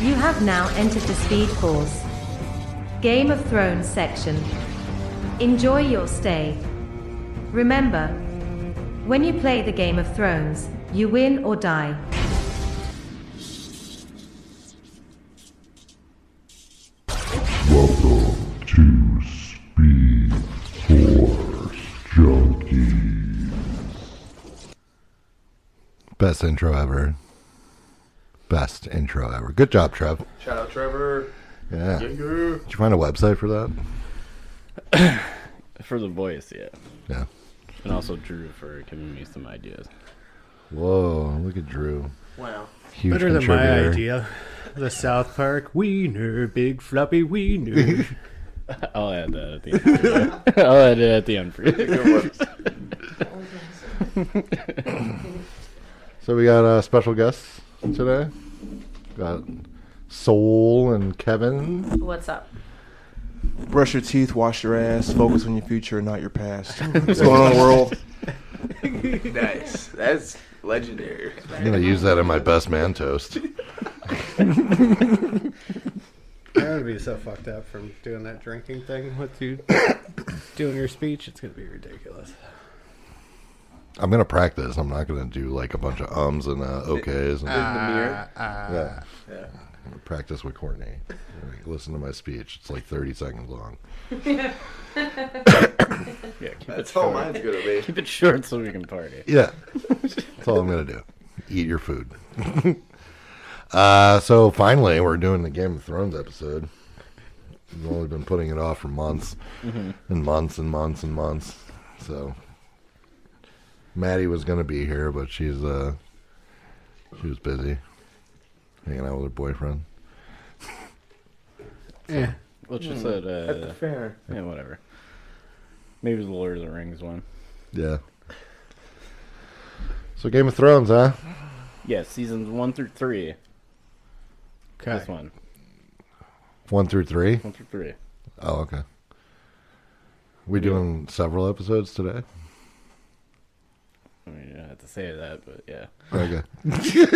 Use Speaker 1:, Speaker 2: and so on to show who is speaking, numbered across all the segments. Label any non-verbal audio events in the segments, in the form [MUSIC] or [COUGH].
Speaker 1: You have now entered the Speed Force Game of Thrones section. Enjoy your stay. Remember, when you play the Game of Thrones, you win or die.
Speaker 2: Welcome to Speed Force Junkies.
Speaker 3: Best intro ever. Best intro ever. Good job, Trev.
Speaker 4: Shout out Trevor.
Speaker 3: Yeah. Did
Speaker 4: Younger.
Speaker 3: you find a website for that?
Speaker 5: For the voice, yeah.
Speaker 3: Yeah.
Speaker 5: And also Drew for giving me some ideas.
Speaker 3: Whoa, look at Drew.
Speaker 4: Wow.
Speaker 3: Huge
Speaker 6: Better than my
Speaker 3: contributor.
Speaker 6: idea. The South Park wiener, big floppy wiener.
Speaker 5: I'll add that at the end. for [LAUGHS] you. I'll add it at the end for you. [LAUGHS]
Speaker 3: So we got uh, special guests today. Got Soul and Kevin.
Speaker 7: What's up?
Speaker 4: Brush your teeth, wash your ass, focus on your future, not your
Speaker 7: [LAUGHS]
Speaker 4: past. What's going on in the world?
Speaker 8: Nice. That's legendary.
Speaker 3: I'm gonna use that in my best man toast.
Speaker 6: [LAUGHS] I would be so fucked up from doing that drinking thing with you [COUGHS] doing your speech. It's gonna be ridiculous.
Speaker 3: I'm gonna practice. I'm not gonna do like a bunch of ums and uh, okays and
Speaker 8: In the
Speaker 6: Ah.
Speaker 8: mirror.
Speaker 3: yeah. I'm gonna Practice with Courtney. I'm gonna Listen to my speech. It's like 30 seconds long.
Speaker 8: That's how oh, mine's gonna be.
Speaker 5: Keep it short so we can party.
Speaker 3: Yeah. That's all I'm going to do. Eat your food. [LAUGHS] uh, so finally, we're doing the Game of Thrones episode. We've only been putting it off for months and months and months and months. So Maddie was going to be here, but she's uh, she was busy hanging out with her boyfriend.
Speaker 6: Yeah.
Speaker 5: Let's
Speaker 8: Hmm.
Speaker 5: just add, uh,
Speaker 4: Fair.
Speaker 5: yeah, whatever. Maybe the Lord of the Rings one.
Speaker 3: Yeah. So Game of Thrones, huh?
Speaker 5: Yeah, seasons one through three. This
Speaker 6: Okay.
Speaker 5: one.
Speaker 3: One through three.
Speaker 5: One through three.
Speaker 3: Oh, okay. We doing several episodes today.
Speaker 5: I mean, you don't have to say that, but yeah.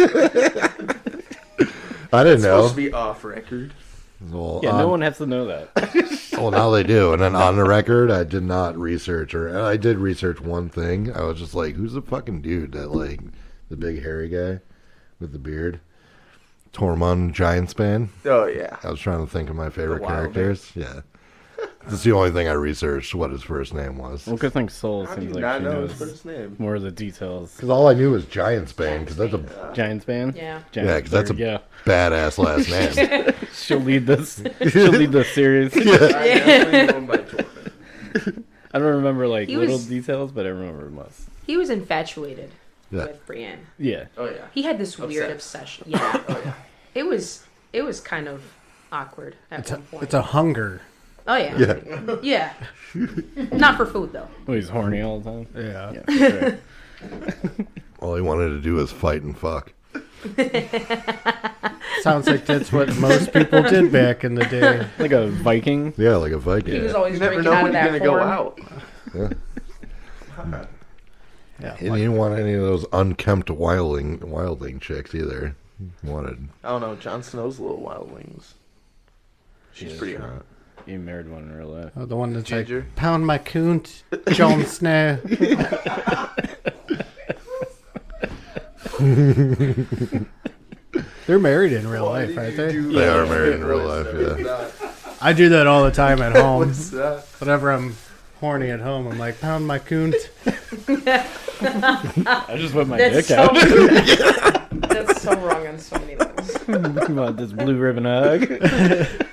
Speaker 3: Okay. [LAUGHS] I didn't know.
Speaker 8: Supposed to be off record.
Speaker 3: Well,
Speaker 5: Yeah,
Speaker 3: on-
Speaker 5: no one has to know that.
Speaker 3: well, now they do. And then on the record, I did not research, or I did research one thing. I was just like, who's the fucking dude that, like, the big hairy guy with the beard? Tormund Giantspan.
Speaker 8: Oh yeah.
Speaker 3: I was trying to think of my favorite
Speaker 8: wild man.
Speaker 3: characters. Yeah. That's the only thing I researched what his first name was.
Speaker 5: Well, good thing Soul
Speaker 8: How do you
Speaker 5: seems like
Speaker 8: not
Speaker 5: she
Speaker 8: know
Speaker 5: knows
Speaker 8: his first
Speaker 5: [LAUGHS]
Speaker 8: name?
Speaker 5: more of the details.
Speaker 3: Because all I knew was Giantspan, because that's
Speaker 8: Uh,
Speaker 3: a
Speaker 5: Giants fan?
Speaker 7: Yeah.
Speaker 5: Giants,
Speaker 3: Yeah, 'cause that's
Speaker 5: there we
Speaker 3: a-
Speaker 5: go.
Speaker 3: badass last name.
Speaker 5: She'll lead this.
Speaker 3: [LAUGHS]
Speaker 5: She'll lead this series.
Speaker 8: I definitely know him by Torben.
Speaker 5: I don't remember like
Speaker 7: He
Speaker 5: little
Speaker 7: was-
Speaker 5: details, but I remember most.
Speaker 7: He was infatuated
Speaker 3: Yeah.
Speaker 7: with Brienne.
Speaker 5: Yeah.
Speaker 8: Oh yeah.
Speaker 7: He had this weird
Speaker 8: Obsessed.
Speaker 7: obsession. Yeah. It was it was kind of awkward at
Speaker 6: It's
Speaker 7: one
Speaker 6: a,
Speaker 7: point.
Speaker 6: it's a hunger.
Speaker 7: oh yeah. Yeah. Not for food though.
Speaker 5: Well, he's horny all the
Speaker 7: [LAUGHS]
Speaker 5: time.
Speaker 6: Yeah.
Speaker 5: Yeah, for sure.
Speaker 3: all he wanted to do was fight and fuck.
Speaker 6: Sounds like that's what most people did back in the day.
Speaker 5: like a Viking.
Speaker 3: Yeah, like a Viking.
Speaker 7: He was
Speaker 8: You
Speaker 7: always
Speaker 8: never
Speaker 7: drinking
Speaker 8: know
Speaker 7: out of
Speaker 8: when you're
Speaker 7: that
Speaker 8: gonna go
Speaker 7: horn.
Speaker 8: out.
Speaker 3: And you didn't want any of those unkempt wilding wilding chicks either. You Wanted
Speaker 8: I don't know. Jon Snow's little wildlings. She's pretty hot.
Speaker 5: You married one in real life.
Speaker 6: Oh, the one that's
Speaker 8: Ginger.
Speaker 6: like pound my coont, Jon Snow. They're married in real life, aren't they?
Speaker 3: they are married in real life. Yeah,
Speaker 6: I do that all the time at home.
Speaker 8: What's that?
Speaker 6: Whenever I'm horny at home, I'm like pound my coont.
Speaker 5: I just whipped my dick
Speaker 7: That's so
Speaker 5: out.
Speaker 7: That's so wrong on so many
Speaker 5: [LAUGHS]
Speaker 7: levels.
Speaker 5: Come on, this blue ribbon hug.
Speaker 7: [LAUGHS]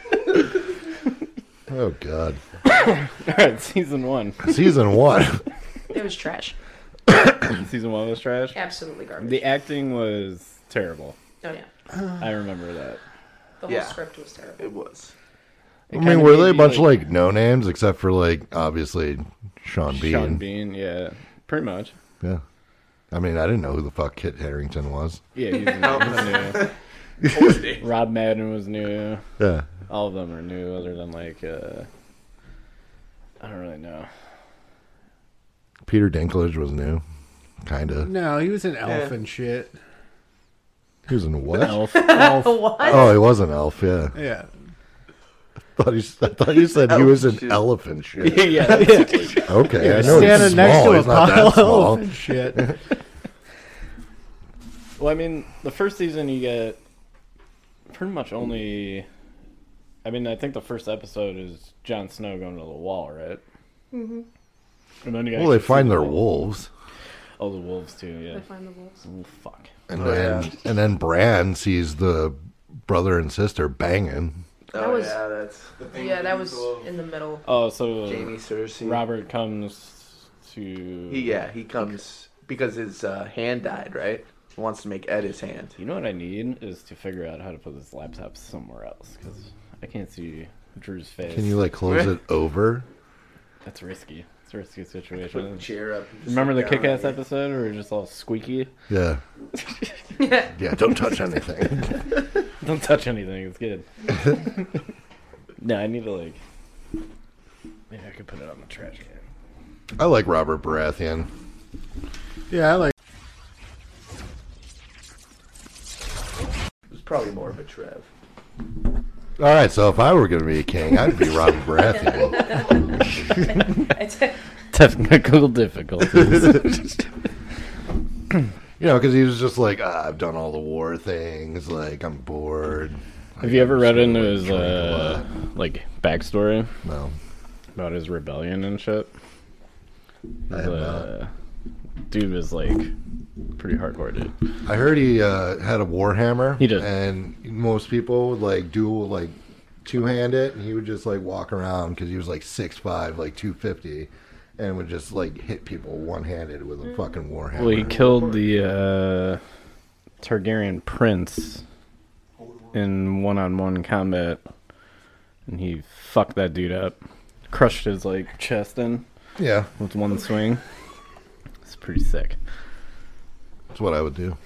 Speaker 3: oh god,
Speaker 5: all right, season one.
Speaker 3: season one.
Speaker 7: It was trash.
Speaker 5: Season one was trash.
Speaker 7: Absolutely garbage.
Speaker 5: The acting was terrible.
Speaker 7: oh yeah.
Speaker 5: I remember that.
Speaker 7: The whole
Speaker 8: Yeah.
Speaker 7: script was terrible.
Speaker 8: It was.
Speaker 3: I
Speaker 5: It
Speaker 3: mean,
Speaker 5: kinda
Speaker 3: were
Speaker 5: made
Speaker 3: they a
Speaker 5: me,
Speaker 3: bunch of like no names except for like obviously Sean Bean?
Speaker 5: Sean Bean? Yeah, pretty much.
Speaker 3: Yeah, I mean I didn't know who the fuck Kit Harrington was.
Speaker 5: Yeah, he was new.
Speaker 7: [LAUGHS]
Speaker 8: Always
Speaker 5: new. Rob Madden was new.
Speaker 3: Yeah,
Speaker 5: All of them are new, other than like uh, I don't really know.
Speaker 3: Peter Dinklage was new, kind of.
Speaker 6: No, he was an elf and shit.
Speaker 3: He was in what?
Speaker 5: [LAUGHS] Elf.
Speaker 7: What?
Speaker 3: Oh, he was an elf. Yeah,
Speaker 6: Yeah.
Speaker 3: I thought, he, s- I thought you said he was an elephant.
Speaker 5: [LAUGHS]
Speaker 3: Shit.
Speaker 5: yeah,
Speaker 3: Okay, I know he's
Speaker 6: Standing next
Speaker 3: small.
Speaker 6: to a
Speaker 3: He's not
Speaker 6: pile
Speaker 3: that
Speaker 6: of
Speaker 3: small.
Speaker 6: elephant shit.
Speaker 3: [LAUGHS]
Speaker 5: Well, I mean, the first season you get pretty much only. I mean, I think the first episode is Jon Snow going to the wall, right? Mm-hmm. And then you
Speaker 3: Well, they
Speaker 5: actually see
Speaker 3: find
Speaker 5: the
Speaker 3: their
Speaker 5: wolf-
Speaker 3: wolves,
Speaker 5: Oh, the wolves too. Yeah.
Speaker 7: They find the wolves.
Speaker 5: Oh, fuck.
Speaker 3: and then and then Bran sees the brother and sister banging.
Speaker 7: That was-
Speaker 8: Oh, yeah, that's
Speaker 7: Yeah, that was in the [LAUGHS] middle.
Speaker 5: Oh, so
Speaker 8: Jamie Cersei.
Speaker 5: Robert comes to.
Speaker 8: He, yeah, he comes because his uh, hand died, right? He wants to make Ed his hand.
Speaker 5: You know what I need is to figure out how to put this laptop somewhere else because I can't see Drew's face.
Speaker 3: Can you like close it over?
Speaker 5: That's risky. It's a risky
Speaker 8: Put the
Speaker 5: situation.
Speaker 8: chair up. and just
Speaker 5: Mm. Remember the
Speaker 8: sit down
Speaker 5: kick ass
Speaker 8: on it.
Speaker 5: episode where it was just all squeaky? [LAUGHS]
Speaker 3: Yeah. yeah. Don't touch anything.
Speaker 5: Don't touch anything. It's [LAUGHS] good. no, I need to like. Maybe I could put it on the trash can.
Speaker 3: I like Robert Baratheon.
Speaker 6: Yeah, I like.
Speaker 8: It was probably more of a Trev.
Speaker 3: All right, so if I were going to be a king, I'd be Robert Baratheon.
Speaker 5: Technical [LAUGHS] difficulties.
Speaker 3: You know, because he was just like, ah, I've done all the war things. Like, I'm bored.
Speaker 5: Have you ever read into his
Speaker 3: Drink a
Speaker 5: uh, like backstory
Speaker 3: No,
Speaker 5: about his rebellion and shit?
Speaker 3: I have not.
Speaker 5: The dude was like pretty hardcore dude.
Speaker 3: I heard he uh, had a war hammer.
Speaker 5: He did.
Speaker 3: and most people would like dual like two hand it, and he would just like walk around because he was like six five, like two fifty, and would just like hit people one handed with a fucking war hammer.
Speaker 5: Well, he killed the uh, Targaryen prince in one-on-one combat, and he fucked that dude up, crushed his like chest in
Speaker 3: yeah,
Speaker 5: with one swing. It's pretty sick.
Speaker 3: that's what I would do.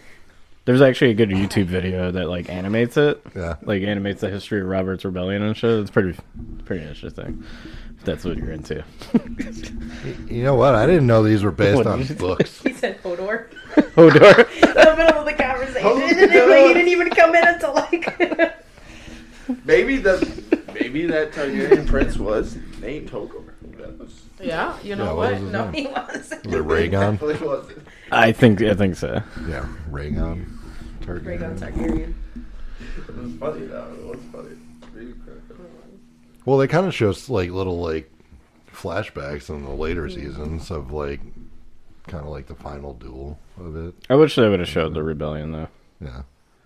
Speaker 5: There's actually a good YouTube video that like animates it,
Speaker 3: Yeah,
Speaker 5: like animates the history of Robert's rebellion and shit. It's pretty, pretty interesting. If that's what you're into.
Speaker 3: you know what? I didn't know these were based
Speaker 5: What
Speaker 3: on
Speaker 5: did you-
Speaker 3: books.
Speaker 7: He said Hodor
Speaker 5: [LAUGHS] Hodor.
Speaker 7: [LAUGHS] in the middle of the conversation. and it, like, he didn't even come in until like.
Speaker 8: Maybe the maybe that
Speaker 5: [LAUGHS]
Speaker 8: Targaryen prince was named Hogor. That was
Speaker 7: yeah, you know
Speaker 3: Yeah, what
Speaker 7: what?
Speaker 3: was his
Speaker 7: no,
Speaker 3: name?
Speaker 7: he was.
Speaker 3: Was it Rhaegon?
Speaker 8: Well, it wasn't.
Speaker 5: I think I think so.
Speaker 3: yeah, Rhaegon. Targaryen.
Speaker 7: Rhaegon Targaryen.
Speaker 8: It was funny though. It was funny. Really crap.
Speaker 3: Well, they kind of show us, like little like flashbacks in the later seasons of like kind of like the final duel of it.
Speaker 5: I wish they would have showed the rebellion though.
Speaker 3: Yeah.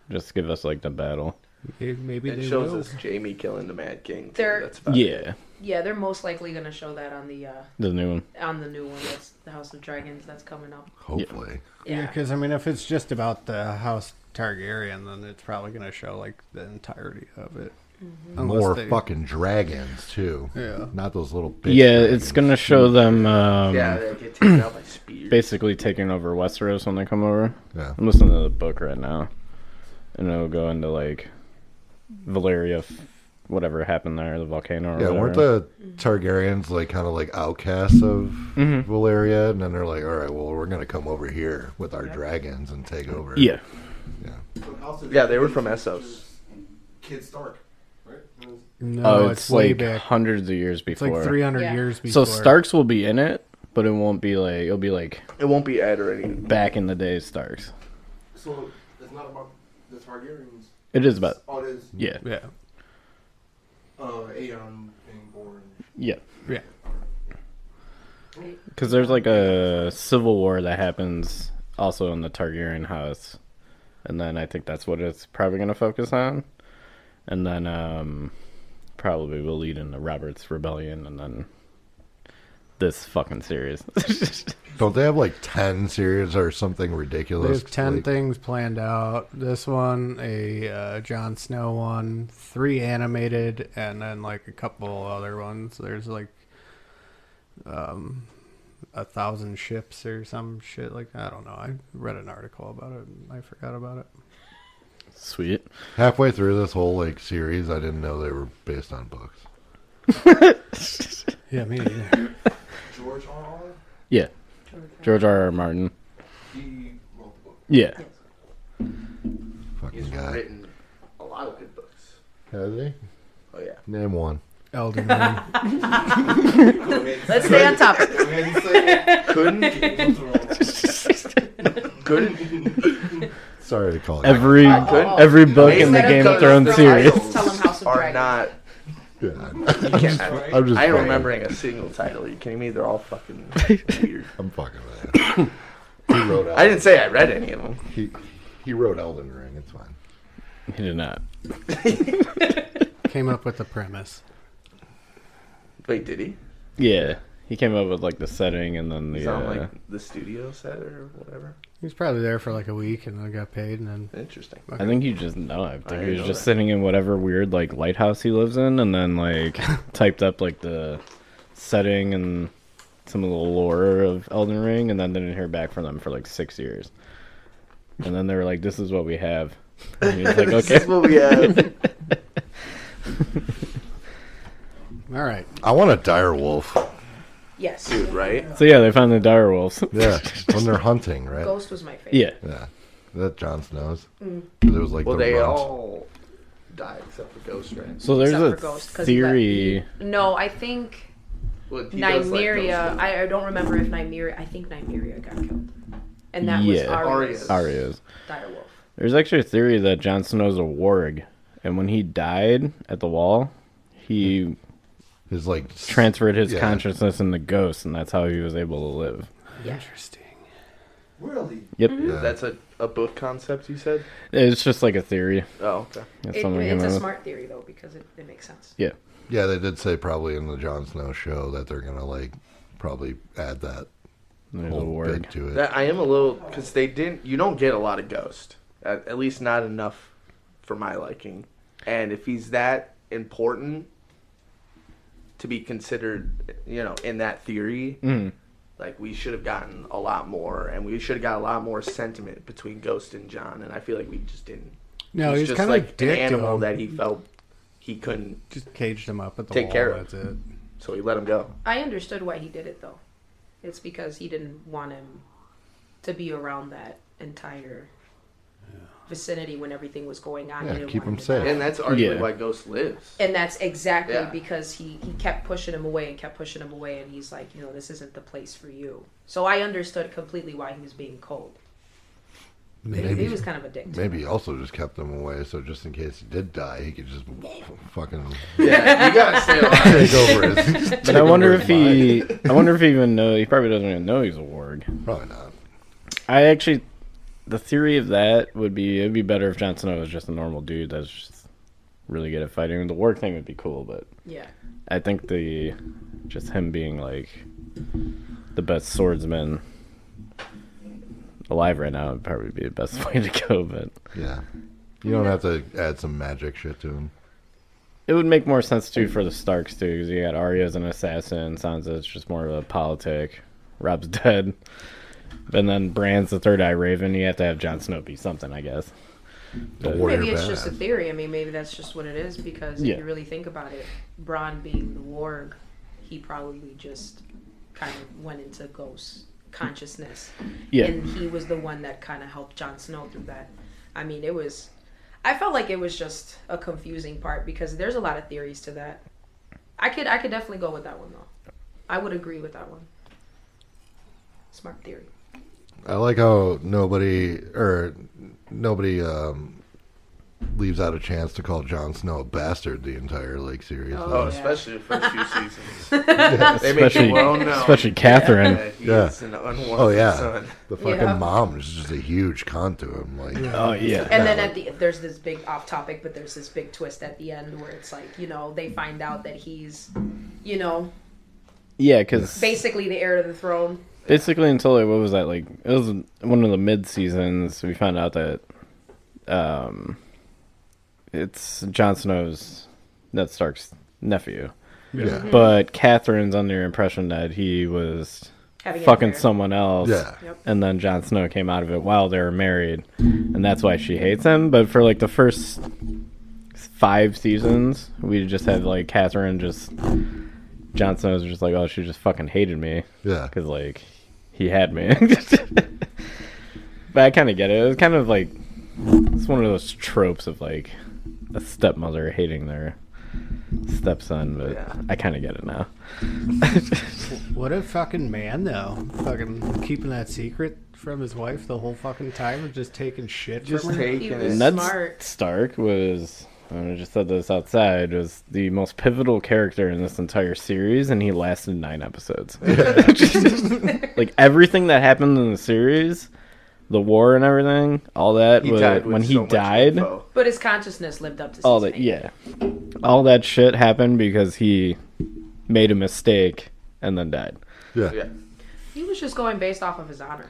Speaker 5: Just give us like the battle.
Speaker 6: Maybe
Speaker 8: It
Speaker 6: they
Speaker 8: shows
Speaker 6: will.
Speaker 8: us Jamie killing the Mad King. Too.
Speaker 7: There-
Speaker 8: That's about it.
Speaker 5: Yeah,
Speaker 7: Yeah, they're most likely gonna show that on the uh,
Speaker 5: the new one.
Speaker 7: on the new one. That's the House of Dragons that's coming up.
Speaker 3: Hopefully.
Speaker 6: Yeah, because I mean, if it's just about the House Targaryen, then it's probably going to show like the entirety of it. Unless
Speaker 3: More
Speaker 6: they-
Speaker 3: fucking dragons too.
Speaker 6: Yeah.
Speaker 3: Not those little bitch
Speaker 5: Yeah,
Speaker 3: dragons.
Speaker 5: it's gonna show them um,
Speaker 8: Yeah, they get taken out by spears.
Speaker 5: basically taking over Westeros when they come over.
Speaker 3: Yeah.
Speaker 5: I'm listening to the book right now, and it'll go into like Valyria, f- whatever happened there, the volcano. Or
Speaker 3: Yeah, weren't
Speaker 5: whatever.
Speaker 3: the Targaryens like kind of like outcasts of
Speaker 5: Mm-hmm.
Speaker 3: Valyria, and then they're like, "All right, well, we're gonna come over here with our dragons and take over."
Speaker 5: yeah?
Speaker 8: Yeah, they were from Essos.
Speaker 9: Kid Stark, right? It was-
Speaker 6: No,
Speaker 5: Oh,
Speaker 6: it's,
Speaker 5: it's,
Speaker 6: way
Speaker 5: like
Speaker 6: back.
Speaker 5: hundreds of years
Speaker 6: It's
Speaker 5: before.
Speaker 6: like 300
Speaker 7: Yeah.
Speaker 6: years before.
Speaker 5: so Starks will be in it, but it won't be like it'll be like
Speaker 8: It won't be Ed or anything.
Speaker 5: back in the day Starks.
Speaker 9: So it's not about the Targaryens.
Speaker 5: It is about
Speaker 9: All this
Speaker 5: yeah
Speaker 6: Yeah.
Speaker 9: uh, Aeon being born.
Speaker 5: yeah.
Speaker 6: Yeah.
Speaker 5: Because there's like a civil war that happens also in the Targaryen house, and then I think that's what it's probably going to focus on, and then um, probably will lead into Robert's rebellion, and then this fucking series. [LAUGHS]
Speaker 3: Don't they have like ten series or something
Speaker 6: They
Speaker 3: ridiculous?
Speaker 6: have 10
Speaker 3: Like-
Speaker 6: things planned out. This one, a uh, Jon Snow one, three animated, and then like a couple other ones. There's like um, a thousand ships or some shit. Like, I don't know. I read an article about it and I forgot about it.
Speaker 5: Sweet.
Speaker 3: Halfway through this whole like series, I didn't know they were based on books.
Speaker 6: Yeah, me neither.
Speaker 9: George R.
Speaker 7: [LAUGHS]
Speaker 9: R.
Speaker 5: Yeah. George R. R. Martin.
Speaker 9: He wrote the book.
Speaker 5: Yeah.
Speaker 3: Fuck
Speaker 8: He's
Speaker 3: fucking guy.
Speaker 8: written a lot of good books.
Speaker 3: Has he?
Speaker 8: Oh yeah.
Speaker 3: Name one.
Speaker 6: [LAUGHS] Elden Ring.
Speaker 7: Let's stay on topic.
Speaker 3: Sorry to call it.
Speaker 5: Every
Speaker 8: couldn't-
Speaker 5: every book in the
Speaker 8: Instead of
Speaker 5: Game
Speaker 8: telling
Speaker 5: of Thrones
Speaker 8: us
Speaker 5: series.
Speaker 8: the
Speaker 7: Tell him House of
Speaker 8: Are
Speaker 7: Dragon.
Speaker 8: not.
Speaker 3: Yeah, I'm,
Speaker 8: You
Speaker 3: [LAUGHS] I'm
Speaker 8: can't.
Speaker 3: just, I'm just
Speaker 8: I ain't
Speaker 3: fucking-
Speaker 8: remembering a single title. Are you kidding me? They're all fucking weird.
Speaker 3: I'm fucking with that. he wrote.
Speaker 8: I
Speaker 3: Elden,
Speaker 8: didn't say I read any of them.
Speaker 3: he, he wrote Elden Ring. It's fine.
Speaker 5: He did not.
Speaker 6: Came up with the premise.
Speaker 8: Wait, did he?
Speaker 5: Yeah, he came up with like the setting and then
Speaker 8: He's
Speaker 5: the.
Speaker 8: on
Speaker 5: uh,
Speaker 8: like the studio set or whatever.
Speaker 6: He was probably there for like a week and then got paid and then
Speaker 8: Interesting.
Speaker 5: I think you just know. I think
Speaker 8: I
Speaker 5: he was
Speaker 8: know
Speaker 5: just
Speaker 8: that.
Speaker 5: sitting in whatever weird like lighthouse he lives in, and
Speaker 8: [LAUGHS]
Speaker 5: then like typed up like the setting and some of the lore of Elden Ring, and then didn't hear back from them for like six years. And then they were like, "This is what we have." And he
Speaker 8: [LAUGHS]
Speaker 5: was like,
Speaker 8: this
Speaker 5: "Okay."
Speaker 8: is what we have.
Speaker 6: all right.
Speaker 3: I want a dire wolf.
Speaker 7: Yes.
Speaker 8: Dude, right?
Speaker 5: So yeah, they found the
Speaker 8: [LAUGHS]
Speaker 5: direwolves.
Speaker 3: [LAUGHS] Yeah, when they're hunting, right?
Speaker 7: Ghost was my favorite.
Speaker 5: yeah,
Speaker 3: Yeah, that Jon Snow's. It was like
Speaker 8: Well,
Speaker 3: the
Speaker 8: they
Speaker 3: runt.
Speaker 8: all die except for Ghost, right?
Speaker 5: So there's
Speaker 7: Except
Speaker 5: a
Speaker 7: for Ghost, 'cause he let-
Speaker 5: theory.
Speaker 7: No, I think
Speaker 8: Well, he does, like,
Speaker 7: Nymeria.
Speaker 8: those-
Speaker 7: I, I don't remember if Nymeria. I think Nymeria got killed, and that
Speaker 5: Yeah.
Speaker 7: was Arya's
Speaker 5: Arias.
Speaker 7: direwolf.
Speaker 5: Oh, There's actually a theory that Jon Snow's a warg, and when he died at the wall,
Speaker 8: Hmm.
Speaker 5: he
Speaker 3: It's like
Speaker 5: transferred his
Speaker 3: Yeah.
Speaker 5: consciousness into ghosts, and that's how he was able to live.
Speaker 6: Interesting.
Speaker 9: Really?
Speaker 5: Yep,
Speaker 7: Mm-hmm.
Speaker 8: That's a, a book concept you said?
Speaker 5: it's just like a theory.
Speaker 8: Oh, okay.
Speaker 5: That's
Speaker 7: It,
Speaker 5: something we
Speaker 7: it's
Speaker 5: came
Speaker 7: a
Speaker 5: up with.
Speaker 7: smart theory though because it, it makes sense.
Speaker 5: Yeah,
Speaker 3: Yeah, they did say probably in the Jon Snow show that they're gonna like probably add that
Speaker 5: there's a
Speaker 3: whole
Speaker 5: warg.
Speaker 3: bit to it.
Speaker 8: That I am a little because they didn't. You don't get a lot of Ghost, at, at least not enough for my liking. And if he's that important to be considered, you know, in that theory,
Speaker 6: Mm.
Speaker 8: like we should have gotten a lot more, and we should have got a lot more sentiment between Ghost and John. And I feel like we just didn't.
Speaker 6: No, he's
Speaker 8: just
Speaker 6: kind of
Speaker 8: like
Speaker 6: like a
Speaker 8: an
Speaker 6: dick to
Speaker 8: animal
Speaker 6: him.
Speaker 8: that he felt he couldn't,
Speaker 6: Just caged him up at the
Speaker 8: Take
Speaker 6: wall.
Speaker 8: care of
Speaker 6: That's it.
Speaker 8: so he let him go.
Speaker 7: I understood why he did it though. It's because he didn't want him to be around that entire vicinity when everything was going on. He
Speaker 3: Yeah,
Speaker 7: didn't
Speaker 3: keep
Speaker 7: want
Speaker 3: him
Speaker 7: to
Speaker 3: safe.
Speaker 7: die.
Speaker 8: And that's arguably
Speaker 5: Yeah.
Speaker 8: why Ghost lives.
Speaker 7: And that's exactly
Speaker 8: Yeah.
Speaker 7: because he, he kept pushing him away and kept pushing him away, and he's like, you know, this isn't the place for you. So I understood completely why he was being cold.
Speaker 3: maybe
Speaker 7: He was kind of a dick. to
Speaker 3: maybe he also just kept them away so just in case he did die, he could just [LAUGHS] fucking
Speaker 8: [LAUGHS] Yeah, you gotta stay alive.
Speaker 3: take over his.
Speaker 5: But I wonder if he, I wonder if he even know. He probably doesn't even know he's a warg.
Speaker 3: [LAUGHS] Probably not.
Speaker 5: I actually, the theory of that would be it'd be better if Jon Snow was just a normal dude that's just really good at fighting. The warg thing would be cool, but
Speaker 7: Yeah.
Speaker 5: I think the just him being like the best swordsman alive right now would probably be the best [LAUGHS] way to go, but
Speaker 3: Yeah, you don't have to add some magic shit to him.
Speaker 5: it would make more sense too for the Starks too, because you got Arya as an assassin, Sansa's just more of a politic, Rob's [LAUGHS] dead, and then Bran's the Third Eye Raven. You have to have Jon Snow be something, I guess.
Speaker 3: The
Speaker 5: Maybe
Speaker 3: warrior
Speaker 7: maybe it's
Speaker 3: badass.
Speaker 7: just a theory. I mean, maybe that's just what it is because if
Speaker 5: Yeah.
Speaker 7: you really think about it, Braun being the warg, he probably just kind of went into ghost consciousness.
Speaker 5: Yeah.
Speaker 7: And he was the one that kind of helped Jon Snow through that. I mean, it was. I felt like it was just a confusing part because there's a lot of theories to that. I could I could definitely go with that one though. I would agree with that one. Smart theory.
Speaker 3: I like how nobody or nobody um, leaves out a chance to call Jon Snow a bastard the entire like series.
Speaker 7: Oh,
Speaker 8: Oh,
Speaker 7: yeah.
Speaker 8: especially the first few seasons. they make
Speaker 5: Especially-
Speaker 8: you well known.
Speaker 5: Especially Catherine.
Speaker 8: that he
Speaker 3: Yeah.
Speaker 8: is an unwanted
Speaker 3: Oh, yeah.
Speaker 8: son.
Speaker 3: The fucking
Speaker 7: Yeah.
Speaker 3: mom is just a huge con to him. Like,
Speaker 5: [LAUGHS] Oh yeah.
Speaker 7: And then at the there's this big off topic, but there's this big twist at the end where it's like you know they find out that he's, you know,
Speaker 5: Yeah, because
Speaker 7: basically the heir to the throne.
Speaker 5: basically until like, what was that like? It was one of the mid seasons. We found out that um, it's Jon Snow's Ned Stark's nephew,
Speaker 3: yeah,
Speaker 5: but Catherine's under the impression that he was
Speaker 7: Having an
Speaker 5: fucking
Speaker 7: affair.
Speaker 5: someone else.
Speaker 3: Yeah.
Speaker 7: Yep.
Speaker 5: And then Jon Snow came out of it while they were married, and that's why she hates him. But for like the first five seasons, we just had like Catherine just Jon Snow was just like, oh, she just fucking hated me
Speaker 3: yeah.
Speaker 5: because [LAUGHS] like he had me. but I kind of get it. It was kind of like It's one of those tropes of like a stepmother hating their stepson, but
Speaker 8: Yeah.
Speaker 5: I kind of get it now. [LAUGHS]
Speaker 6: What a fucking man, though. Fucking keeping that secret from his wife the whole fucking time, or just taking shit
Speaker 8: Just
Speaker 6: from her.
Speaker 8: taking
Speaker 7: He was-
Speaker 8: it.
Speaker 5: Ned
Speaker 7: Smart.
Speaker 5: Stark was, and I just said this outside, was the most pivotal character in this entire series, and he lasted
Speaker 8: [LAUGHS]
Speaker 5: nine episodes. [LAUGHS] like everything that happened in the series, the war and everything, all that,
Speaker 8: He
Speaker 5: was,
Speaker 8: died with
Speaker 5: when he
Speaker 8: so much
Speaker 5: died,
Speaker 8: info.
Speaker 7: But his consciousness lived up to
Speaker 5: all
Speaker 7: season
Speaker 5: that,
Speaker 7: eight.
Speaker 5: yeah, all that shit happened because he made a mistake and then died.
Speaker 3: Yeah.
Speaker 8: Yeah.
Speaker 7: He was just going based off of his honor.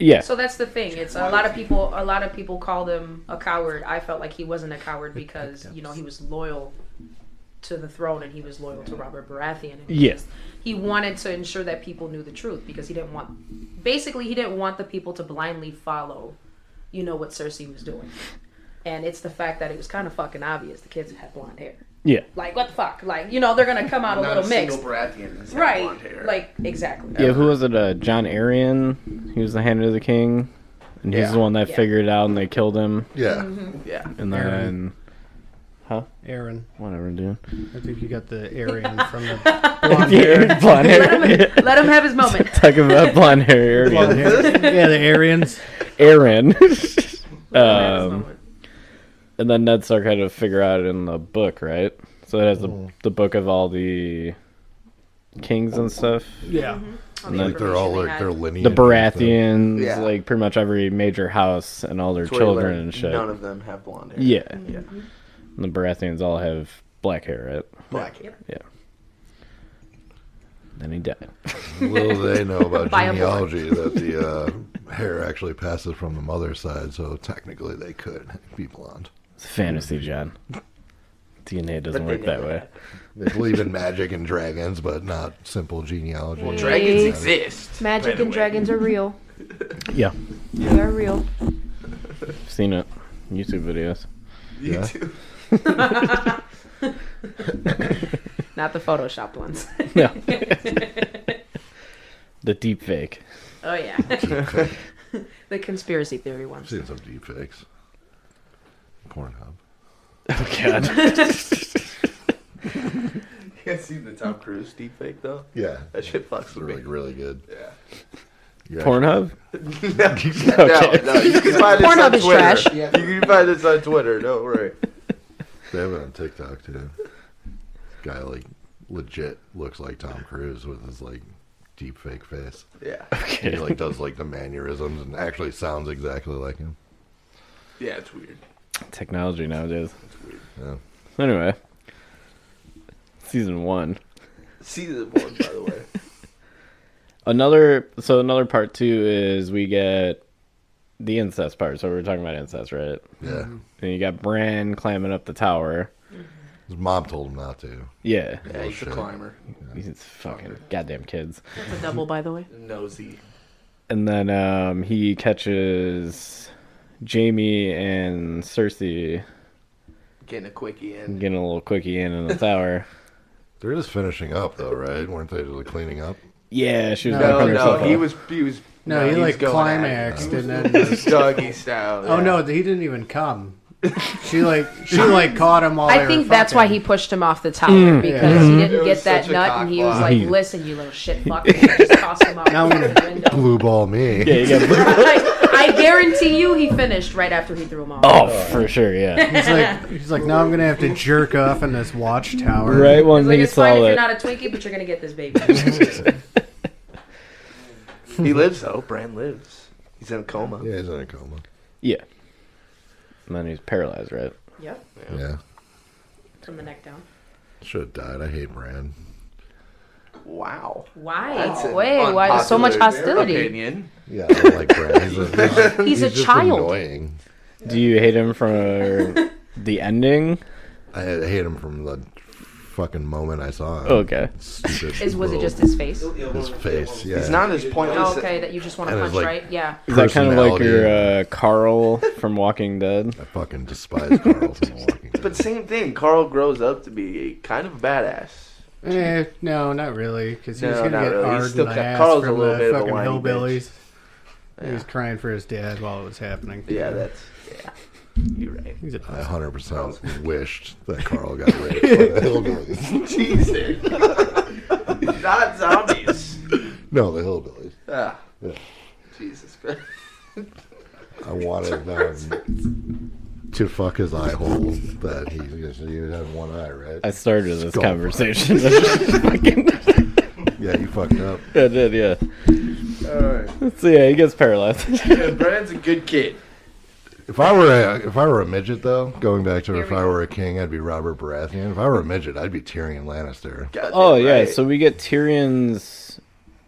Speaker 5: Yeah,
Speaker 7: So that's the thing. It's a lot of people. A lot of people called him a coward. I felt like he wasn't a coward because you know he was loyal to the throne and he was loyal to Robert Baratheon. And he
Speaker 5: Yeah.
Speaker 7: just- He wanted to ensure that people knew the truth because he didn't want. Basically, he didn't want the people to blindly follow, you know, what Cersei was doing. And it's the fact that it was kind of fucking obvious. The kids had blonde hair.
Speaker 5: yeah,
Speaker 7: Like what the fuck? Like you know they're gonna come out a
Speaker 8: Not
Speaker 7: little
Speaker 8: a
Speaker 7: mixed,
Speaker 8: single Baratheon has had blonde hair.
Speaker 7: right? Like exactly.
Speaker 5: yeah. Who was it? Uh, John Arryn. He was the hand of the king, and he's
Speaker 8: Yeah.
Speaker 5: the one that
Speaker 7: Yeah.
Speaker 5: figured it out, and they killed him.
Speaker 3: Yeah.
Speaker 7: Mm-hmm.
Speaker 8: yeah.
Speaker 5: And
Speaker 6: Aaron.
Speaker 5: then, huh?
Speaker 6: Aaron.
Speaker 5: Whatever, dude.
Speaker 6: I think you got the
Speaker 8: [LAUGHS]
Speaker 6: Aaron from the
Speaker 5: [LAUGHS]
Speaker 6: blonde
Speaker 5: Yeah,
Speaker 6: hair.
Speaker 5: blonde [LAUGHS] hair.
Speaker 7: Let him have his moment.
Speaker 5: Talking about blonde hair,
Speaker 6: Blonde
Speaker 5: Aaron.
Speaker 6: hair. Yeah, the Arians. [LAUGHS]
Speaker 5: Aaron.
Speaker 7: Let him have his
Speaker 5: [LAUGHS] um,
Speaker 7: moment.
Speaker 5: and then Ned Stark had to figure out in the book, right? So it has the the book of all the kings and stuff,
Speaker 6: Yeah.
Speaker 7: All the
Speaker 5: Like,
Speaker 3: Like they're all
Speaker 7: information they
Speaker 3: like
Speaker 7: had.
Speaker 3: their lineage.
Speaker 5: the
Speaker 3: and stuff.
Speaker 5: Baratheons,
Speaker 8: Yeah.
Speaker 5: like pretty much every major house and all their
Speaker 8: That's where you
Speaker 5: children
Speaker 8: learn
Speaker 5: and shit.
Speaker 8: None of them have blonde hair.
Speaker 5: Yeah,
Speaker 8: Yeah.
Speaker 5: And the Baratheons all have black hair, right?
Speaker 8: Black hair.
Speaker 5: Then he died.
Speaker 3: Little they know about
Speaker 7: [LAUGHS] By a boy.
Speaker 3: genealogy that the
Speaker 7: [LAUGHS]
Speaker 3: uh, hair actually passes from the mother's side, so technically they could [LAUGHS] be blonde.
Speaker 5: It's fantasy, John. DNA doesn't
Speaker 8: But they
Speaker 5: work that
Speaker 8: never
Speaker 5: way.
Speaker 8: had.
Speaker 7: [LAUGHS]
Speaker 3: They believe in magic and dragons, but not simple genealogy.
Speaker 8: Dragons exist. by
Speaker 10: Magic
Speaker 8: the
Speaker 10: and
Speaker 8: way.
Speaker 10: dragons are real.
Speaker 5: Yeah,
Speaker 10: They are real.
Speaker 5: I've seen it.
Speaker 10: [LAUGHS]
Speaker 5: YouTube videos.
Speaker 8: You
Speaker 3: Yeah.
Speaker 8: too.
Speaker 7: Not the Photoshop ones.
Speaker 5: No. [LAUGHS] the deep fake.
Speaker 7: [LAUGHS] oh yeah. [LAUGHS] the conspiracy theory
Speaker 3: I've
Speaker 7: ones.
Speaker 3: seen some deep fakes. Pornhub.
Speaker 5: Oh god.
Speaker 8: [LAUGHS] You guys seen the Tom Cruise deepfake though?
Speaker 3: Yeah.
Speaker 8: That shit fucks
Speaker 3: It's
Speaker 8: with me.
Speaker 3: really, really good.
Speaker 8: Yeah.
Speaker 3: Yeah.
Speaker 5: Pornhub?
Speaker 8: No, no, you can find this
Speaker 10: Pornhub
Speaker 8: on
Speaker 10: is
Speaker 8: Twitter.
Speaker 10: trash.
Speaker 8: You can find this on Twitter. Don't worry.
Speaker 3: They have it on TikTok too. Guy like legit looks like Tom Cruise with his like deep fake face.
Speaker 8: Yeah,
Speaker 3: And he like does like the mannerisms and actually sounds exactly like him.
Speaker 8: yeah, it's weird.
Speaker 5: Technology nowadays.
Speaker 3: Yeah.
Speaker 5: Anyway. Season one.
Speaker 8: Season one, by the way.
Speaker 5: Another so another part two is we get the incest part, so we we're talking about incest, right?
Speaker 3: Yeah.
Speaker 5: And you got Bran climbing up the tower.
Speaker 3: His mom told him not to.
Speaker 5: [LAUGHS] Yeah.
Speaker 8: Yeah, he's a
Speaker 3: Bullshit.
Speaker 8: climber.
Speaker 5: These fucking goddamn kids.
Speaker 7: That's a double, by the way.
Speaker 8: Nosy.
Speaker 5: And then um he catches Jamie and Cersei
Speaker 8: Getting a quickie in.
Speaker 5: getting a little quickie in in
Speaker 3: [LAUGHS]
Speaker 5: the tower.
Speaker 3: They're just finishing up though, right? Weren't they just cleaning up?
Speaker 5: Yeah, she was
Speaker 8: No,
Speaker 5: gonna put
Speaker 8: no,
Speaker 5: herself
Speaker 8: he
Speaker 5: up.
Speaker 8: was, he was.
Speaker 6: No, he
Speaker 8: he's
Speaker 6: like
Speaker 8: going at it.
Speaker 6: climaxed and then.
Speaker 8: [LAUGHS] doggy style.
Speaker 6: Oh
Speaker 8: yeah.
Speaker 6: no, he didn't even come. She like she like caught him all.
Speaker 7: I think that's why he pushed him off the tower because he didn't
Speaker 8: It
Speaker 7: get
Speaker 8: was
Speaker 7: that
Speaker 8: such a
Speaker 7: nut, and he was
Speaker 8: cockblock.
Speaker 7: like, "Listen, you little shit fuck," and he just tossed him out
Speaker 6: Now-
Speaker 7: the
Speaker 3: [LAUGHS]
Speaker 7: window. [LAUGHS]
Speaker 3: Blue ball me.
Speaker 5: Yeah, you got
Speaker 7: Like, I guarantee you, he finished right after he threw him off.
Speaker 5: Oh, for sure, yeah.
Speaker 6: He's
Speaker 7: [LAUGHS]
Speaker 6: like he's like now I'm gonna have to jerk off in this watchtower.
Speaker 5: right when
Speaker 7: It's like
Speaker 5: he
Speaker 7: it's fine
Speaker 5: saw
Speaker 7: if you're
Speaker 5: it.
Speaker 7: not a Twinkie, but you're gonna get this baby.
Speaker 8: he lives though. Bran lives. He's in a coma.
Speaker 3: Yeah, he's in a coma.
Speaker 5: Yeah. And then he's paralyzed, right?
Speaker 7: yep,
Speaker 3: Yeah.
Speaker 7: from the neck down.
Speaker 3: Should have died. I hate Bran.
Speaker 8: Wow.
Speaker 7: Why?
Speaker 8: That's an
Speaker 7: Wait, why there's so much
Speaker 8: unpopular
Speaker 7: hostility?
Speaker 8: Opinion.
Speaker 3: Yeah, I don't like Bran. [LAUGHS] He's a,
Speaker 7: He's, a
Speaker 3: just
Speaker 7: child.
Speaker 3: Annoying.
Speaker 5: Do you hate him
Speaker 7: [LAUGHS]
Speaker 5: for the ending?
Speaker 3: I hate him from the fucking moment I saw him.
Speaker 5: Oh, Okay.
Speaker 3: Stupid
Speaker 7: Is was it
Speaker 3: little-
Speaker 7: just his face?
Speaker 3: his face? Yeah.
Speaker 8: He's not as pointless.
Speaker 7: Oh, okay, that you just want to
Speaker 3: And it's
Speaker 7: punch,
Speaker 3: like-
Speaker 7: right? Yeah.
Speaker 5: Is that kind of like
Speaker 3: Personality.
Speaker 5: your uh, Carl from Walking Dead?
Speaker 3: I fucking despise Carl from The Walking Dead.
Speaker 8: But same thing. Carl grows up to be kind of a badass.
Speaker 6: Eh, no, not really, because he was
Speaker 8: No,
Speaker 6: gonna
Speaker 8: not
Speaker 6: get
Speaker 8: really. He's
Speaker 6: hard in
Speaker 8: still
Speaker 6: the
Speaker 8: got-
Speaker 6: ass
Speaker 8: Carl's a
Speaker 6: from
Speaker 8: little
Speaker 6: the
Speaker 8: bit of a
Speaker 6: fucking
Speaker 8: whiny
Speaker 6: hillbillies.
Speaker 8: bitch.
Speaker 6: He was crying for his dad while it was happening.
Speaker 8: Yeah, that's You're right. [LAUGHS]
Speaker 6: He's a-
Speaker 3: I 100% wished that Carl got raped by the hillbillies.
Speaker 8: Jesus. Not zombies.
Speaker 3: [LAUGHS] No, the hillbillies.
Speaker 8: Ah,
Speaker 3: Yeah.
Speaker 8: Jesus Christ.
Speaker 3: I wanted them to fuck his eye hole that he you had one eye, right?
Speaker 5: I started this
Speaker 3: Skull
Speaker 5: conversation. [LAUGHS] Fucking- [LAUGHS]
Speaker 3: yeah, you fucked up.
Speaker 5: I did, yeah.
Speaker 8: All right.
Speaker 5: So yeah, he gets paralyzed.
Speaker 3: [LAUGHS]
Speaker 8: Yeah, Brian's a good kid.
Speaker 3: If I were a if I were a midget though, going back to
Speaker 7: Here
Speaker 3: if
Speaker 7: we
Speaker 3: I
Speaker 7: go.
Speaker 3: were a king, I'd be Robert Baratheon. If I were a midget, I'd be Tyrion Lannister.
Speaker 8: Goddamn
Speaker 5: oh yeah,
Speaker 8: right.
Speaker 5: so we get Tyrion's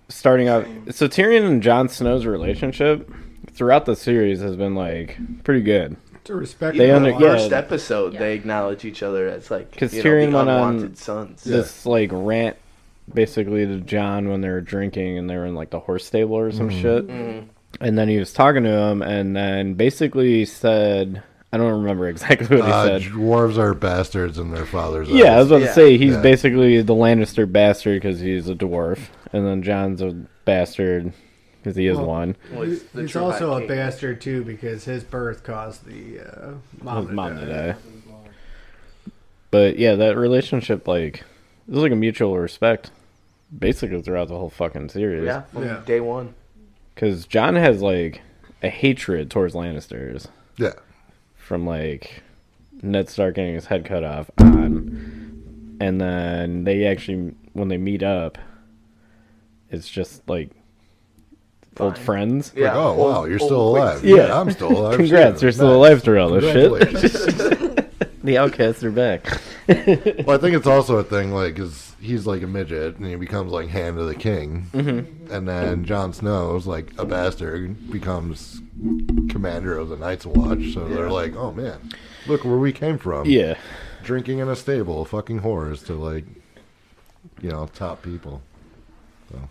Speaker 5: starting out. So Tyrion and Jon Snow's relationship throughout the series has been like pretty good.
Speaker 6: to respect
Speaker 5: They
Speaker 8: Even
Speaker 5: under-
Speaker 8: the first
Speaker 5: yeah.
Speaker 8: episode,
Speaker 7: Yeah.
Speaker 8: they acknowledge each other as like
Speaker 5: 'Cause
Speaker 8: you
Speaker 5: Tyrion
Speaker 8: know, the
Speaker 5: went on
Speaker 8: unwanted sons.
Speaker 5: This like rant basically to John when they were drinking and they were in like the horse stable or some
Speaker 3: Mm-hmm.
Speaker 5: shit.
Speaker 8: Mm-hmm.
Speaker 5: And then he was talking to him and then basically said I don't remember exactly what he
Speaker 3: Uh,
Speaker 5: said.
Speaker 3: dwarves are bastards and their fathers. are-
Speaker 5: Yeah, I was about
Speaker 8: Yeah.
Speaker 5: to say he's
Speaker 3: Yeah.
Speaker 5: basically the Lannister bastard because he's a dwarf, and then John's a bastard because he is
Speaker 6: Well,
Speaker 5: one.
Speaker 8: Well, he's the
Speaker 6: He's
Speaker 8: true
Speaker 6: also
Speaker 8: High
Speaker 6: a
Speaker 8: King.
Speaker 6: bastard too because his birth caused the uh, mom,
Speaker 5: His
Speaker 6: to
Speaker 5: mom to
Speaker 6: die.
Speaker 5: die. But yeah, that relationship like it was like a mutual respect, basically throughout the whole fucking series.
Speaker 8: Yeah, from
Speaker 6: Yeah.
Speaker 8: day one.
Speaker 5: because John has like a hatred towards Lannisters
Speaker 3: Yeah.
Speaker 5: from like Ned Stark getting his head cut off on, and then they actually when they meet up, it's just like old
Speaker 8: Fine.
Speaker 5: friends.
Speaker 8: Yeah.
Speaker 3: Like, oh
Speaker 8: old-
Speaker 3: wow, you're
Speaker 8: old
Speaker 3: still
Speaker 8: quick-
Speaker 3: alive.
Speaker 5: Yeah.
Speaker 3: Yeah. I'm still alive.
Speaker 5: [LAUGHS] Congrats,
Speaker 3: too.
Speaker 5: you're still
Speaker 3: Nice.
Speaker 5: alive through all this shit.
Speaker 3: Congratulations.
Speaker 5: [LAUGHS] The outcasts are
Speaker 8: Um,
Speaker 5: back.
Speaker 3: well, I think it's also a thing like because he's like a midget and he becomes like hand of the king,
Speaker 5: Mm-hmm.
Speaker 3: and then Jon Snow's like a bastard becomes commander of the Night's Watch. So they're like, oh man, look where we came from.
Speaker 5: Yeah,
Speaker 3: drinking in a stable, fucking horrors to like, you know, top people.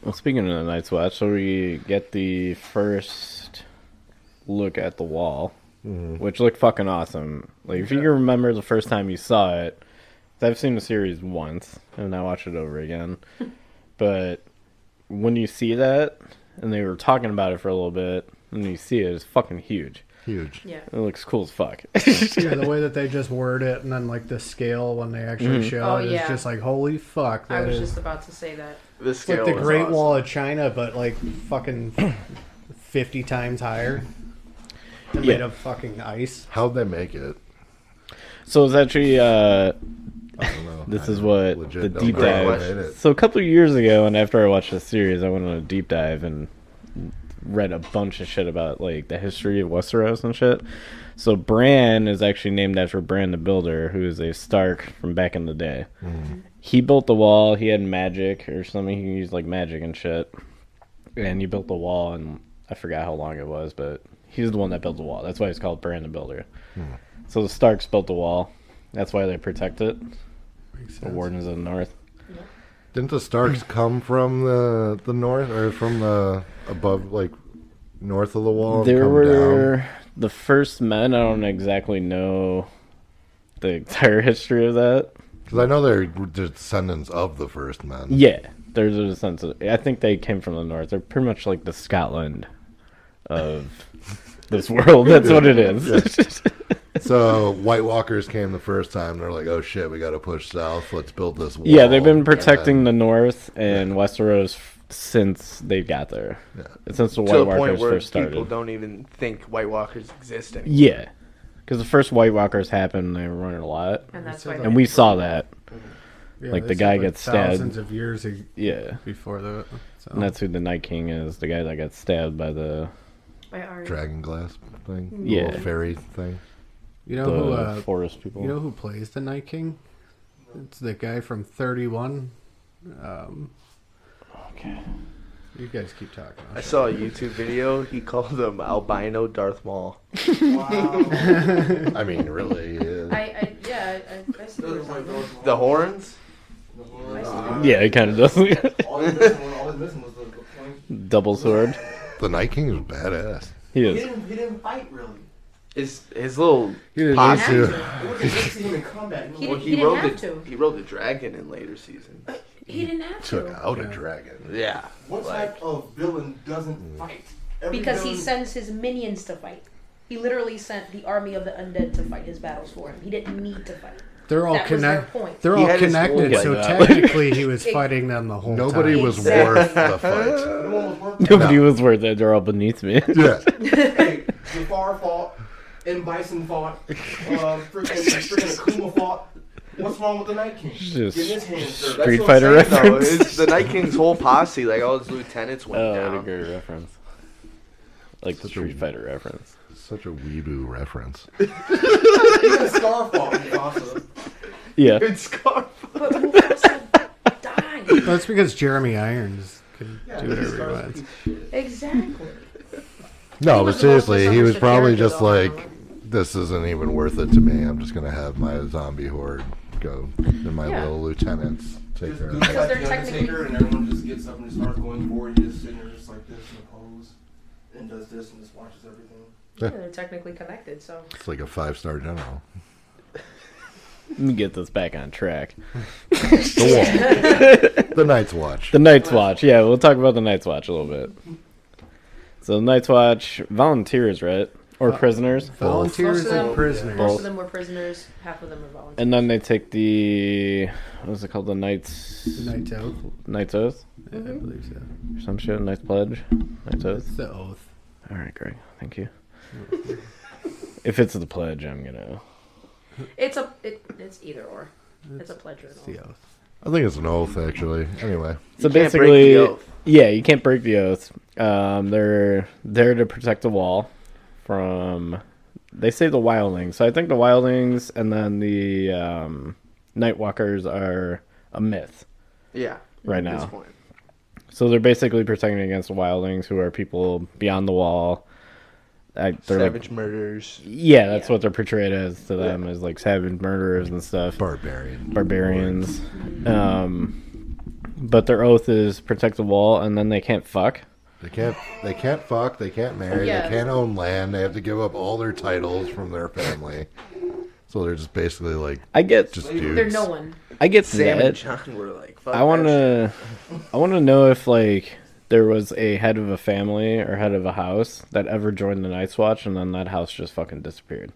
Speaker 5: Well, speaking of the Night's Watch, so we get the first look at the wall, which looked fucking awesome. Like, if you can remember the first time you saw it, 'cause I've seen the series once and I watched it over again. but when you see that, and they were talking about it for a little bit, and you see it, it's fucking huge.
Speaker 3: Huge.
Speaker 7: Yeah.
Speaker 5: It looks cool as fuck. [LAUGHS]
Speaker 6: yeah, the way that they just word it and then like the scale when they actually
Speaker 5: Mm-hmm.
Speaker 6: show
Speaker 7: Oh,
Speaker 6: it is
Speaker 7: yeah.
Speaker 6: just like holy fuck.
Speaker 7: I
Speaker 6: that
Speaker 7: was
Speaker 6: is-
Speaker 7: just about to say that.
Speaker 8: The
Speaker 6: it's like
Speaker 8: scale
Speaker 6: the
Speaker 8: was
Speaker 6: Great
Speaker 8: awesome.
Speaker 6: Wall of China, but like fucking fifty times higher. And made
Speaker 5: Yeah.
Speaker 6: of fucking ice.
Speaker 3: How'd they make it?
Speaker 5: so it's actually uh,
Speaker 3: I don't know.
Speaker 5: This
Speaker 3: I
Speaker 5: is what
Speaker 3: legit
Speaker 5: the
Speaker 3: don't
Speaker 5: deep
Speaker 3: know how
Speaker 8: dive-
Speaker 3: they made it.
Speaker 5: So a couple of years ago, and after I watched the series, I went on a deep dive and read a bunch of shit about like the history of Westeros and shit. So Bran is actually named after Bran the Builder, who is a Stark from back in the day.
Speaker 3: Mm-hmm.
Speaker 5: He built the wall. He had magic or something. He used like magic and shit, and he built the wall. And I forgot how long it was, but he's the one that built the wall. That's why it's called Bran the Builder.
Speaker 3: Hmm.
Speaker 5: So the Starks built the wall. That's why they protect it.
Speaker 6: Makes
Speaker 5: The
Speaker 6: sense.
Speaker 5: Wardens of the North.
Speaker 3: Didn't the Starks come from the the north or from the above, like north of the wall? and
Speaker 5: there
Speaker 3: come
Speaker 5: were the first men. I don't exactly know the entire [LAUGHS] history of that.
Speaker 3: Because I know they're descendants of the first men.
Speaker 5: Yeah, there's a sense of. I think they came from the north. They're pretty much like the Scotland
Speaker 8: [LAUGHS]
Speaker 5: of this world. That's what it is.
Speaker 3: So White Walkers came the first time. They're like, "Oh shit, we got to push south. Let's build this wall."
Speaker 5: [LAUGHS] yeah, they've been
Speaker 3: And
Speaker 5: protecting the north and Westeros f- since they got there. Since the
Speaker 8: to
Speaker 5: White
Speaker 8: a point
Speaker 5: Walkers
Speaker 8: where
Speaker 5: first
Speaker 8: people
Speaker 5: started.
Speaker 8: don't even think White Walkers exist anymore.
Speaker 5: Yeah, because the first White Walkers happened. They were running a lot,
Speaker 7: And that's why.
Speaker 5: and we saw that.
Speaker 6: Yeah,
Speaker 5: Like, the
Speaker 6: this is,
Speaker 5: guy gets stabbed.
Speaker 6: Thousands of years e-
Speaker 5: Yeah.
Speaker 6: before the. So.
Speaker 5: And that's who the Night King is, the guy that got stabbed by the
Speaker 7: By Arya.
Speaker 3: dragon glass thing, The
Speaker 5: Yeah.
Speaker 3: little fairy thing.
Speaker 6: you know
Speaker 5: the
Speaker 6: who? Uh,
Speaker 5: forest people.
Speaker 6: you know who plays the Night King? It's the guy from Thirty One. Um,
Speaker 5: okay.
Speaker 6: you guys keep talking.
Speaker 8: I saw a YouTube video. He called him albino Darth Maul.
Speaker 7: [LAUGHS]
Speaker 3: I mean, really,
Speaker 7: I,
Speaker 3: yeah.
Speaker 7: I yeah I, I, I see what you're talking about.
Speaker 8: The horns?
Speaker 7: I see what
Speaker 5: Yeah, it kind of does. [LAUGHS]
Speaker 9: All he's missing was, all he's missing was the, the point.
Speaker 5: Double sword.
Speaker 3: the Night King is badass.
Speaker 5: He
Speaker 9: He
Speaker 5: is.
Speaker 9: didn't, he didn't fight really.
Speaker 8: His his little
Speaker 3: He didn't
Speaker 8: Pox-
Speaker 3: need to.
Speaker 9: It was good to see him in combat.
Speaker 7: He
Speaker 8: well,
Speaker 7: didn't-
Speaker 8: he,
Speaker 7: didn't
Speaker 8: rode
Speaker 7: have
Speaker 8: the,
Speaker 7: to.
Speaker 8: he rode the dragon in later seasons.
Speaker 7: He didn't have
Speaker 3: Took
Speaker 7: to
Speaker 3: out a dragon.
Speaker 8: Yeah.
Speaker 9: What
Speaker 8: Like-
Speaker 9: type of villain doesn't fight? Every
Speaker 7: because he
Speaker 9: villain-
Speaker 7: sends his minions to fight. He literally sent the army of the undead to fight his battles for him. He didn't need to fight.
Speaker 6: They're all
Speaker 7: That was their
Speaker 6: connected.
Speaker 7: point.
Speaker 6: They're
Speaker 8: He
Speaker 6: all
Speaker 8: had his
Speaker 6: connected,
Speaker 5: whole
Speaker 6: so
Speaker 5: life out.
Speaker 6: technically he
Speaker 7: [LAUGHS]
Speaker 6: was fighting them the whole
Speaker 3: Nobody
Speaker 6: time.
Speaker 3: was
Speaker 6: [LAUGHS]
Speaker 7: Exactly.
Speaker 3: worth the fight.
Speaker 9: No one was worth it.
Speaker 5: Nobody was worth it. They're all beneath me. [LAUGHS]
Speaker 3: Yeah.
Speaker 9: Hey, Jafar fought, M. Bison fought, uh, freaking freaking Akuma fought. What's wrong with the Night King?
Speaker 5: Just
Speaker 9: Get his hands
Speaker 8: [LAUGHS]
Speaker 9: dirty.
Speaker 5: Street
Speaker 9: That's what I'm
Speaker 5: Fighter
Speaker 9: saying.
Speaker 8: No,
Speaker 5: reference.
Speaker 8: it's the Night King's whole posse, like all his lieutenants went
Speaker 5: Oh, what a
Speaker 8: down.
Speaker 5: great reference. Like the
Speaker 3: Such a-
Speaker 5: Street Fighter reference.
Speaker 3: Such a weeboo reference.
Speaker 9: Even Scar fought Mufasa.
Speaker 6: [LAUGHS]
Speaker 5: Yeah.
Speaker 8: Good scarf.
Speaker 7: But Mufasa died.
Speaker 6: That's because Jeremy Irons could
Speaker 9: Yeah,
Speaker 6: do
Speaker 9: even
Speaker 6: whatever he
Speaker 9: Scar's
Speaker 6: wants.
Speaker 7: Exactly.
Speaker 3: No, but
Speaker 7: He was the most
Speaker 3: seriously, he was
Speaker 7: misunderstood
Speaker 3: probably
Speaker 7: character
Speaker 3: just
Speaker 7: though, I
Speaker 3: like, this isn't even worth it to me. I'm just going to have my zombie horde go and my
Speaker 7: Yeah.
Speaker 3: little lieutenants take
Speaker 9: Just
Speaker 3: care
Speaker 9: goofy
Speaker 3: of it.
Speaker 7: Because
Speaker 9: like
Speaker 7: they're
Speaker 9: the Undertaker,
Speaker 7: technically-
Speaker 9: and everyone just gets up and just starts going forward. He just sitting there just like this in a pose, and does this and just watches everything.
Speaker 7: Yeah, they're technically connected, so
Speaker 3: It's like a five star general.
Speaker 5: Let me get this back on track.
Speaker 3: The wall. the Night's Watch.
Speaker 5: The Night's Watch. Yeah, we'll talk about the Night's Watch a little bit. So the Night's Watch volunteers, right?
Speaker 6: Uh,
Speaker 5: Or prisoners.
Speaker 6: Volunteers
Speaker 7: Most of
Speaker 6: and
Speaker 7: them-
Speaker 6: prisoners.
Speaker 7: most of them were prisoners, half of them were volunteers.
Speaker 5: And then they take the what is it called? The Knights
Speaker 6: The Night's Oath.
Speaker 5: Knight's Oath?
Speaker 6: Yeah, I
Speaker 7: Mm-hmm.
Speaker 6: believe so.
Speaker 5: Or some shit. Knight's Pledge. Knight's Oath.
Speaker 6: It's the oath.
Speaker 5: Alright, great.
Speaker 8: [LAUGHS]
Speaker 5: Thank you. if it's the pledge, I'm gonna
Speaker 7: It's a it, it's either or. It's a pledge or an
Speaker 6: It's
Speaker 7: oath.
Speaker 6: the oath.
Speaker 3: I think it's an oath, actually. Anyway,
Speaker 5: So
Speaker 8: can't break the
Speaker 5: basically,
Speaker 8: oath.
Speaker 5: yeah, you can't break the oath. Um, they're there to protect the wall from. They say the wildlings, so I think the wildlings and then the um, nightwalkers are a myth
Speaker 8: Yeah.
Speaker 5: right
Speaker 8: At
Speaker 5: now.
Speaker 8: this point.
Speaker 5: So they're basically protecting against the wildlings, who are people beyond the wall. I, they're like,
Speaker 8: Savage murders.
Speaker 5: yeah, that's what they're portrayed as to them as like savage murderers and stuff
Speaker 3: Barbarian.
Speaker 5: barbarians. Um, but their oath is protect the wall, and then they can't fuck.
Speaker 3: They can't. They can't fuck. They can't marry.
Speaker 7: Yeah.
Speaker 3: They can't own land. They have to give up all their titles from their family. So they're just basically like
Speaker 5: I get,
Speaker 3: just dudes.
Speaker 7: They're no one.
Speaker 5: I get
Speaker 8: Sam and
Speaker 5: that.
Speaker 8: John were like, fuck
Speaker 5: I want to, I want to know if like there was a head of a family or head of a house that ever joined the Night's Watch, and then that house just fucking disappeared.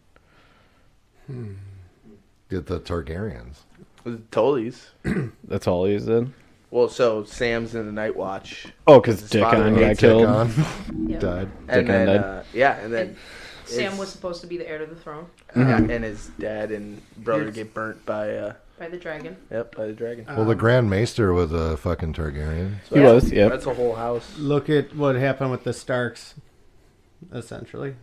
Speaker 3: Get the Targaryens.
Speaker 8: to. Tollies.
Speaker 5: That's all he did.
Speaker 8: Well, so Sam's in the Night Watch.
Speaker 5: Oh, because
Speaker 8: His father
Speaker 5: Dickon
Speaker 8: got
Speaker 5: got
Speaker 3: Dick
Speaker 5: killed.
Speaker 3: on.
Speaker 7: [LAUGHS] Yeah.
Speaker 3: Died.
Speaker 8: And then,
Speaker 5: Dickhead.
Speaker 8: uh, yeah, and then
Speaker 7: Sam
Speaker 8: It's-
Speaker 7: was supposed to be the heir to the throne
Speaker 5: Mm-hmm.
Speaker 8: yeah, and his dad and brother get burnt by uh,
Speaker 7: by the dragon.
Speaker 8: yep, by the dragon.
Speaker 3: Well, the Grand Maester was a fucking Targaryen.
Speaker 8: So
Speaker 5: He
Speaker 8: that's-
Speaker 5: was, yep.
Speaker 8: That's a whole house.
Speaker 6: Look at what happened with the Starks, essentially.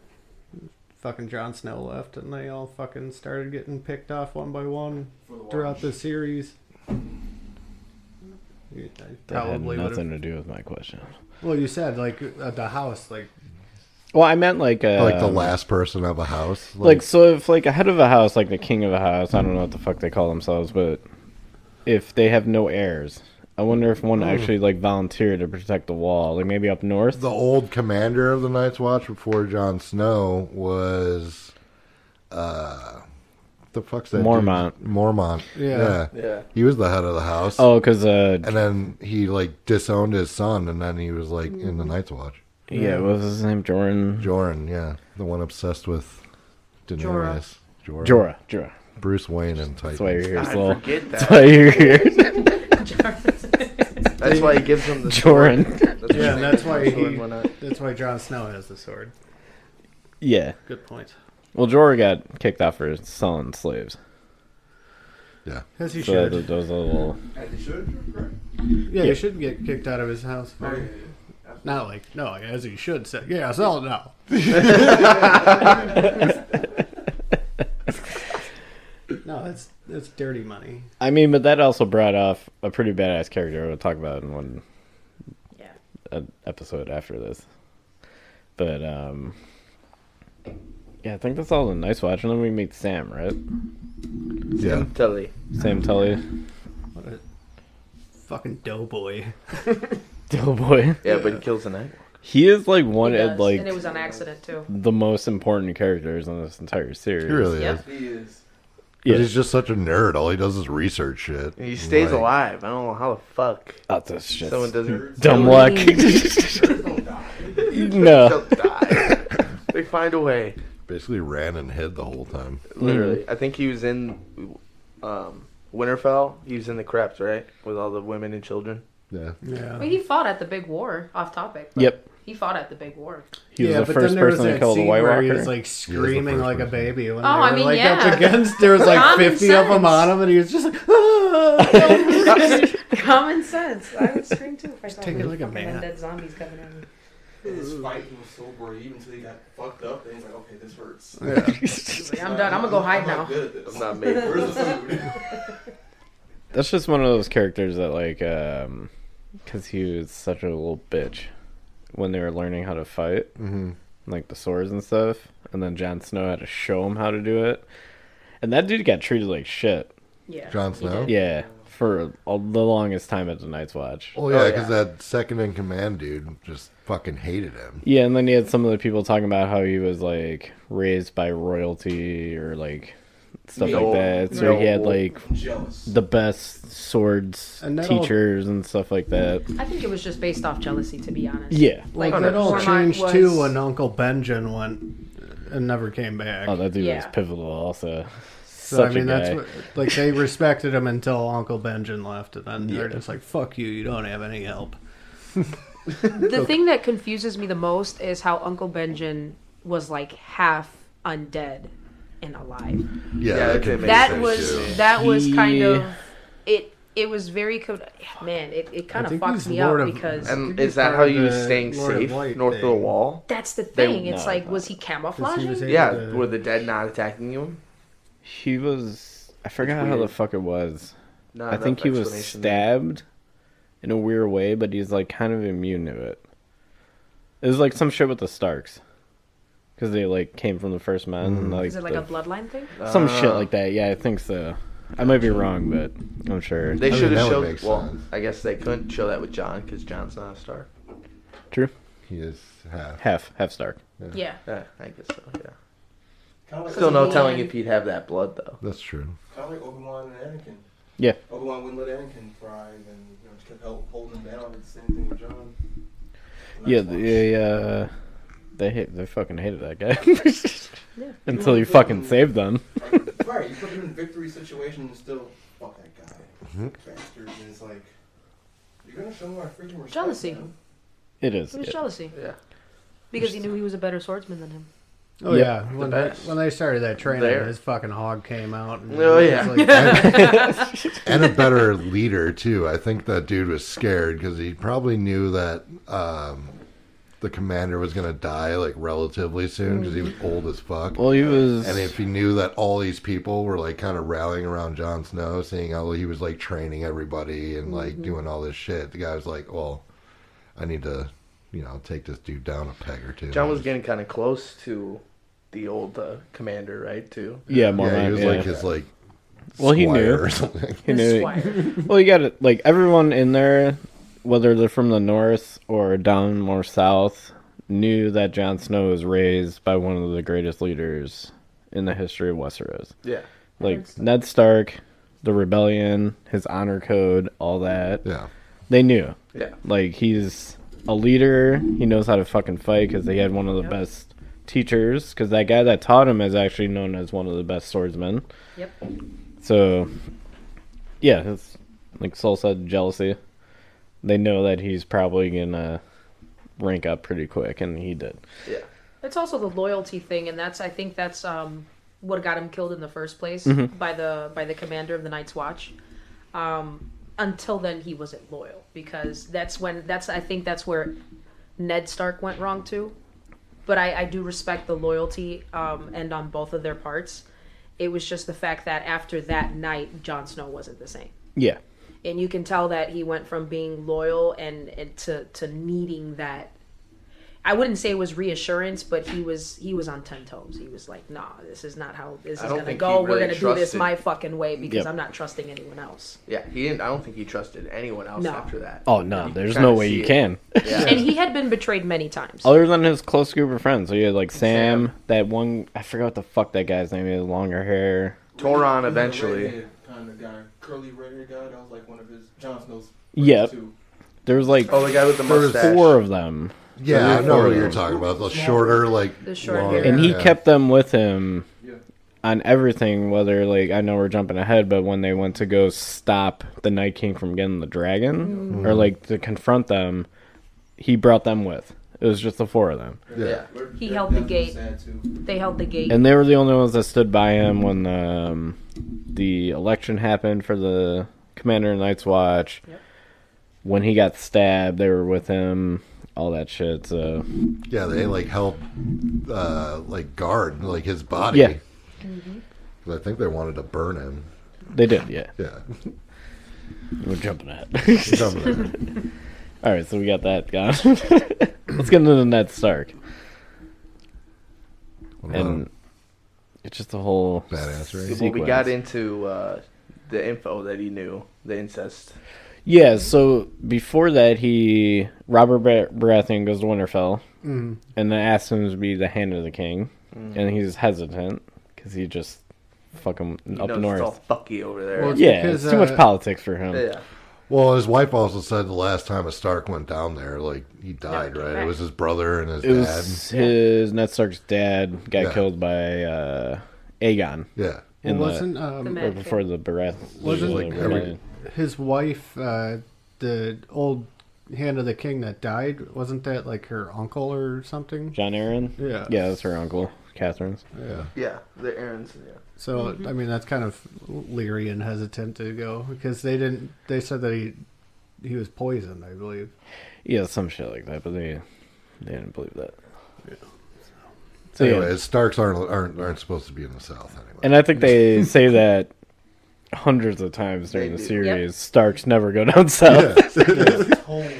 Speaker 6: Fucking Jon Snow left, and they all fucking started getting picked off one by one throughout the series. You- I
Speaker 5: That had
Speaker 6: Probably would
Speaker 5: nothing
Speaker 6: have.
Speaker 5: to do with my question.
Speaker 6: Well, you said like uh, the house, like
Speaker 5: Well, I meant like uh,
Speaker 3: like the last person of a house.
Speaker 5: like so if like a head of a house like the king of a house i don't know what the fuck they call themselves but if they have no heirs i wonder if one actually like volunteered to protect the wall like maybe up north
Speaker 3: the old commander of the Night's Watch before Jon Snow was uh the fuck's that dude?
Speaker 5: Mormont.
Speaker 3: Mormont.
Speaker 6: Yeah.
Speaker 8: Yeah.
Speaker 3: He was the head of the house.
Speaker 5: oh because uh
Speaker 3: And then he like disowned his son and then he was like in the Night's Watch.
Speaker 5: yeah what was his name jordan
Speaker 3: Joran, yeah. The one obsessed with Daenerys. Jorah.
Speaker 5: jorah jorah
Speaker 3: Bruce Wayne and Titan.
Speaker 5: that's why you're here
Speaker 8: I
Speaker 5: Sol.
Speaker 8: forget
Speaker 5: [LAUGHS] that's
Speaker 8: that.
Speaker 5: why you're here
Speaker 8: That's why he gives
Speaker 5: [LAUGHS]
Speaker 8: him the
Speaker 5: jordan
Speaker 8: That's
Speaker 6: yeah, and that's why
Speaker 8: Sword,
Speaker 6: he,
Speaker 8: why not?
Speaker 6: that's why Jon Snow has the sword.
Speaker 5: yeah
Speaker 6: Good point.
Speaker 5: well jorah got kicked out for selling slaves
Speaker 3: Yeah.
Speaker 6: As he
Speaker 5: so
Speaker 6: should.
Speaker 5: that, that was a little
Speaker 9: As they should, correct?
Speaker 6: yeah, he should get kicked out of his house.
Speaker 9: Oh, yeah,
Speaker 6: For,
Speaker 9: yeah.
Speaker 6: not like no, as he should. Say, yeah, sell it now. [LAUGHS] No, that's that's dirty money.
Speaker 5: i mean but that also brought off a pretty badass character we'll talk about in one
Speaker 7: Yeah.
Speaker 5: an episode after this. But um yeah, I think that's all the nice watch. And then we meet Sam, right?
Speaker 3: Yeah.
Speaker 8: Tully.
Speaker 5: Sam Tully, [LAUGHS]
Speaker 6: What a fucking doughboy.
Speaker 5: Doughboy.
Speaker 8: Yeah, but he kills the night.
Speaker 5: He is like
Speaker 7: He
Speaker 5: one
Speaker 7: does,
Speaker 5: of like
Speaker 7: and it was on accident too.
Speaker 5: the most important characters in this entire series.
Speaker 3: He really
Speaker 7: Yeah.
Speaker 3: is.
Speaker 9: He is.
Speaker 5: Yeah.
Speaker 3: But He's just such a nerd. All he does is research shit.
Speaker 8: He stays
Speaker 3: Like,
Speaker 8: alive. I don't know how the fuck
Speaker 5: Oh, that's just
Speaker 8: someone doesn't
Speaker 5: [LAUGHS] dumb luck. no. [LAUGHS]
Speaker 8: [LAUGHS] They'll die. They find a way.
Speaker 3: basically ran and hid the whole time.
Speaker 8: Literally, I think he was in um, Winterfell. He was in the crypt, right, with all the women and children.
Speaker 3: Yeah.
Speaker 6: Yeah.
Speaker 7: Well, he fought at the big war. Off topic. but
Speaker 5: Yep.
Speaker 7: He fought at the big war.
Speaker 5: He was the first person to kill the White Walker.
Speaker 6: where he was like screaming
Speaker 3: first
Speaker 6: like a
Speaker 3: person.
Speaker 6: baby when
Speaker 7: Oh,
Speaker 6: they were
Speaker 7: I mean,
Speaker 6: like
Speaker 7: yeah.
Speaker 6: up against. There was like
Speaker 7: Common
Speaker 6: fifty of them
Speaker 7: sense.
Speaker 6: on him, and he was just like, "Ah."
Speaker 7: Common sense. I would scream too if I saw
Speaker 6: take it
Speaker 7: those
Speaker 6: like a
Speaker 7: fucking
Speaker 6: man.
Speaker 7: undead zombies coming at me.
Speaker 9: His fight he was so brave until he got fucked up. And he's like, okay, this hurts.
Speaker 5: [LAUGHS]
Speaker 7: He's like, I'm done. I'm gonna go hide
Speaker 9: I'm not
Speaker 7: now.
Speaker 9: good at this.
Speaker 8: I'm not made. for it.
Speaker 9: Where's the food? [LAUGHS]
Speaker 5: That's just one of those characters that like, um 'cause because he was such a little bitch when they were learning how to fight, mm-hmm. like the swords and stuff, and then Jon Snow had to show him how to do it, and that dude got treated like shit.
Speaker 7: Yeah.
Speaker 3: Jon Snow?
Speaker 5: Yeah, for a, the longest time at the Night's Watch.
Speaker 3: Well, Oh, yeah, because that second in command dude just fucking hated him.
Speaker 5: Yeah, and then you had some of the people talking about how he was like raised by royalty or like stuff
Speaker 8: No,
Speaker 5: like that. So he had
Speaker 8: no.
Speaker 5: like
Speaker 9: Jealous.
Speaker 5: the best swords
Speaker 6: And that'll-
Speaker 5: teachers and stuff like that.
Speaker 7: I think it was just based off jealousy, to be honest.
Speaker 5: Yeah.
Speaker 6: Like
Speaker 7: Like,
Speaker 6: that all
Speaker 7: Cormac
Speaker 6: changed
Speaker 7: was-
Speaker 6: too when Uncle Benjamin went and never came back.
Speaker 5: Oh, that dude was
Speaker 7: Yeah.
Speaker 5: pivotal also.
Speaker 6: so
Speaker 5: Such
Speaker 6: I mean,
Speaker 5: a
Speaker 6: that's
Speaker 5: guy.
Speaker 6: what, like they respected him until Uncle Benjamin left, and then they're just like, "Fuck you, you don't have any help."
Speaker 7: The thing that confuses me the most is how Uncle Benjamin was like half undead and alive.
Speaker 3: Yeah,
Speaker 8: Yeah,
Speaker 3: that
Speaker 8: that
Speaker 3: could
Speaker 8: did
Speaker 3: make
Speaker 8: make
Speaker 7: that
Speaker 3: sense,
Speaker 7: was
Speaker 3: too.
Speaker 7: that was kind
Speaker 5: He-
Speaker 7: of it. It was very co- man. It, it kind
Speaker 6: I
Speaker 7: of
Speaker 6: think
Speaker 7: fucks
Speaker 6: he's
Speaker 7: me
Speaker 6: Lord
Speaker 7: up
Speaker 6: of-
Speaker 7: because
Speaker 8: And
Speaker 6: be
Speaker 8: is that
Speaker 6: part
Speaker 8: how
Speaker 6: of
Speaker 8: you were
Speaker 6: the
Speaker 8: staying
Speaker 6: Lord of
Speaker 8: safe
Speaker 6: Light
Speaker 8: north of the
Speaker 6: thing.
Speaker 8: wall?
Speaker 7: that's the thing.
Speaker 5: no,
Speaker 7: it's like,
Speaker 5: no.
Speaker 7: was he
Speaker 6: He was
Speaker 7: camouflaging?
Speaker 6: able
Speaker 8: Yeah,
Speaker 6: to-
Speaker 8: were the dead not attacking you?
Speaker 5: He was I forgot how the
Speaker 8: weird.
Speaker 5: fuck it was.
Speaker 8: Not
Speaker 5: I
Speaker 8: enough
Speaker 5: think he was
Speaker 8: explanation.
Speaker 5: stabbed in a weird way, but he's like kind of immune to it. It was like some shit with the Starks. Because they like came from the first men
Speaker 6: Mm.
Speaker 5: and like,
Speaker 7: Is it like
Speaker 5: the-
Speaker 7: a bloodline thing?
Speaker 5: some
Speaker 6: Uh.
Speaker 5: shit like that. Yeah, I think so. I might be wrong, but I'm sure.
Speaker 8: They
Speaker 3: I
Speaker 8: should
Speaker 3: mean,
Speaker 8: have
Speaker 3: that would
Speaker 8: showed.
Speaker 3: make
Speaker 8: Well,
Speaker 3: sense.
Speaker 8: I guess they couldn't show that with John because John's not a star.
Speaker 5: True.
Speaker 3: He is half.
Speaker 5: Half half Stark.
Speaker 7: Yeah.
Speaker 8: Yeah, I guess so. Yeah.
Speaker 9: Kind of like,
Speaker 8: Still no telling
Speaker 7: Obi-Wan-
Speaker 8: if he'd have that blood though.
Speaker 3: That's true.
Speaker 9: kind of like Obi-Wan and Anakin.
Speaker 5: Yeah.
Speaker 9: Obi-Wan wouldn't let Anakin thrive, and you know, just kept held, holding him down. It's the same thing with John.
Speaker 5: Yeah, they uh, they hate, they fucking hated that
Speaker 7: [LAUGHS]
Speaker 5: guy. [LAUGHS] Until he fucking saved them.
Speaker 9: right, you put him in victory situation and still fuck that guy,
Speaker 8: Mm-hmm.
Speaker 9: bastard. And it's like you're gonna show my freaking respect.
Speaker 7: Jealousy.
Speaker 9: man.
Speaker 5: It is.
Speaker 7: It was
Speaker 5: it-
Speaker 7: jealousy
Speaker 8: Yeah.
Speaker 7: because he knew he was a better swordsman than him.
Speaker 6: Oh
Speaker 5: Yep.
Speaker 6: yeah, when they,
Speaker 8: best.
Speaker 6: when they started that training,
Speaker 8: There.
Speaker 6: his fucking hog came out. And
Speaker 8: Oh,
Speaker 6: it was
Speaker 8: yeah.
Speaker 6: like,
Speaker 5: [LAUGHS]
Speaker 3: and a better leader too. I think that dude was scared because he probably knew that um, the commander was going to die like relatively soon because he was old as fuck.
Speaker 5: well, he was.
Speaker 3: Uh, and if he knew that all these people were like kind of rallying around Jon Snow, seeing how he was like training everybody and like
Speaker 7: Mm-hmm.
Speaker 3: doing all this shit, the guy was like, "Well, I need to, you know, take this dude down a peg or two.
Speaker 8: John was getting kind of close to the old uh, commander, right? Too.
Speaker 5: yeah, more
Speaker 3: yeah, he
Speaker 5: like,
Speaker 3: was
Speaker 5: yeah.
Speaker 3: like his like
Speaker 5: Well, he
Speaker 3: squire
Speaker 5: knew.
Speaker 3: or [LAUGHS] something.
Speaker 5: He knew it.
Speaker 7: Squire.
Speaker 5: [LAUGHS] Well, you got it. Like everyone in there, whether they're from the north or down more south, knew that Jon Snow was raised by one of the greatest leaders in the history of Westeros.
Speaker 8: Yeah.
Speaker 5: Like Ned Stark, the rebellion, his honor code, all that.
Speaker 3: Yeah,
Speaker 5: They knew.
Speaker 8: Yeah.
Speaker 5: Like he's a leader. He knows how to fucking fight because they had one of the best teachers. Because that guy that taught him is actually known as one of the best swordsmen.
Speaker 7: Yep.
Speaker 5: So, yeah, it's like Sol said, jealousy. They know that he's probably gonna rank up pretty quick, and he did.
Speaker 8: Yeah.
Speaker 7: It's also the loyalty thing, and that's I think that's um, what got him killed in the first place by the by the commander of the Night's Watch. Um, until then, he wasn't loyal because that's when that's I think that's where Ned Stark went wrong too. But I, I do respect the loyalty um, and on both of their parts. It was just the fact that after that night, Jon Snow wasn't the same
Speaker 5: Yeah,
Speaker 7: and you can tell that he went from being loyal and, and to to needing that I wouldn't say it was reassurance, but he was he was on ten toes. He was like, "Nah, this is not how this
Speaker 8: I
Speaker 7: is
Speaker 8: don't
Speaker 7: gonna
Speaker 8: think
Speaker 7: go.
Speaker 8: he
Speaker 7: We're
Speaker 8: really
Speaker 7: gonna do this
Speaker 8: trusted-
Speaker 7: my fucking way because
Speaker 5: Yep.
Speaker 7: I'm not trusting anyone else."
Speaker 8: Yeah. He didn't. I don't think he trusted anyone else
Speaker 7: No.
Speaker 8: after that.
Speaker 5: Oh no,
Speaker 8: You
Speaker 5: there's
Speaker 8: kinda
Speaker 5: no way
Speaker 8: see
Speaker 5: you
Speaker 8: it.
Speaker 5: can.
Speaker 8: Yeah.
Speaker 7: And he had been betrayed many times.
Speaker 6: Oh.
Speaker 5: Other than his close group of friends, so you had like Sam,
Speaker 8: Sam.
Speaker 5: that one I forgot what the fuck that guy's name is, longer hair.
Speaker 8: Toron
Speaker 9: He's a
Speaker 8: eventually.
Speaker 9: redhead kind of guy, curly redhead guy. That was like one of his Jon Snow's.
Speaker 5: Yep.
Speaker 9: too.
Speaker 5: There was like
Speaker 8: Oh, the guy with the
Speaker 5: four
Speaker 8: mustache.
Speaker 5: of them.
Speaker 3: Yeah, I know
Speaker 5: four
Speaker 3: what
Speaker 5: of
Speaker 3: you're
Speaker 5: them.
Speaker 3: talking about. The shorter, like
Speaker 7: The short
Speaker 3: long-
Speaker 7: hair.
Speaker 5: and he
Speaker 3: yeah.
Speaker 5: kept them with him on everything. Whether like I know we're jumping ahead, but when they went to go stop the Night King from getting the dragon, or like to confront them, he brought them with. It was just the four of them,
Speaker 3: Yeah.
Speaker 7: He held the gate. They held the gate.
Speaker 5: and they were the only ones that stood by him when the um, the election happened for the Commander of Night's Watch. When he got stabbed, they were with him. All that shit. So
Speaker 3: Yeah, they like help, uh, like guard like his body.
Speaker 5: Yeah.
Speaker 3: 'Cause
Speaker 7: Mm-hmm.
Speaker 3: I think they wanted to burn him.
Speaker 5: they did. Yeah, [LAUGHS]
Speaker 3: Yeah,
Speaker 5: we're jumping ahead. [LAUGHS]
Speaker 3: Something.
Speaker 5: All right, so we got that gone. [LAUGHS] Let's get into the Ned Stark,
Speaker 3: What about
Speaker 5: and
Speaker 3: him?
Speaker 5: it's just a whole
Speaker 3: Badass, right?
Speaker 5: sequence.
Speaker 8: Well, we got into uh, the info that he knew the incest.
Speaker 5: Yeah, so before that, he Robert Bar- Baratheon goes to Winterfell,
Speaker 8: Mm-hmm.
Speaker 5: and then asks him to be the hand of the king,
Speaker 3: Mm.
Speaker 5: and he's hesitant because he just fucking
Speaker 8: He
Speaker 5: up
Speaker 8: knows It's all
Speaker 5: north.
Speaker 8: fucky over there.
Speaker 6: Well,
Speaker 5: Yeah,
Speaker 6: Because,
Speaker 5: it's too much
Speaker 6: uh,
Speaker 5: politics for him.
Speaker 8: yeah.
Speaker 3: well, his wife also said the last time a Stark went down there, like he died. Right? It was his brother and his
Speaker 5: It
Speaker 3: dad.
Speaker 5: was his Ned Stark's dad got
Speaker 3: Yeah.
Speaker 5: killed by uh, Aegon
Speaker 3: Yeah.
Speaker 5: in the-
Speaker 6: wasn't um,
Speaker 5: right before the Baratheon.
Speaker 6: Wasn't-
Speaker 5: the
Speaker 6: Like
Speaker 3: every-
Speaker 5: Baratheon.
Speaker 6: his wife, uh, the old hand of the king that died, wasn't that like her uncle or something?
Speaker 5: John Aaron?
Speaker 6: Yeah.
Speaker 5: Yeah, that's her uncle, Catherine's.
Speaker 6: Yeah.
Speaker 8: Yeah. The errands. Yeah.
Speaker 6: So I mean, that's kind of leery and hesitant to go because they didn't. They said that he he was poisoned, I believe.
Speaker 5: Yeah, some shit like that, but they they didn't believe that. So, yeah.
Speaker 3: Anyway, Starks aren't, aren't aren't supposed to be in the South anyway.
Speaker 5: And I think they [LAUGHS] say that hundreds of times during
Speaker 8: They
Speaker 5: the
Speaker 8: do.
Speaker 5: series.
Speaker 7: Yep.
Speaker 5: Starks never go down south. [LAUGHS] Yeah.
Speaker 9: Home.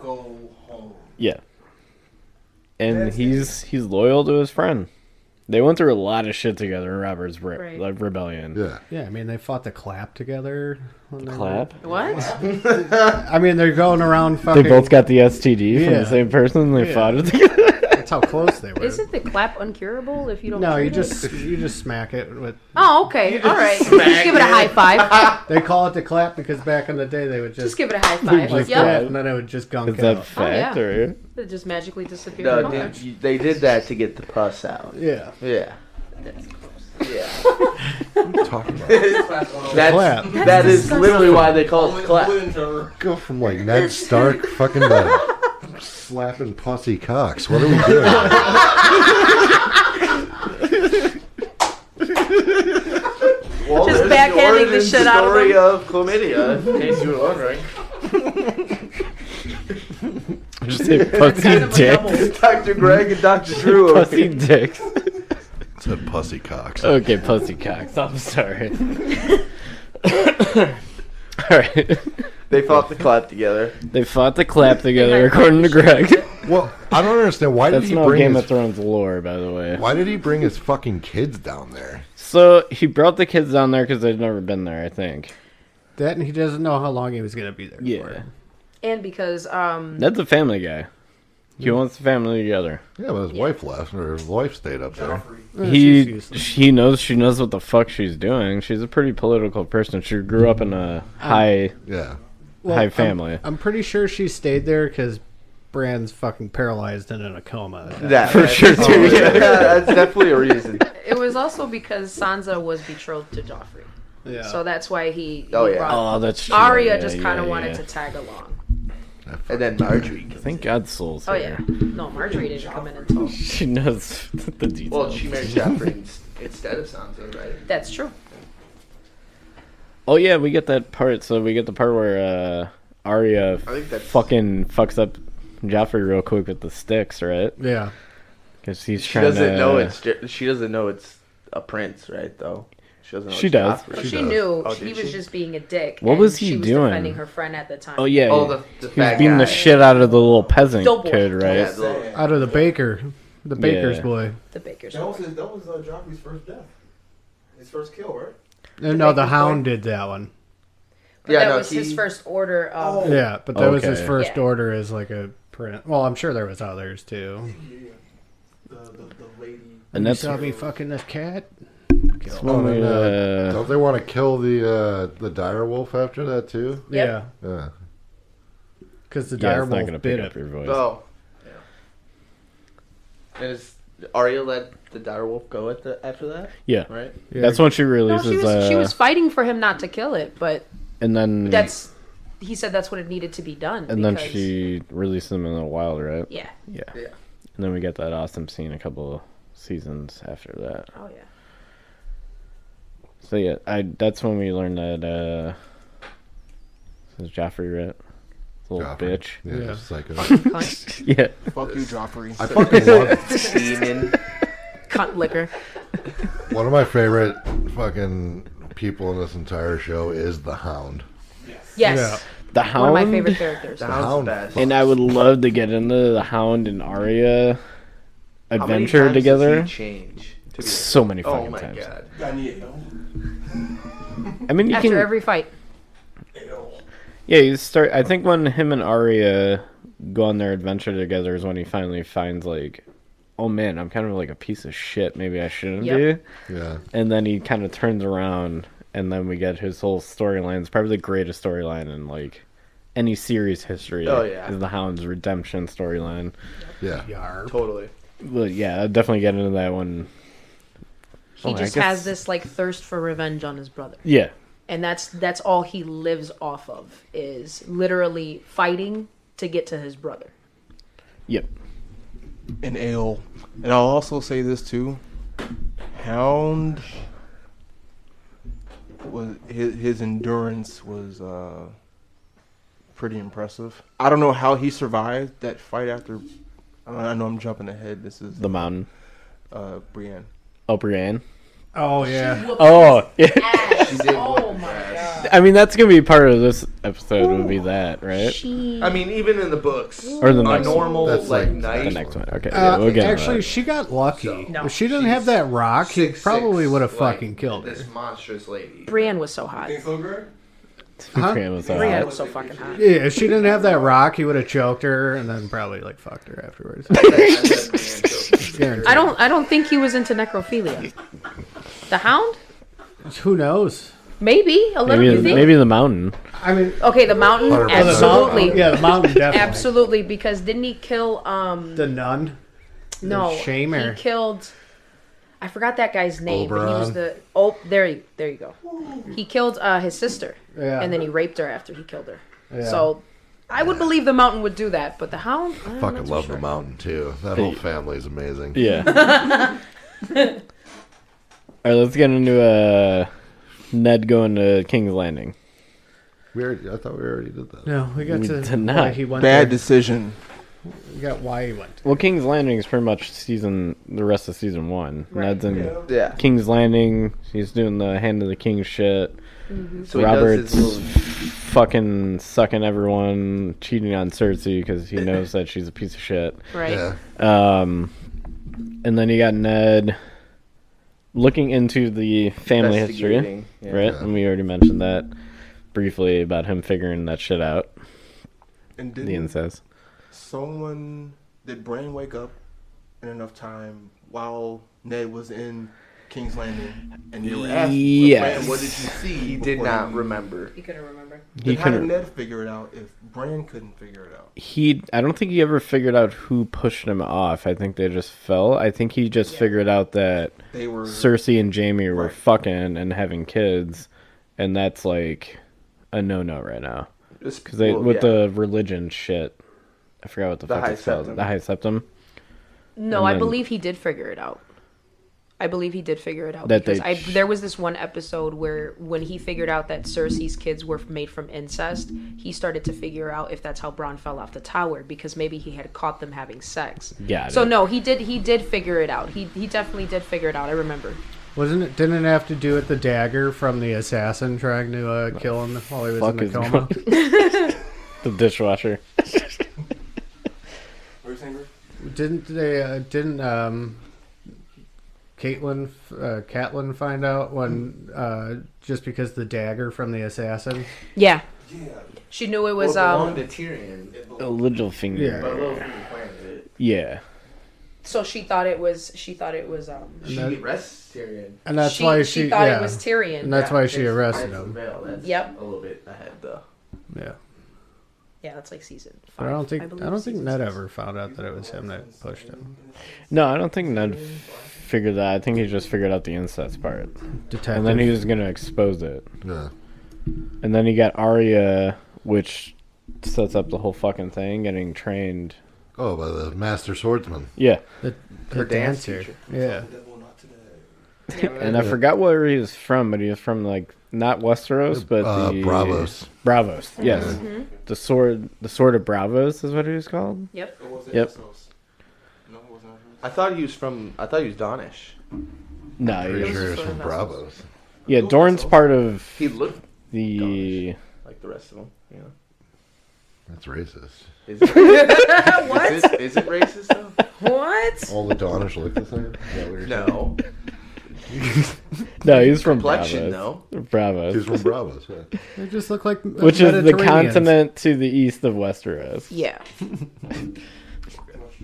Speaker 9: Go
Speaker 8: [LAUGHS]
Speaker 9: home.
Speaker 5: And
Speaker 9: That's
Speaker 5: he's he's loyal to his friend. They went through a lot of shit together in Robert's re-
Speaker 7: Right.
Speaker 5: like rebellion.
Speaker 3: yeah.
Speaker 6: Yeah, I mean, they fought the clap together. when they were-
Speaker 5: Clap.
Speaker 7: What?
Speaker 6: I mean, they're going around
Speaker 5: They
Speaker 6: fucking.
Speaker 5: both got the STD from
Speaker 6: Yeah.
Speaker 5: the same person. They
Speaker 6: Yeah.
Speaker 5: fought it together.
Speaker 6: That's how close they were.
Speaker 7: Isn't the clap uncurable if you don't?
Speaker 6: no, you
Speaker 7: treat It?
Speaker 6: just you just smack it with.
Speaker 7: Oh, okay. All right. Just give it a high [LAUGHS] five.
Speaker 6: They call it the clap because back in the day they would [LAUGHS]
Speaker 7: Just
Speaker 6: just,
Speaker 7: give it a high five.
Speaker 6: like
Speaker 7: yep.
Speaker 6: that, and then it would just gunk
Speaker 5: Is
Speaker 6: out.
Speaker 5: that fact
Speaker 7: Oh, yeah.
Speaker 5: or
Speaker 7: It just magically disappeared.
Speaker 8: No,
Speaker 7: Oh,
Speaker 8: they, they did that to get the pus out.
Speaker 6: Yeah.
Speaker 8: Yeah. Yeah.
Speaker 3: Talking about
Speaker 8: That's,
Speaker 6: Clap.
Speaker 8: that is literally why they call it clap.
Speaker 3: go from like Ned [LAUGHS] Stark fucking to slapping pussy cocks. What are we doing? [LAUGHS]
Speaker 8: Well,
Speaker 7: Just
Speaker 8: there's
Speaker 7: backhanding the
Speaker 8: origin
Speaker 7: shit out of
Speaker 8: story
Speaker 7: them.
Speaker 8: of chlamydia,
Speaker 7: [LAUGHS]
Speaker 8: in case you were wondering.
Speaker 5: just say [LAUGHS] pussy dicks.
Speaker 8: Dr. Greg and Dr. Drew over
Speaker 5: [LAUGHS] Pussy
Speaker 8: here.
Speaker 5: dicks.
Speaker 3: Said pussy cocks.
Speaker 5: Okay, pussy cocks. I'm sorry. All right.
Speaker 8: They fought the clap together.
Speaker 5: They fought the clap together, according to Greg.
Speaker 3: Well, I don't understand why
Speaker 5: That's
Speaker 3: did he
Speaker 5: not
Speaker 3: bring
Speaker 5: Game
Speaker 3: his,
Speaker 5: of Thrones lore, by the way.
Speaker 3: why did he bring his fucking kids down there?
Speaker 5: So he brought the kids down there because they'd never been there, I think.
Speaker 6: That and he doesn't know how long he was gonna be there. for.
Speaker 7: And because um,
Speaker 5: That's a family guy. He wants the family together.
Speaker 3: Yeah, but his wife left, or his wife stayed up there.
Speaker 7: Oh,
Speaker 6: she's
Speaker 5: He
Speaker 6: useless.
Speaker 5: he knows she knows what the fuck she's doing. She's a pretty political person. She grew up in a
Speaker 7: Oh.
Speaker 5: high
Speaker 3: Yeah,
Speaker 6: Well,
Speaker 7: um,
Speaker 5: high
Speaker 6: I'm-
Speaker 5: family.
Speaker 6: I'm pretty sure she stayed there because Bran's fucking paralyzed and in a coma. at that
Speaker 8: That,
Speaker 5: For sure, too,
Speaker 8: totally-
Speaker 5: yeah.
Speaker 8: that's definitely a reason.
Speaker 7: it was also because Sansa was betrothed to Joffrey,
Speaker 6: point. Yeah.
Speaker 7: so that's why he.
Speaker 8: Oh, yeah.
Speaker 5: oh, that's true.
Speaker 7: uh, Arya
Speaker 5: Yeah,
Speaker 7: just
Speaker 5: yeah,
Speaker 7: kind of
Speaker 5: yeah.
Speaker 7: wanted to tag along.
Speaker 8: And then Marjorie.
Speaker 5: Thank God, souls.
Speaker 7: Oh yeah. No, Marjorie didn't come in
Speaker 5: [LAUGHS]
Speaker 7: until.
Speaker 5: she knows [LAUGHS] the details.
Speaker 8: Well, she married
Speaker 5: [LAUGHS]
Speaker 8: Joffrey ins- instead of Sansa, right?
Speaker 7: That's true.
Speaker 5: Oh yeah, we get that part. So we get the part where uh, Arya
Speaker 8: I think that's
Speaker 5: fucking fucks up Joffrey real quick with the sticks, right?
Speaker 6: yeah.
Speaker 5: Because he's
Speaker 8: She
Speaker 5: trying
Speaker 8: doesn't
Speaker 5: to.
Speaker 8: know it's Jer- she doesn't know it's a prince, right? Though she doesn't. Know
Speaker 5: She
Speaker 8: it's
Speaker 5: does.
Speaker 8: Joffrey.
Speaker 7: She,
Speaker 3: does.
Speaker 7: knew
Speaker 8: Oh,
Speaker 7: he
Speaker 8: did
Speaker 7: was
Speaker 8: she?
Speaker 7: just being a dick.
Speaker 5: What
Speaker 7: and
Speaker 5: was he
Speaker 7: she was
Speaker 5: doing?
Speaker 7: Defending her friend at the time.
Speaker 5: Oh yeah,
Speaker 8: Oh, the, the
Speaker 5: he was
Speaker 8: fat
Speaker 5: beating
Speaker 8: guy.
Speaker 5: the shit out of the little peasant
Speaker 7: Doughboy.
Speaker 5: kid, right?
Speaker 8: Yeah, the little-
Speaker 6: Out of the baker, the baker's
Speaker 5: Yeah.
Speaker 6: boy.
Speaker 7: The baker's.
Speaker 9: That was, his, that was uh, Joffrey's first death. His first kill, right?
Speaker 6: No, no, the
Speaker 7: baker's
Speaker 6: hound did that one.
Speaker 8: Yeah,
Speaker 7: that
Speaker 8: no,
Speaker 7: was his
Speaker 8: he-
Speaker 7: first order of.
Speaker 5: Oh.
Speaker 6: Yeah, but that was his
Speaker 5: Okay.
Speaker 6: first
Speaker 7: Yeah.
Speaker 6: order as like a print. Well, I'm sure there was others too.
Speaker 9: Yeah. The, the, the lady.
Speaker 5: And that's,
Speaker 6: you saw me fucking this cat.
Speaker 5: that's when we, uh,
Speaker 3: Oh, don't they want to kill the uh, the dire wolf after that too?
Speaker 6: Yeah,
Speaker 3: Yeah,
Speaker 6: because the
Speaker 5: yeah,
Speaker 6: dire
Speaker 5: it's not
Speaker 6: wolf
Speaker 5: gonna
Speaker 6: bit
Speaker 5: pick up
Speaker 6: it.
Speaker 5: your voice.
Speaker 8: Oh, And is Arya let the direwolf go at the after that?
Speaker 5: Yeah.
Speaker 8: [LAUGHS] Right.
Speaker 5: That's when she
Speaker 7: No,
Speaker 5: releases.
Speaker 7: she was
Speaker 5: uh,
Speaker 7: she was fighting for him not to kill it, but
Speaker 5: and then
Speaker 7: that's he said that's what it needed to be done.
Speaker 5: and then
Speaker 7: because-
Speaker 5: she released them in the wild, right?
Speaker 7: yeah,
Speaker 5: Yeah.
Speaker 8: Yeah.
Speaker 5: And then we get that awesome scene a couple seasons after that.
Speaker 7: oh
Speaker 5: [LAUGHS]
Speaker 7: yeah.
Speaker 5: So yeah, I that's when we learned that uh this is Joffrey right? Little
Speaker 3: Joffrey.
Speaker 5: bitch. [LAUGHS]
Speaker 3: Yeah,
Speaker 6: Yeah.
Speaker 3: just psycho.
Speaker 7: Cunt,
Speaker 5: Yeah.
Speaker 4: Fuck you, Joffrey.
Speaker 3: I [LAUGHS] fucking love
Speaker 8: Demon.
Speaker 7: cunt liquor.
Speaker 3: One of my favorite fucking people in this entire show is the Hound.
Speaker 7: Yes,
Speaker 6: Yeah.
Speaker 5: The Hound.
Speaker 7: one of my favorite characters.
Speaker 8: The
Speaker 3: The Hound
Speaker 8: hound's best.
Speaker 5: And I would love to get into the Hound and Arya
Speaker 8: How many
Speaker 5: adventure
Speaker 8: times does
Speaker 5: together.
Speaker 8: he change. To be
Speaker 5: [LAUGHS] So many fucking
Speaker 8: oh my
Speaker 5: times.
Speaker 8: god.
Speaker 9: I need help.
Speaker 5: I mean, [LAUGHS] you
Speaker 7: After
Speaker 5: can
Speaker 7: every fight,
Speaker 5: Yeah, you start. I think when him and Arya go on their adventure together is when he finally finds like, oh man, I'm kind of like a piece of shit. Maybe I shouldn't
Speaker 7: Yep.
Speaker 5: be.
Speaker 3: Yeah.
Speaker 5: And then he kind of turns around, and then we get his whole storyline. It's probably the greatest storyline in like any series history.
Speaker 8: Oh, yeah.
Speaker 5: is the Hound's redemption storyline.
Speaker 3: Yeah.
Speaker 6: Yarp.
Speaker 8: Totally.
Speaker 5: But yeah, I'll definitely get into that one.
Speaker 7: he
Speaker 5: Oh, I
Speaker 7: just
Speaker 5: guess-
Speaker 7: has this like thirst for revenge on his brother.
Speaker 5: Yeah,
Speaker 7: and that's that's all he lives off of is literally fighting to get to his brother.
Speaker 5: yep.
Speaker 4: and ale. And I'll also say this too. Hound was his, his endurance was uh, pretty impressive. I don't know how he survived that fight after. I I know I'm jumping ahead. This is
Speaker 5: The Mountain.
Speaker 4: uh, Brienne.
Speaker 5: Oh, Brienne.
Speaker 6: Oh yeah.
Speaker 5: Oh, yeah. [LAUGHS]
Speaker 8: She did.
Speaker 7: Oh
Speaker 8: what-
Speaker 7: my
Speaker 8: yes.
Speaker 5: I mean, that's gonna be part of this episode. Would be that right?
Speaker 7: She
Speaker 8: I mean, even in the books,
Speaker 5: Or the
Speaker 8: a
Speaker 5: next one.
Speaker 8: normal
Speaker 3: That's
Speaker 8: like
Speaker 3: like-
Speaker 5: The
Speaker 8: knight.
Speaker 5: next one. Okay.
Speaker 6: Uh,
Speaker 5: yeah, we'll get into
Speaker 6: actually,
Speaker 5: that.
Speaker 6: she got lucky.
Speaker 7: No.
Speaker 6: if she didn't have that rock, he
Speaker 8: six,
Speaker 6: probably
Speaker 8: six,
Speaker 6: would have
Speaker 8: like,
Speaker 6: fucking killed her.
Speaker 8: This monstrous
Speaker 5: [LAUGHS]
Speaker 8: lady.
Speaker 7: Brienne was so hot.
Speaker 9: Think so, Greg?
Speaker 6: Huh?
Speaker 5: Brienne was all
Speaker 7: Brienne
Speaker 5: right.
Speaker 7: was so fucking hot.
Speaker 6: Yeah, if she didn't have that rock, he would have choked her and then probably like fucked her
Speaker 5: [LAUGHS]
Speaker 6: afterwards. Guaranteed.
Speaker 7: I don't I don't think he was into necrophilia. The Hound?
Speaker 6: Who knows?
Speaker 7: Maybe a little. you
Speaker 5: Maybe,
Speaker 7: think?
Speaker 5: maybe the mountain.
Speaker 6: I mean,
Speaker 7: Okay, the Mountain.
Speaker 3: 100%.
Speaker 7: Absolutely.
Speaker 6: yeah, the mountain definitely.
Speaker 7: Absolutely, because didn't he kill? Um,
Speaker 6: The nun.
Speaker 7: no,
Speaker 6: shamer.
Speaker 7: he killed. I forgot that guy's name, but he was
Speaker 6: Oberon.
Speaker 7: the oh, there you there you go. He killed uh, his sister,
Speaker 6: Yeah.
Speaker 7: and then he raped her after he killed her.
Speaker 6: Yeah.
Speaker 7: So I would believe the mountain would do that, but the hound. I'm
Speaker 3: Fucking
Speaker 7: not so
Speaker 3: love
Speaker 7: sure.
Speaker 3: the mountain too. That whole family is amazing.
Speaker 5: Yeah. all
Speaker 8: [LAUGHS]
Speaker 5: right, let's get into uh, Ned going to King's Landing.
Speaker 3: We already, I thought we already did that.
Speaker 6: No, we got
Speaker 5: We
Speaker 6: to
Speaker 5: did
Speaker 6: why
Speaker 5: not.
Speaker 6: he went
Speaker 4: Bad
Speaker 6: there.
Speaker 4: decision.
Speaker 6: We got why he went.
Speaker 5: Well, King's Landing is pretty much season the rest of season one.
Speaker 7: Right.
Speaker 5: Ned's in [LAUGHS]
Speaker 8: Yeah.
Speaker 5: King's Landing. He's doing the hand of the king shit.
Speaker 8: So
Speaker 5: Robert's
Speaker 8: he does his little,
Speaker 5: Fucking sucking everyone, cheating on Cersei because he knows that she's a piece of shit.
Speaker 7: Right.
Speaker 3: Yeah.
Speaker 5: Um, and then you got Ned looking into the family history,
Speaker 8: Investigating, yeah.
Speaker 5: right? And we already mentioned that briefly about him figuring that shit out,
Speaker 4: And
Speaker 5: the
Speaker 4: did
Speaker 5: incest.
Speaker 4: someone did Bran wake up in enough time while Ned was in King's Landing? And they were asked,
Speaker 5: Yes.
Speaker 4: Bran, what did you see?
Speaker 8: he did
Speaker 4: before
Speaker 8: not
Speaker 4: you-"
Speaker 8: remember.
Speaker 7: He couldn't remember.
Speaker 5: He
Speaker 4: Then how did
Speaker 5: couldn't-
Speaker 4: Ned figure it out if Bran couldn't figure it out?
Speaker 5: He, I don't think he ever figured out who pushed him off. I think they just fell. I think he just figured out that
Speaker 4: They were
Speaker 5: Cersei and Jamie were
Speaker 4: Right.
Speaker 5: fucking and having kids, and that's like a no no right now.
Speaker 8: Just
Speaker 5: Because they
Speaker 8: well,
Speaker 5: with
Speaker 8: yeah.
Speaker 5: the religion shit, I forgot what the,
Speaker 8: The
Speaker 5: fuck
Speaker 8: High
Speaker 5: it's called.
Speaker 8: Septim.
Speaker 5: The high septum.
Speaker 7: No,
Speaker 5: And
Speaker 7: I
Speaker 5: then-
Speaker 7: believe he did figure it out. I believe he did figure it out
Speaker 5: That
Speaker 7: because
Speaker 5: they-
Speaker 7: I, there was this one episode where when he figured out that Cersei's kids were made from incest, he started to figure out if that's how Bronn fell off the tower because maybe he had caught them having sex.
Speaker 5: Got
Speaker 7: So
Speaker 5: it.
Speaker 7: no, he did. He did figure it out. He he definitely did figure it out. I remember.
Speaker 6: Wasn't it? Didn't it have to do with the dagger from the assassin trying to uh, kill him while he was
Speaker 5: fuck
Speaker 6: in the
Speaker 5: is
Speaker 6: [LAUGHS] coma?
Speaker 5: [LAUGHS] The dishwasher.
Speaker 9: What are you saying, Greg?
Speaker 6: Didn't they? Uh, didn't um, Caitlin, uh, Catelyn find out when uh, just because the dagger from the assassin?
Speaker 7: Yeah,
Speaker 9: Yeah.
Speaker 7: she knew it
Speaker 8: Well,
Speaker 7: was
Speaker 8: it belonged to
Speaker 7: um.
Speaker 8: Tyrion. It belonged-
Speaker 5: A little finger.
Speaker 8: but Littlefinger planted it.
Speaker 5: Yeah.
Speaker 7: So she thought it was. She thought it was um.
Speaker 8: She
Speaker 6: that-
Speaker 8: arrests Tyrion.
Speaker 6: And that's why she,
Speaker 7: thought
Speaker 6: yeah.
Speaker 7: it was Tyrion.
Speaker 6: And that's why she
Speaker 8: it's-
Speaker 6: arrested
Speaker 8: it's the
Speaker 6: him.
Speaker 8: veil, that's
Speaker 7: Yep.
Speaker 8: A little bit ahead though.
Speaker 6: Yeah.
Speaker 7: Yeah, that's like season.
Speaker 6: But I don't think I,
Speaker 7: believe
Speaker 6: don't think
Speaker 7: season
Speaker 6: Ned
Speaker 7: six.
Speaker 6: ever found out that it was him that pushed him.
Speaker 5: No, I don't think Ned f- figured that. I think he just figured out the incest part,
Speaker 6: Detective.
Speaker 5: and then he was gonna expose it,
Speaker 3: Yeah.
Speaker 5: and then he got Arya, which sets up the whole fucking thing, getting trained.
Speaker 3: Oh, by the master swordsman.
Speaker 5: Yeah,
Speaker 6: the, the
Speaker 8: Her dance
Speaker 6: dancer.
Speaker 8: teacher.
Speaker 6: Yeah.
Speaker 5: and I forgot where he was from, but he was from like not Westeros, but
Speaker 3: Uh,
Speaker 5: the
Speaker 3: Bravos.
Speaker 5: Bravos, yes. The sword, the sword of Bravos is what he was called.
Speaker 7: Yep.
Speaker 9: was it
Speaker 5: Yep.
Speaker 9: Essos? No, it wasn't Essos.
Speaker 8: I thought he was from. I thought he was Donish.
Speaker 5: No, he
Speaker 3: Pretty
Speaker 5: was,
Speaker 3: sure it's
Speaker 7: just
Speaker 3: from
Speaker 7: sort of
Speaker 3: Bravos.
Speaker 5: yeah, Dorne's part of
Speaker 8: He looked
Speaker 5: the.
Speaker 8: like the rest of them. You know.
Speaker 3: That's racist.
Speaker 8: Is
Speaker 7: [LAUGHS]
Speaker 8: it,
Speaker 7: what?
Speaker 8: is it, is it racist though?
Speaker 6: Oh,
Speaker 7: What?
Speaker 3: All the Donish look the [LAUGHS] same. Is that what you're saying?
Speaker 8: No.
Speaker 5: No, he's from
Speaker 8: Complexion,
Speaker 5: Bravos. Bravos.
Speaker 3: He's from Bravos. [LAUGHS] Yeah.
Speaker 6: They just look like
Speaker 5: which is the
Speaker 6: Mediterraneans.
Speaker 5: continent to the east of Westeros.
Speaker 7: Yeah. [LAUGHS]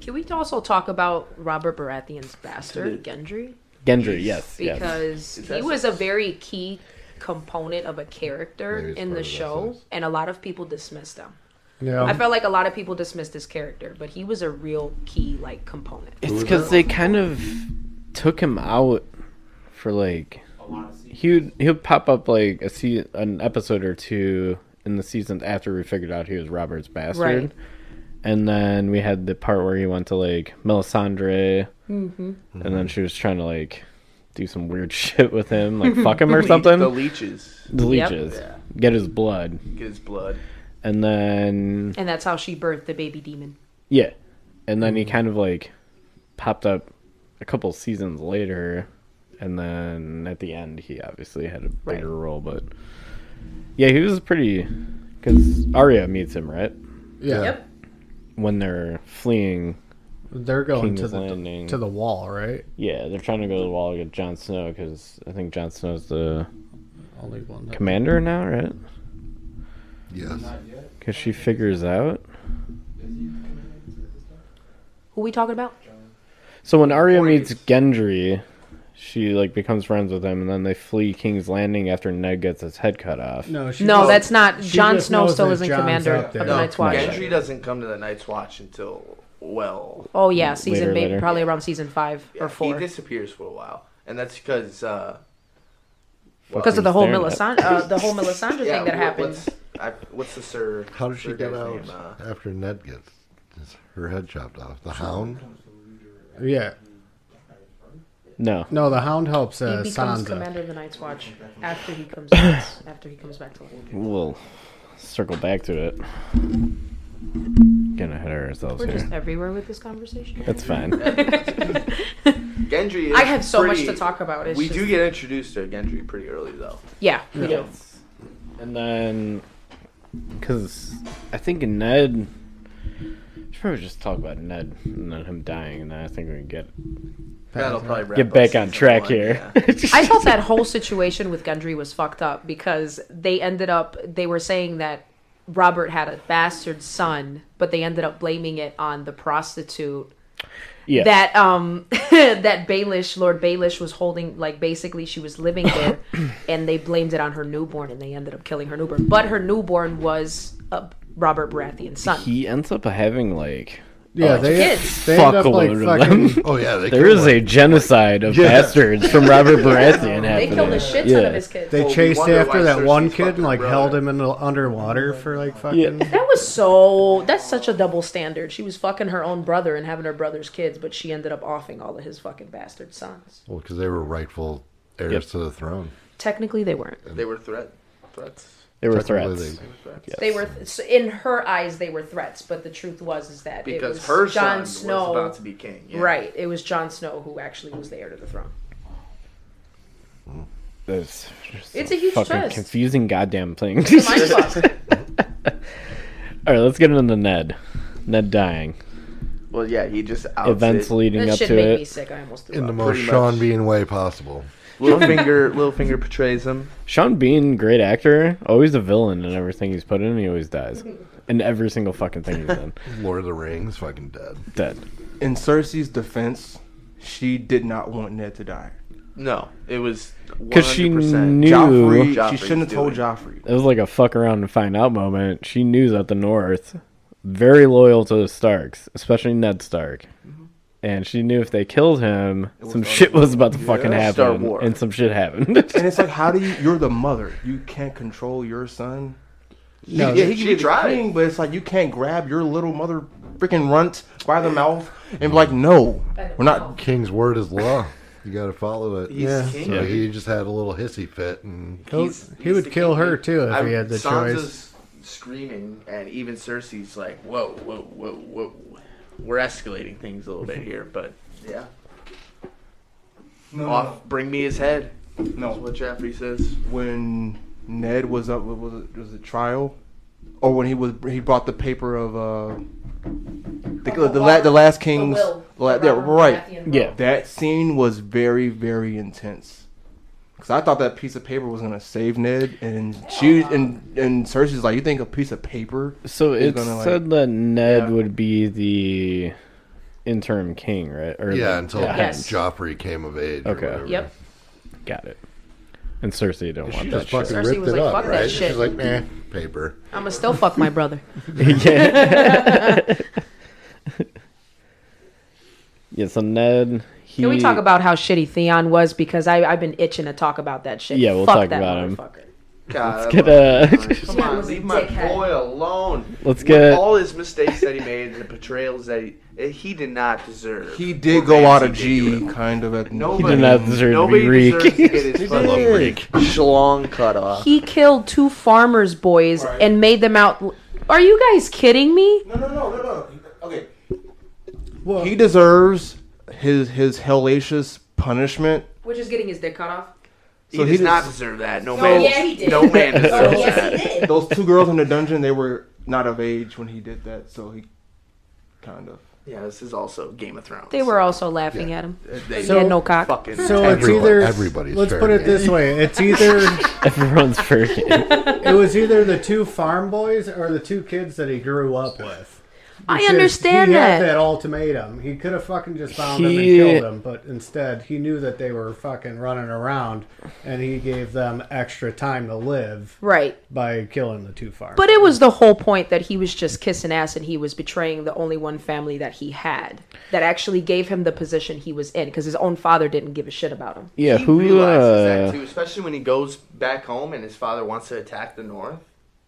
Speaker 7: Can we also talk about Robert Baratheon's bastard, Gendry?
Speaker 5: Gendry, yes, yes.
Speaker 7: Because he was a very key component of a character
Speaker 3: Maybe it's
Speaker 7: in
Speaker 3: part
Speaker 7: the
Speaker 3: of that
Speaker 7: show,
Speaker 3: sense.
Speaker 7: and a lot of people dismissed him.
Speaker 6: Yeah.
Speaker 7: I felt like a lot of people dismissed his character, but he was a real key like component.
Speaker 5: It's because they kind of took him out for like he would he would pop up like a se- an episode or two in the seasons after we figured out he was Robert's bastard.
Speaker 7: Right.
Speaker 5: And then we had the part where he went to like Melisandre,
Speaker 7: Mm-hmm.
Speaker 5: and then she was trying to like do some weird [LAUGHS] shit with him, like fuck him
Speaker 7: [LAUGHS]
Speaker 5: or something.
Speaker 8: The
Speaker 5: The,
Speaker 8: leeches
Speaker 7: Yep.
Speaker 5: leeches, get his blood,
Speaker 8: get his blood.
Speaker 5: and then
Speaker 7: And that's how she birthed the baby demon.
Speaker 5: Yeah. And then he kind of like popped up a couple seasons later and then at the end he obviously had a
Speaker 7: Right.
Speaker 5: bigger role but yeah, he was pretty cuz Arya meets him, right?
Speaker 6: yeah.
Speaker 7: Yep.
Speaker 5: When they're fleeing.
Speaker 6: They're going
Speaker 5: King's
Speaker 6: to the
Speaker 5: Landing.
Speaker 6: to the wall, right?
Speaker 5: Yeah, they're trying to go to the wall against Jon Snow cuz I think Jon Snow's the
Speaker 6: Only one. that-
Speaker 5: commander now, right?
Speaker 3: Yes.
Speaker 5: Cuz she figures out.
Speaker 7: Who we talking about?
Speaker 5: So when Arya meets Gendry, she like becomes friends with him and then they flee King's Landing after Ned gets his head cut off.
Speaker 6: No, she
Speaker 7: No,
Speaker 6: just-
Speaker 7: that's not.
Speaker 6: she
Speaker 7: Jon
Speaker 6: just
Speaker 7: Snow
Speaker 6: knows
Speaker 7: still
Speaker 6: that
Speaker 7: isn't
Speaker 6: Jon's
Speaker 7: commander
Speaker 6: out
Speaker 7: of
Speaker 6: there.
Speaker 7: the
Speaker 8: No,
Speaker 7: Night's Watch.
Speaker 8: Gendry doesn't come to the Night's Watch until well
Speaker 7: Oh yeah, season
Speaker 5: Later,
Speaker 7: maybe
Speaker 5: later.
Speaker 7: probably around season five
Speaker 8: yeah,
Speaker 7: or four.
Speaker 8: He disappears for a while, and that's because uh,
Speaker 7: because of the whole
Speaker 5: Staring at-
Speaker 7: Melisandre, uh, the whole Melisandre
Speaker 8: yeah,
Speaker 7: thing that
Speaker 8: wh-
Speaker 7: happened.
Speaker 8: What's, I, what's the sir?
Speaker 3: How does she
Speaker 8: sir
Speaker 3: get
Speaker 8: guy's
Speaker 3: out
Speaker 8: name? Uh,
Speaker 7: [LAUGHS]
Speaker 3: after Ned gets his, her head chopped off? The Hound?
Speaker 6: Yeah.
Speaker 5: No.
Speaker 6: No, the Hound helps
Speaker 7: He
Speaker 6: uh,
Speaker 7: becomes
Speaker 6: Sansa.
Speaker 7: commander of the Night's Watch after he comes [COUGHS] after he comes back to life.
Speaker 5: We'll circle back to it. Getting ahead of ourselves
Speaker 7: We're
Speaker 5: here.
Speaker 7: just everywhere with this conversation.
Speaker 5: That's fine.
Speaker 8: Gendry. Is
Speaker 7: I have so much
Speaker 8: pretty-
Speaker 7: to talk about. It's
Speaker 8: we
Speaker 7: just,
Speaker 8: do get introduced to Gendry pretty early though.
Speaker 7: [LAUGHS] yeah, we do.
Speaker 5: And then, because I think Ned. Should probably just talk about Ned and then him dying, and then I think we can get
Speaker 8: That'll probably wrap
Speaker 5: get
Speaker 8: up
Speaker 5: back on
Speaker 8: season
Speaker 5: track
Speaker 8: one,
Speaker 5: here. [LAUGHS]
Speaker 8: yeah.
Speaker 7: I thought that whole situation with Gendry was fucked up because they ended up they were saying that Robert had a bastard son, but they ended up blaming it on the prostitute
Speaker 5: Yeah.
Speaker 7: that um [LAUGHS] that Baelish Lord Baelish was holding like basically she was
Speaker 8: [COUGHS]
Speaker 7: living there and they blamed it on her newborn and they ended up killing her newborn but her newborn was uh, Robert Baratheon's son
Speaker 5: he ends up having like.
Speaker 6: Yeah, they
Speaker 7: Oh, kids.
Speaker 6: they end up
Speaker 5: Fuckload
Speaker 6: like
Speaker 5: of
Speaker 6: fucking
Speaker 3: [LAUGHS]
Speaker 5: them.
Speaker 3: Oh, yeah. They
Speaker 5: There
Speaker 3: killed
Speaker 5: is
Speaker 3: one.
Speaker 5: a genocide of bastards from Robert Baratheon
Speaker 7: [LAUGHS] they
Speaker 5: happening.
Speaker 7: killed a shit ton
Speaker 5: Yeah.
Speaker 7: of his kids
Speaker 6: They
Speaker 8: Well, we
Speaker 6: chased
Speaker 8: wonder why
Speaker 6: after that
Speaker 8: Cersei's
Speaker 6: one kid
Speaker 8: fucking
Speaker 6: and like
Speaker 8: brother.
Speaker 6: held him in the underwater for like fucking.
Speaker 8: [LAUGHS]
Speaker 7: that was so that's such a double standard she was fucking her own brother and having her brother's kids but she ended up offing all of his fucking bastard sons
Speaker 3: Well, because they were rightful heirs
Speaker 5: Yep.
Speaker 3: to the throne.
Speaker 7: technically they weren't
Speaker 8: They were threat threats.
Speaker 5: They were
Speaker 3: Technically,
Speaker 5: threats.
Speaker 3: they-
Speaker 8: threats.
Speaker 7: they were th- in her eyes they were threats but the truth was is that it
Speaker 8: Because
Speaker 7: was
Speaker 8: her son
Speaker 7: Jon
Speaker 8: was
Speaker 7: Snow
Speaker 8: about to be king. yeah.
Speaker 7: Right. It was Jon Snow who actually was the heir to
Speaker 5: [LAUGHS]
Speaker 7: the throne.
Speaker 5: That's just
Speaker 7: It's a huge
Speaker 5: fucking
Speaker 7: twist.
Speaker 5: confusing goddamn thing. [LAUGHS]
Speaker 7: Mind fuck.
Speaker 5: All right, let's get into Ned. Ned dying.
Speaker 8: Well, yeah, he just outs
Speaker 5: Events
Speaker 8: it.
Speaker 5: leading
Speaker 7: That
Speaker 5: up
Speaker 7: shit
Speaker 5: to
Speaker 7: made me
Speaker 5: it.
Speaker 7: sick. I almost threw
Speaker 3: In the
Speaker 7: up.
Speaker 3: most
Speaker 8: Pretty
Speaker 3: Sean
Speaker 8: much.
Speaker 3: Bean way possible.
Speaker 8: Littlefinger,
Speaker 5: [LAUGHS]
Speaker 8: Littlefinger portrays him.
Speaker 5: Sean Bean, great actor, always a villain in everything he's put in. He always dies in every single fucking thing he's
Speaker 7: [LAUGHS]
Speaker 5: in.
Speaker 3: Lord of the Rings, fucking dead.
Speaker 5: Dead.
Speaker 4: In Cersei's defense, she did not want Ned to die.
Speaker 8: No, it was
Speaker 5: 'Cause she
Speaker 8: 100%
Speaker 5: knew-
Speaker 4: Joffrey, she
Speaker 8: Joffrey's
Speaker 4: shouldn't have told
Speaker 8: doing
Speaker 4: Joffrey.
Speaker 5: It was like a fuck around and find out moment. She knew that the North, very loyal to the Starks, especially Ned Stark,
Speaker 7: Mm-hmm.
Speaker 5: and she knew if they killed him, some shit was about to fucking happen,
Speaker 8: Star War.
Speaker 5: and some shit happened. [LAUGHS]
Speaker 4: And it's like, how do you? You're the mother. You can't control your son.
Speaker 6: No,
Speaker 4: yeah, he
Speaker 8: she
Speaker 4: can be the
Speaker 8: tried.
Speaker 4: king, but it's like you can't grab your little mother freaking runt by the mouth and be like, no, we're not.
Speaker 3: King's word is law. You got to follow it.
Speaker 8: He's
Speaker 6: Yeah.
Speaker 8: king.
Speaker 3: So he just had a little hissy fit, and
Speaker 6: He'll-
Speaker 8: He's-
Speaker 6: he
Speaker 8: he's
Speaker 6: would
Speaker 8: the
Speaker 6: kill
Speaker 8: king,
Speaker 6: her,
Speaker 8: dude.
Speaker 6: too, if
Speaker 8: I'm-
Speaker 6: he had the
Speaker 8: Sansa's screaming, and even Cersei's like, "Whoa, whoa, whoa, whoa." We're escalating things a little bit here, but yeah.
Speaker 9: No, no,
Speaker 8: Off, bring me his head.
Speaker 4: No.
Speaker 8: That's what Joffrey says.
Speaker 4: When Ned was up, what was it was it trial, or when he was he brought the paper of uh, the the, la, the last king's
Speaker 7: will.
Speaker 4: the la- yeah,
Speaker 7: Robert
Speaker 4: right.
Speaker 7: Baratheon will.
Speaker 5: yeah,
Speaker 4: That scene was very, very intense. Cause I thought that piece of paper was gonna save Ned, and she and and Cersei's like, "You think a piece of paper?"
Speaker 5: So
Speaker 4: He's
Speaker 5: it
Speaker 4: gonna, like-
Speaker 5: said that Ned
Speaker 8: Yeah.
Speaker 5: would be the interim king, right? Or
Speaker 3: yeah,
Speaker 5: the-
Speaker 3: until
Speaker 7: Yes.
Speaker 3: Joffrey came of age.
Speaker 5: Okay.
Speaker 3: Or whatever.
Speaker 7: Yep.
Speaker 5: got it. And Cersei don't
Speaker 3: She
Speaker 5: want
Speaker 3: just
Speaker 5: that
Speaker 3: fucking
Speaker 5: shit.
Speaker 7: Cersei
Speaker 3: ripped
Speaker 7: was
Speaker 3: it
Speaker 7: like,
Speaker 3: up,
Speaker 7: "Fuck that
Speaker 3: right?
Speaker 7: shit."
Speaker 3: She's like, eh, paper.
Speaker 7: I'ma still fuck
Speaker 5: [LAUGHS]
Speaker 7: my brother.
Speaker 5: yeah. [LAUGHS]
Speaker 8: [LAUGHS]
Speaker 5: yeah. So Ned. He,
Speaker 7: Can we talk about how shitty Theon was? Because I, I've been itching to talk about that shit.
Speaker 5: Yeah, we'll
Speaker 7: Fuck
Speaker 5: talk
Speaker 7: that
Speaker 5: about him.
Speaker 7: motherfucker.
Speaker 8: God,
Speaker 5: Let's get,
Speaker 8: I love
Speaker 5: uh, [LAUGHS]
Speaker 8: him. come
Speaker 7: Yeah,
Speaker 8: on,
Speaker 7: was a
Speaker 8: leave my
Speaker 7: dickhead.
Speaker 8: boy alone.
Speaker 5: Let's
Speaker 8: With
Speaker 5: get-
Speaker 8: all his mistakes that he made, the betrayals that he, that he did not deserve.
Speaker 4: He did
Speaker 8: Or
Speaker 4: go out of
Speaker 8: Ramsay did
Speaker 4: G,
Speaker 8: do it.
Speaker 4: kind of at
Speaker 8: Nobody,
Speaker 5: not deserve to be
Speaker 8: nobody
Speaker 5: Reek.
Speaker 8: deserves to get
Speaker 5: [LAUGHS]
Speaker 8: his
Speaker 3: I love
Speaker 8: fucking
Speaker 3: Reek.
Speaker 8: schlong cut off.
Speaker 7: He killed two farmers' boys and made them out. Are you guys kidding me?
Speaker 9: no, no, no, no, no. Okay.
Speaker 6: Well,
Speaker 4: He deserves his his hellacious punishment.
Speaker 7: We're just getting his dick cut off.
Speaker 8: He
Speaker 4: So
Speaker 8: does
Speaker 4: he just-
Speaker 8: not deserve that. No,
Speaker 7: No,
Speaker 8: man.
Speaker 7: Oh, yeah, he did. [LAUGHS] Oh,
Speaker 8: No man deserves that.
Speaker 7: he did.
Speaker 4: Those two girls in the dungeon, they were not of age when he did that, so he kind of.
Speaker 8: Yeah, this is also Game of Thrones.
Speaker 7: They were also laughing at him.
Speaker 8: They
Speaker 7: he had
Speaker 6: So-
Speaker 7: no cock.
Speaker 8: fucking.
Speaker 6: so it's
Speaker 3: Everyone-
Speaker 6: either
Speaker 3: everybody's
Speaker 6: Let's
Speaker 3: fair
Speaker 6: put it
Speaker 3: game.
Speaker 6: this way: it's either
Speaker 3: [LAUGHS]
Speaker 5: [LAUGHS] Everyone's
Speaker 7: [LAUGHS]
Speaker 5: freaking.
Speaker 6: it was either the two farm boys or the two kids that he grew up with.
Speaker 7: I
Speaker 6: Because
Speaker 7: understand
Speaker 6: he
Speaker 7: that.
Speaker 6: Had that ultimatum. He could have fucking just found them
Speaker 5: He-
Speaker 6: and killed them, but instead he knew that they were fucking running around, and he gave them extra time to live
Speaker 7: Right.
Speaker 6: by killing the two farm.
Speaker 7: But it was the whole point that he was just kissing ass and he was betraying the only one family that he had that actually gave him the position he was in because his own father didn't give a shit about him.
Speaker 5: Yeah.
Speaker 8: he
Speaker 5: Who?
Speaker 8: realizes that
Speaker 5: Uh,
Speaker 8: too, especially when he goes back home and his father wants to attack the North.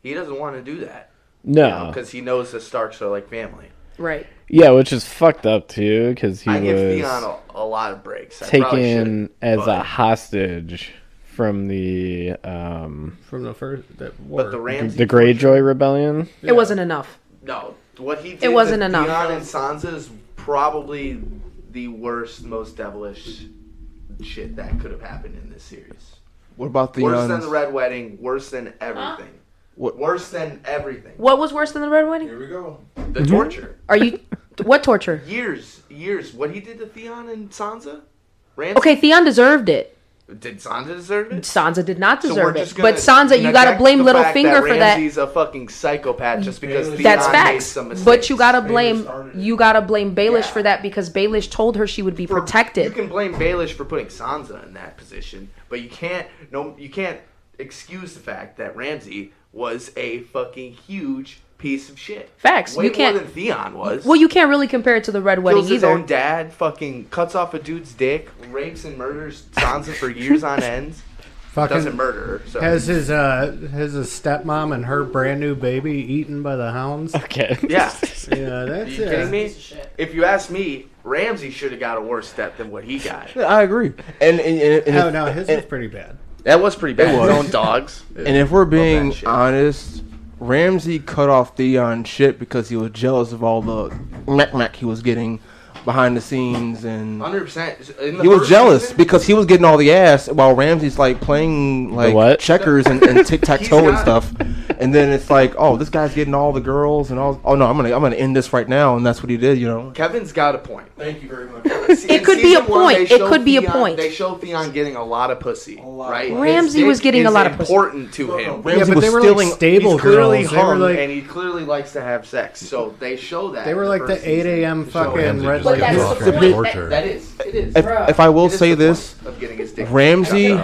Speaker 8: He doesn't want to do that
Speaker 5: no.
Speaker 8: because he knows the Starks are like family.
Speaker 7: Right.
Speaker 5: yeah, which is fucked up too, because he
Speaker 8: I give
Speaker 5: was.
Speaker 8: Theon a, a lot of breaks. I probably
Speaker 5: taken
Speaker 8: should,
Speaker 5: as a
Speaker 8: but-
Speaker 5: hostage from the um
Speaker 6: from the first that war.
Speaker 8: But the Ramsey,
Speaker 5: the Greyjoy rebellion. [LAUGHS]
Speaker 7: It wasn't enough.
Speaker 8: No, what he did.
Speaker 7: It wasn't
Speaker 8: to
Speaker 7: enough.
Speaker 8: Theon and Sansa is probably the worst, most devilish shit that could have happened in this series.
Speaker 4: What about
Speaker 8: Worse than
Speaker 4: Theon's?
Speaker 8: the Red Wedding. Worse than everything.
Speaker 4: What-
Speaker 8: Worse than everything.
Speaker 7: What was worse than the Red Wedding?
Speaker 9: Here we go.
Speaker 8: The torture.
Speaker 7: Are you. What torture?
Speaker 8: years, years. What he did to Theon and Sansa. Ramsay.
Speaker 7: Okay, Theon deserved it.
Speaker 8: Did Sansa deserve it?
Speaker 7: Sansa did not
Speaker 8: So we're
Speaker 7: deserve it.
Speaker 8: just gonna
Speaker 7: But Sansa, you gotta
Speaker 8: neglect
Speaker 7: blame
Speaker 8: the fact
Speaker 7: Littlefinger for that.
Speaker 8: Ramsay's a fucking psychopath just because Theon
Speaker 7: That's
Speaker 8: made
Speaker 7: facts.
Speaker 8: some mistakes.
Speaker 7: But you gotta blame
Speaker 9: started it.
Speaker 7: you gotta blame Baelish
Speaker 8: Yeah.
Speaker 7: for that because Baelish told her she would be
Speaker 8: For-
Speaker 7: protected.
Speaker 8: You can blame Baelish for putting Sansa in that position, but you can't. No, you can't excuse the fact that Ramsay was a fucking huge piece of shit.
Speaker 7: Facts.
Speaker 8: Way
Speaker 7: You can't-
Speaker 8: More than Theon was.
Speaker 7: well, you can't really compare it to the Red Wedding
Speaker 8: kills his own
Speaker 7: either.
Speaker 8: dad, fucking cuts off a dude's dick, rapes and murders Sansa for years on
Speaker 4: [LAUGHS]
Speaker 8: end.
Speaker 6: fucking
Speaker 8: Doesn't murder. her, So.
Speaker 6: Has his uh has his stepmom and her brand new baby eaten by the hounds?
Speaker 5: Okay.
Speaker 8: yeah.
Speaker 4: [LAUGHS]
Speaker 6: Yeah,
Speaker 8: Are
Speaker 6: that's
Speaker 8: you
Speaker 6: it.
Speaker 8: kidding me? If you ask me, Ramsey should have got a worse step than what he got.
Speaker 4: I agree. And and, and, and
Speaker 6: Oh
Speaker 4: if-
Speaker 6: no, his was pretty bad.
Speaker 8: That was pretty bad.
Speaker 4: was.
Speaker 8: His own dogs.
Speaker 4: And if we're being
Speaker 8: shit.
Speaker 4: honest, Ramsey cut off Theon shit because he was jealous of all the knack he was getting behind the scenes, and
Speaker 8: Hundred percent.
Speaker 4: he was jealous because he was getting all the ass while Ramsey's like playing like
Speaker 5: what?
Speaker 4: checkers and, and tic tac toe and
Speaker 8: not-
Speaker 4: stuff. And then it's like, oh, this guy's getting all the girls and all. Oh no, I'm gonna I'm gonna end this right now, and that's what he did, you know.
Speaker 8: Kevin's got a point.
Speaker 9: Thank you very much.
Speaker 8: in
Speaker 7: could be a
Speaker 8: season one, they
Speaker 7: point. It
Speaker 8: show
Speaker 7: could be a
Speaker 8: Theon-
Speaker 7: point.
Speaker 8: They show Theon getting a lot of pussy,
Speaker 9: lot of
Speaker 8: right?
Speaker 9: pussy.
Speaker 7: Ramsay
Speaker 8: His
Speaker 7: was
Speaker 8: dick
Speaker 7: getting a
Speaker 8: is
Speaker 7: lot of pussy.
Speaker 8: important to him.
Speaker 6: yeah,
Speaker 4: Ramsay
Speaker 6: but
Speaker 4: was
Speaker 6: they were
Speaker 4: stealing-
Speaker 6: like stable
Speaker 8: He's clearly
Speaker 6: girls. They were
Speaker 8: hung,
Speaker 6: like
Speaker 8: and he clearly likes to have sex. So they show that.
Speaker 6: they were
Speaker 8: in
Speaker 6: like the
Speaker 8: first
Speaker 6: eight
Speaker 8: season.
Speaker 6: a.m. fucking
Speaker 3: Ramsay
Speaker 6: red
Speaker 3: just
Speaker 7: But
Speaker 6: light.
Speaker 3: got
Speaker 7: that's
Speaker 3: off
Speaker 7: the
Speaker 3: during
Speaker 7: point,
Speaker 3: torture.
Speaker 8: That is. It is.
Speaker 4: If,
Speaker 8: Bruh.
Speaker 4: if I will
Speaker 8: It is
Speaker 4: say
Speaker 8: the point
Speaker 4: this,
Speaker 8: of getting his dick.
Speaker 4: Ramsey,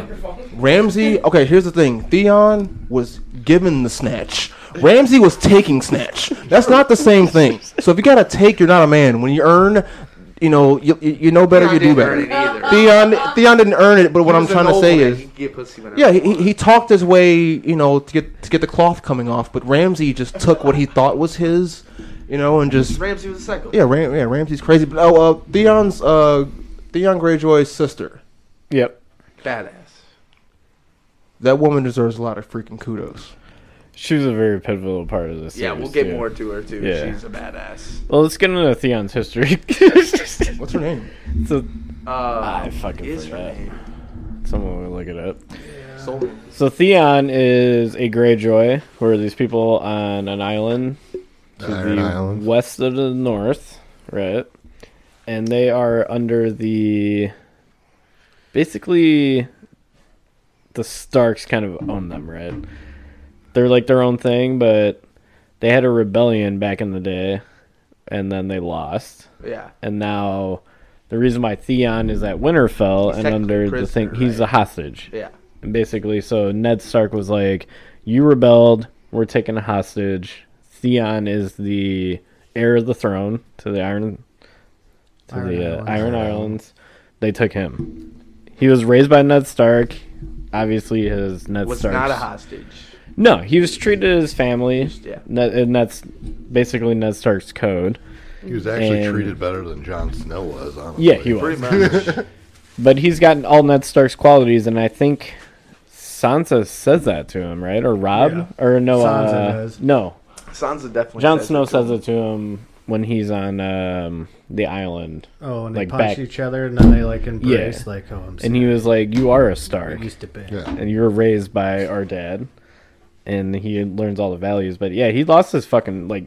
Speaker 4: Ramsey. Okay, here's the thing. Theon was given the snatch. Ramsey was taking snatch. That's not the same thing. So if you gotta take, you're not a man. When you earn, you know you, you you know better.
Speaker 8: Theon
Speaker 4: You do
Speaker 8: didn't earn
Speaker 4: better.
Speaker 8: it either.
Speaker 4: Theon Theon didn't earn it, but what
Speaker 8: He
Speaker 4: I'm
Speaker 8: was a
Speaker 4: trying to say
Speaker 8: noble and
Speaker 4: is,
Speaker 8: he could get pussy whenever
Speaker 4: yeah,
Speaker 8: he
Speaker 4: he,
Speaker 8: wanted.
Speaker 4: he talked his way, you know, to get to get the cloth coming off. But Ramsey just took what he thought was his, you know, and just
Speaker 8: Ramsey was a psycho.
Speaker 4: yeah, Ram, yeah, Ramsey's crazy. But oh, uh, Theon's uh, Theon Greyjoy's sister.
Speaker 5: Yep.
Speaker 8: badass.
Speaker 4: That woman deserves a lot of freaking kudos.
Speaker 5: She was a very pivotal part of this.
Speaker 8: Yeah, we'll
Speaker 5: series,
Speaker 8: get
Speaker 5: too.
Speaker 8: more to her too.
Speaker 5: Yeah.
Speaker 8: She's a badass.
Speaker 5: Well, let's get into
Speaker 8: [LAUGHS]
Speaker 5: Theon's history. [LAUGHS]
Speaker 4: What's her name?
Speaker 5: so,
Speaker 8: Uh,
Speaker 5: I fucking
Speaker 8: is her
Speaker 5: forgot.
Speaker 8: name?
Speaker 5: Someone will look it up.
Speaker 8: Sol-
Speaker 5: So Theon is a Greyjoy, who are these people on an island to
Speaker 3: Iron
Speaker 5: the
Speaker 3: Islands.
Speaker 5: west of the north, right? And they are under the basically the Starks kind of own them, right? They're like their own thing, but they had a rebellion back in the day and then they lost.
Speaker 8: Yeah.
Speaker 5: And now the reason why Theon is at Winterfell and
Speaker 8: technically
Speaker 5: under the
Speaker 8: prisoner,
Speaker 5: thing he's
Speaker 8: right?
Speaker 5: a hostage.
Speaker 8: Yeah.
Speaker 5: And basically, so Ned Stark was like, "You rebelled. We're taking a hostage. Theon is the heir of the throne to the Iron to
Speaker 6: Iron
Speaker 5: the uh,
Speaker 6: Islands.
Speaker 5: Iron Islands. They took him. He was raised by Ned Stark. Obviously, his Ned
Speaker 8: Was
Speaker 5: Stark.
Speaker 8: not a [LAUGHS] hostage.
Speaker 5: No, he was treated as family.
Speaker 8: Yeah.
Speaker 5: Ned- and that's basically Ned Stark's code.
Speaker 3: He was actually
Speaker 5: And-
Speaker 3: treated better than Jon Snow was, honestly.
Speaker 5: Yeah, he was.
Speaker 8: Pretty much.
Speaker 5: But he's gotten all Ned Stark's qualities, and I think Sansa says that to him, right? Or Rob?
Speaker 6: Yeah.
Speaker 5: Or no?
Speaker 6: Sansa
Speaker 5: uh,
Speaker 6: does.
Speaker 5: No,
Speaker 8: Sansa definitely.
Speaker 5: Jon
Speaker 8: says
Speaker 5: Snow
Speaker 8: it to
Speaker 5: says
Speaker 8: him.
Speaker 5: it to him when he's on um, the island,
Speaker 6: Oh, and they
Speaker 5: Like,
Speaker 6: punch
Speaker 5: back-
Speaker 6: each other, and then they like embrace, like, oh, I'm
Speaker 5: and he was like, "You are a Stark,
Speaker 6: sorry, I used to be.
Speaker 3: Yeah.
Speaker 5: and you were raised by our dad," and he learns all the values. But yeah, he lost his fucking like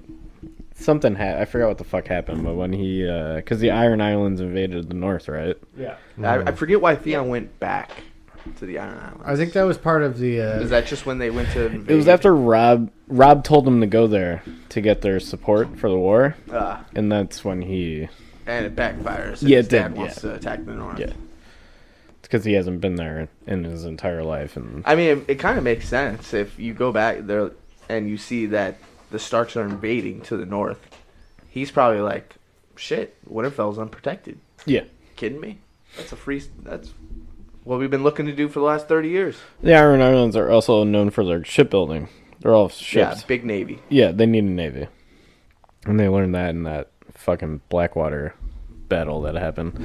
Speaker 5: something. Ha- I forgot what the fuck happened, but when he because the Iron Islands invaded the North, right?
Speaker 6: Yeah.
Speaker 8: I, I
Speaker 5: Mm.
Speaker 8: forget why Theon went back to the Iron Islands.
Speaker 6: I think that was part of the. Uh,
Speaker 8: Is that just when they went to?
Speaker 5: It was
Speaker 8: invade?
Speaker 5: after Rob. Rob told him to go there to get their support for the war,
Speaker 8: Uh,
Speaker 5: and that's when he
Speaker 8: and it backfires. and
Speaker 5: Yeah, it
Speaker 8: his dad
Speaker 5: did,
Speaker 8: wants
Speaker 5: yeah.
Speaker 8: to attack the North.
Speaker 5: Yeah. because he hasn't been there in his entire life, and
Speaker 8: I mean, it, it kind of makes sense if you go back there and you see that the Starks are invading to the north. He's probably like, "Shit, Winterfell's unprotected."
Speaker 5: yeah.
Speaker 8: Kidding me? That's a free. That's what we've been looking to do for the last thirty years.
Speaker 5: The Iron Islands are also known for their shipbuilding. They're all
Speaker 8: Yeah,
Speaker 5: ships. Yeah,
Speaker 8: big
Speaker 5: [LAUGHS]
Speaker 8: navy.
Speaker 5: they need a navy. And they learned that in that fucking Blackwater battle that happened.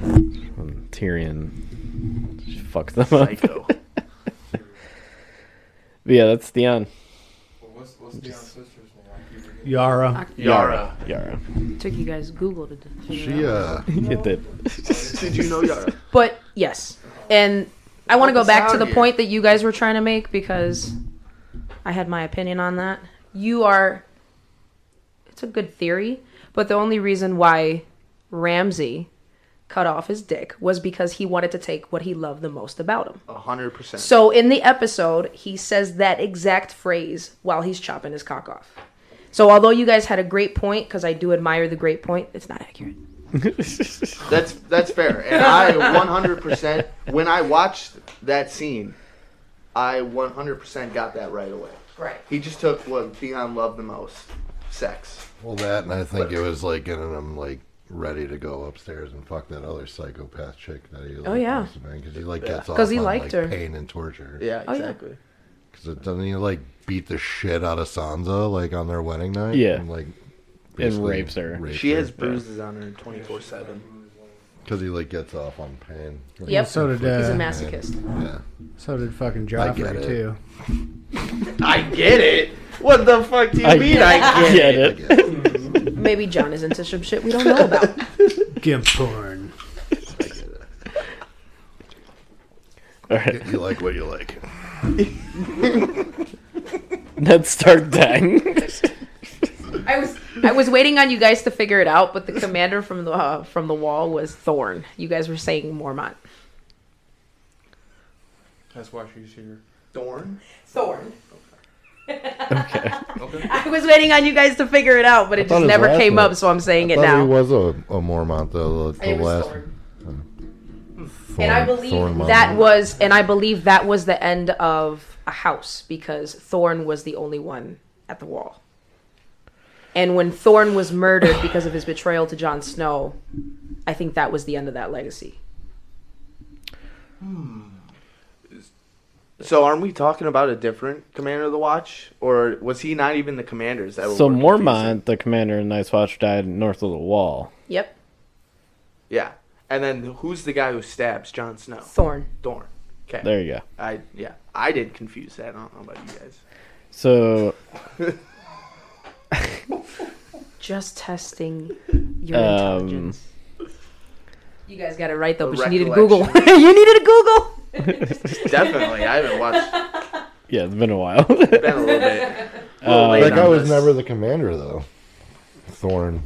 Speaker 5: When Tyrion fucked them up. But
Speaker 8: Psycho.
Speaker 5: yeah, that's Theon.
Speaker 9: What's, what's Dion's sister's name? I keep forgetting.
Speaker 6: Yara.
Speaker 8: Yara.
Speaker 5: Yara.
Speaker 7: Took you guys Google to figure
Speaker 3: She,
Speaker 7: it out.
Speaker 3: uh,
Speaker 5: It did.
Speaker 8: Did you know Yara?
Speaker 7: But yes, and I want to
Speaker 8: Help
Speaker 7: go
Speaker 8: us
Speaker 7: back to
Speaker 8: out
Speaker 7: the
Speaker 8: here.
Speaker 7: point that you guys were trying to make because I had my opinion on that. You are. It's a good theory, but the only reason why Ramsey cut off his dick was because he wanted to take what he loved the most about him.
Speaker 8: A hundred percent.
Speaker 7: So in the episode, he says that exact phrase while he's chopping his cock off. So although you guys had a great point, because I do admire the great point, it's not accurate.
Speaker 8: That's that's fair. And I 100 percent when I watched that scene, I 100 percent got that right away.
Speaker 7: Right.
Speaker 8: He just took what Theon loved the most, sex.
Speaker 3: well, that, and I think it was like getting him like ready to go upstairs and fuck that other psychopath chick that he. Like,
Speaker 7: Oh, yeah.
Speaker 3: because he like gets off
Speaker 7: 'Cause he
Speaker 3: on,
Speaker 7: liked
Speaker 3: like,
Speaker 7: her.
Speaker 3: pain and torture.
Speaker 8: Yeah,
Speaker 7: Oh, yeah.
Speaker 8: exactly.
Speaker 3: Because it doesn't he like beat the shit out of Sansa like on their wedding night?
Speaker 5: Yeah.
Speaker 3: and, like
Speaker 5: And rapes her.
Speaker 8: She has bruises on her 24 seven.
Speaker 3: because he like gets off on pain. Like,
Speaker 7: Yep.
Speaker 6: So did
Speaker 7: He's a
Speaker 6: uh,
Speaker 7: masochist.
Speaker 3: Yeah,
Speaker 6: so did fucking
Speaker 3: I get
Speaker 6: Joffrey
Speaker 3: it.
Speaker 6: too.
Speaker 8: I get it. What the fuck do you
Speaker 5: I
Speaker 8: mean? I get
Speaker 5: get
Speaker 8: it.
Speaker 3: I
Speaker 5: it. [LAUGHS]
Speaker 3: guess.
Speaker 7: Maybe John is into some shit we don't know about.
Speaker 6: Gimp porn.
Speaker 5: All right.
Speaker 3: you like what you
Speaker 7: [LAUGHS]
Speaker 3: like.
Speaker 5: Ned Stark dying. [LAUGHS]
Speaker 7: I was I was waiting on you guys to figure it out, but the commander from the uh, from the wall was Thorn. You guys were saying Mormont.
Speaker 8: [LAUGHS] That's why she's here. Dorn.
Speaker 7: Thorn.
Speaker 8: Okay.
Speaker 7: I was waiting on you guys to figure it out, but it
Speaker 3: thought
Speaker 7: just
Speaker 3: his
Speaker 7: never
Speaker 3: last
Speaker 7: came
Speaker 3: name-
Speaker 7: up, so I'm saying
Speaker 3: I
Speaker 7: it
Speaker 3: thought
Speaker 7: now.
Speaker 3: he was a, a Mormont though. The, the
Speaker 7: It was
Speaker 3: last
Speaker 7: Thorn.
Speaker 3: Thorn-
Speaker 7: and I believe
Speaker 3: Thorn Mount.
Speaker 7: that was, and I believe that was the end of a house because Thorn was the only one at the wall. And when Thorn was murdered because of his betrayal to Jon Snow, I think that was the end of that legacy.
Speaker 8: So aren't we talking about a different commander of the watch, or was he not even the commander? Is that what
Speaker 5: So
Speaker 8: we're confusing?
Speaker 5: Mormont, the commander in Night's Watch, died north of the wall.
Speaker 7: Yep,
Speaker 8: Yeah. And then who's the guy who stabs Jon Snow?
Speaker 7: Thorn.
Speaker 8: Dorn. Okay.
Speaker 5: There you go.
Speaker 8: I yeah. I did confuse that. I don't know about you guys.
Speaker 5: So
Speaker 7: Just testing your
Speaker 5: Um,
Speaker 7: intelligence. You guys got it right though,
Speaker 8: The
Speaker 7: but you needed Google. [LAUGHS] you
Speaker 8: recollection.
Speaker 7: needed a Google.
Speaker 8: Definitely. I haven't watched.
Speaker 5: yeah, it's been a while. [LAUGHS]
Speaker 8: Been a little bit. a little
Speaker 5: Uh,
Speaker 8: late
Speaker 3: That guy
Speaker 8: on
Speaker 3: was
Speaker 8: this.
Speaker 3: never the commander though. Thorn.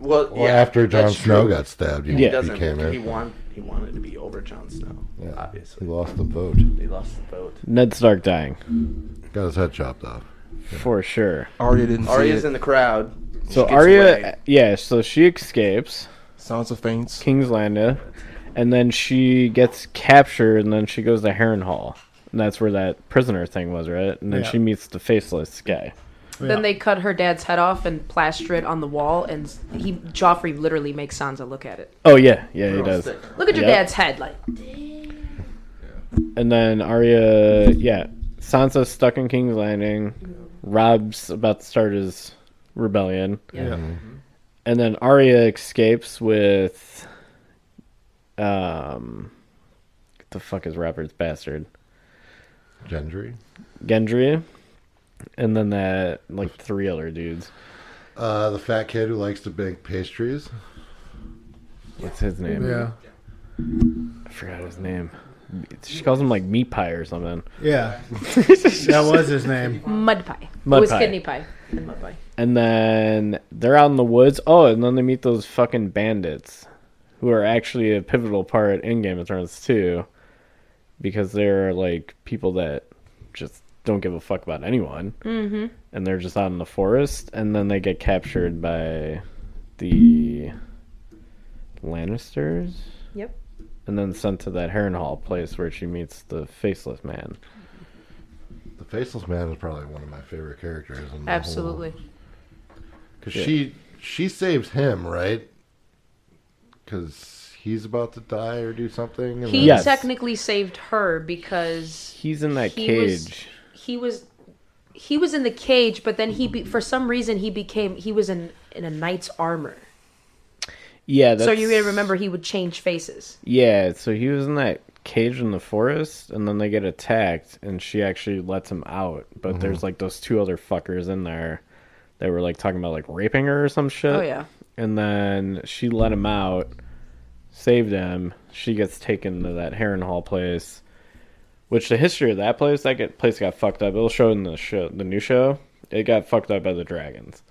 Speaker 8: Well,
Speaker 3: Well,
Speaker 8: yeah,
Speaker 3: after Jon
Speaker 8: that's
Speaker 3: Snow
Speaker 8: true.
Speaker 3: got stabbed, he,
Speaker 8: he
Speaker 5: Yeah.
Speaker 3: he
Speaker 8: doesn't.
Speaker 3: came in.
Speaker 8: He won. He wanted to be over Jon Snow.
Speaker 3: Yeah. He
Speaker 8: Obviously,
Speaker 3: lost the vote.
Speaker 8: he lost the vote.
Speaker 5: Ned Stark dying
Speaker 3: Got his head chopped off.
Speaker 5: for sure.
Speaker 4: Arya didn't
Speaker 8: Arya's
Speaker 4: see it.
Speaker 8: in the crowd. She
Speaker 5: So
Speaker 8: gets away.
Speaker 5: Arya, yeah, so she escapes
Speaker 4: Sansa faints.
Speaker 5: King's Landing, and then she gets captured, and then she goes to Heron Hall, and that's where that prisoner thing was, right? And then
Speaker 6: Yeah.
Speaker 5: she meets the faceless guy.
Speaker 6: Yeah.
Speaker 7: [LAUGHS] Then they cut her dad's head off and plaster it on the wall, and he Joffrey literally makes Sansa look at it.
Speaker 5: Oh yeah, yeah, he does.
Speaker 7: Look at your
Speaker 5: Yep.
Speaker 7: dad's head, like
Speaker 5: And then Arya, yeah, Sansa's stuck in King's Landing. Rob's about to start his rebellion. Mm-hmm.
Speaker 7: Yeah.
Speaker 5: And then Arya escapes with um what the fuck is Robert's bastard?
Speaker 3: Gendry.
Speaker 5: Gendry. And then that like three other dudes.
Speaker 3: Uh, the fat kid who likes to bake pastries.
Speaker 5: What's his name?
Speaker 6: Yeah.
Speaker 5: I forgot his name. She calls him like meat pie or something.
Speaker 6: Yeah. that was his name.
Speaker 7: mud pie.
Speaker 5: Mud
Speaker 7: it was
Speaker 5: pie.
Speaker 7: kidney pie. And mud pie.
Speaker 5: And then they're out in the woods. Oh, and then they meet those fucking bandits who are actually a pivotal part in Game of Thrones too because they're like people that just don't give a fuck about anyone. Mm-hmm. And they're just out in the forest and then they get captured by the Lannisters
Speaker 7: Yep.
Speaker 5: and then sent to that Harrenhal place where she meets the faceless man.
Speaker 3: The faceless man is probably one of my favorite characters.
Speaker 5: Oh.
Speaker 3: In the
Speaker 7: Absolutely.
Speaker 3: Because she she saves him, right? Because he's about to die or do something. and
Speaker 7: He
Speaker 5: Yes.
Speaker 7: technically saved her because
Speaker 5: He's in that
Speaker 7: He
Speaker 5: cage.
Speaker 7: was- he was he was in the cage, but then he be, for some reason he became he was in in a knight's armor.
Speaker 5: Yeah, that's
Speaker 7: So you gotta remember he would change faces.
Speaker 5: Yeah, so he was in that cage in the forest, and then they get attacked, and she actually lets him out. But there's like those two other fuckers in there that were like talking about like raping her or some shit.
Speaker 7: Oh yeah.
Speaker 5: And then she let him out, saved him. She gets taken to that Heron Hall place, which the history of that place, that get, place got fucked up. It'll show in the show, the new show. It got fucked up by the dragons.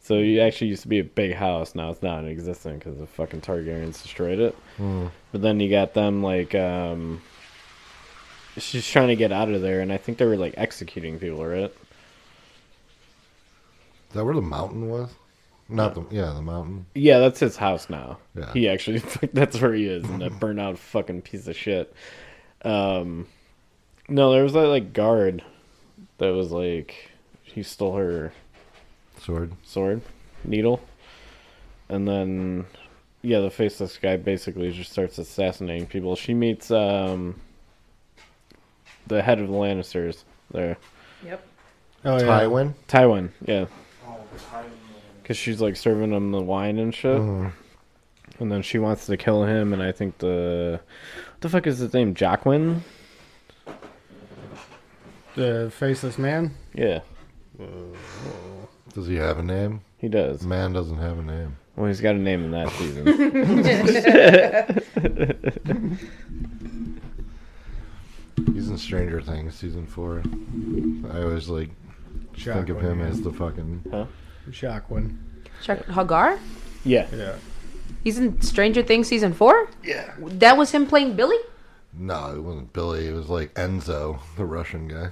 Speaker 5: So it actually used to be a big house. Now it's not in existence because the fucking Targaryens destroyed it. But then you got them like, um, she's trying to get out of there, and I think they were like executing people, right?
Speaker 3: Is that where the mountain was? Not the yeah the mountain.
Speaker 5: Yeah, that's his house now.
Speaker 3: Yeah.
Speaker 5: He actually, [LAUGHS] that's where he is in that burnout fucking piece of shit. Um, no, there was that like guard that was like he stole her
Speaker 3: Sword.
Speaker 5: sword, needle, and then yeah, the faceless guy basically just starts assassinating people. She meets um the head of the Lannisters there,
Speaker 7: Yep.
Speaker 6: Oh yeah.
Speaker 3: Tywin.
Speaker 5: Tywin. Yeah,
Speaker 8: Oh,
Speaker 5: because she's like serving him the wine and shit. And then she wants to kill him, and I think the what the fuck is his name? Jacquin?
Speaker 6: The faceless man.
Speaker 5: Yeah,
Speaker 3: Does he have a name?
Speaker 5: he does.
Speaker 3: The man doesn't have a name.
Speaker 5: Well, he's got a name in that season. [LAUGHS]
Speaker 3: He's in Stranger Things season four. I always like think of him as the fucking
Speaker 6: Jacquin.
Speaker 7: Chuck Hagar?
Speaker 5: Yeah.
Speaker 6: Yeah.
Speaker 7: He's in Stranger Things season four?
Speaker 3: Yeah.
Speaker 7: That was him playing Billy?
Speaker 3: No, it wasn't Billy. It was like Enzo, the Russian guy.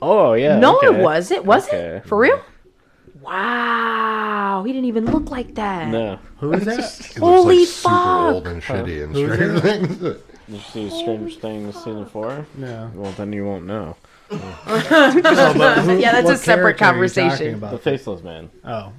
Speaker 5: Oh yeah.
Speaker 7: no,
Speaker 5: okay.
Speaker 7: it wasn't. Was
Speaker 5: Okay.
Speaker 7: it? For real? Wow. He didn't even look like that.
Speaker 5: No.
Speaker 6: Who is that?
Speaker 3: He looks,
Speaker 7: Holy
Speaker 3: like,
Speaker 7: fuck.
Speaker 3: Super old and shitty and Stranger Things.
Speaker 5: Did you see Strange Things season four?
Speaker 6: No.
Speaker 5: [LAUGHS] Well, then you won't know.
Speaker 7: yeah, that's
Speaker 6: What
Speaker 7: a separate
Speaker 6: character are you talking
Speaker 7: conversation.
Speaker 5: The
Speaker 6: about?
Speaker 5: faceless man,
Speaker 6: Oh,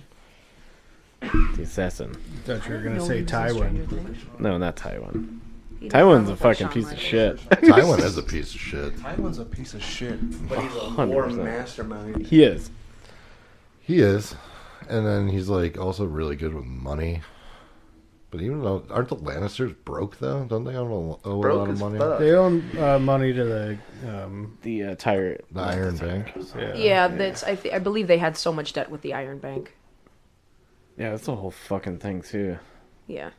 Speaker 5: the assassin.
Speaker 6: thought you were gonna say Tywin.
Speaker 5: No, not Taiwan. Taiwan's a fucking piece of shit. [LAUGHS]
Speaker 3: Tywin is a piece of shit.
Speaker 10: Tywin's a piece of shit.
Speaker 8: But he's a
Speaker 5: 100%.
Speaker 8: war mastermind.
Speaker 5: He is.
Speaker 3: He is, and then he's like also really good with money. But even though aren't the Lannisters broke though? Don't they owe a, owe a lot
Speaker 8: Broke
Speaker 3: of
Speaker 8: as
Speaker 3: money?
Speaker 8: fuck.
Speaker 6: They owe uh, money to the. Um,
Speaker 5: The uh, tyrant.
Speaker 3: The Iron Bank.
Speaker 6: yeah.
Speaker 7: Yeah, that's. I, th- I believe they had so much debt with the Iron Bank.
Speaker 5: Yeah, that's a whole fucking thing too.
Speaker 7: Yeah.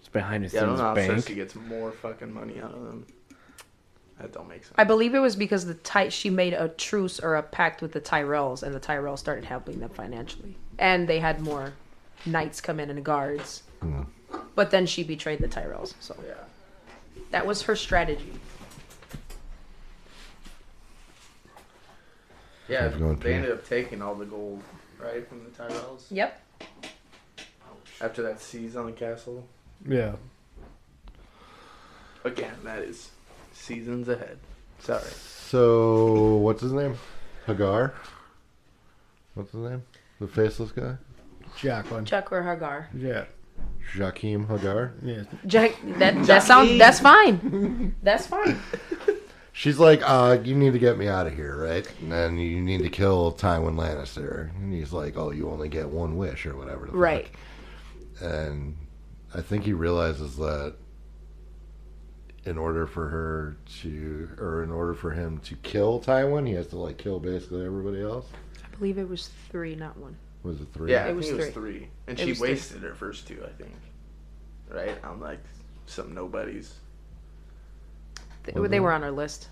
Speaker 5: It's behind the
Speaker 8: Yeah, I don't
Speaker 5: scenes
Speaker 8: know how
Speaker 5: bank.
Speaker 8: Cersei gets more fucking money out of them. That don't make sense.
Speaker 7: I believe it was because the Ty- she made a truce or a pact with the Tyrells, and the Tyrells started helping them financially, and they had more knights come in and guards.
Speaker 5: Hmm.
Speaker 7: But then she betrayed the Tyrells, so
Speaker 8: yeah.
Speaker 7: that was her strategy.
Speaker 8: Yeah,
Speaker 3: Sounds going
Speaker 8: they
Speaker 3: to-
Speaker 8: ended up taking all the gold, right, from the Tyrells
Speaker 7: Yep.
Speaker 8: after that siege on the castle.
Speaker 6: yeah.
Speaker 8: Again, that is seasons ahead. Sorry.
Speaker 3: So what's his name? Hagar. What's his name? The faceless guy.
Speaker 6: Jacqueline.
Speaker 7: Chuck or Hagar.
Speaker 6: Yeah.
Speaker 3: Joachim Hagar.
Speaker 6: Yeah.
Speaker 7: Jack. [LAUGHS] That that sounds. That's fine. That's fine.
Speaker 3: She's like, uh, you need to get me out of here, right? And then you need to kill Tywin Lannister. And he's like, oh, you only get one wish or whatever. The fuck.
Speaker 7: Right.
Speaker 3: And I think he realizes that in order for her to, or in order for him to kill Tywin, he has to like kill basically everybody else.
Speaker 7: I believe it was three, not one.
Speaker 3: Was it three?
Speaker 8: Yeah, I
Speaker 7: It was
Speaker 8: think it was
Speaker 7: three.
Speaker 8: three, and
Speaker 7: It
Speaker 8: she
Speaker 7: was three.
Speaker 8: wasted her first two, I think. Right on like some nobodies.
Speaker 7: They,
Speaker 3: Was
Speaker 7: they
Speaker 3: it?
Speaker 7: were on her list.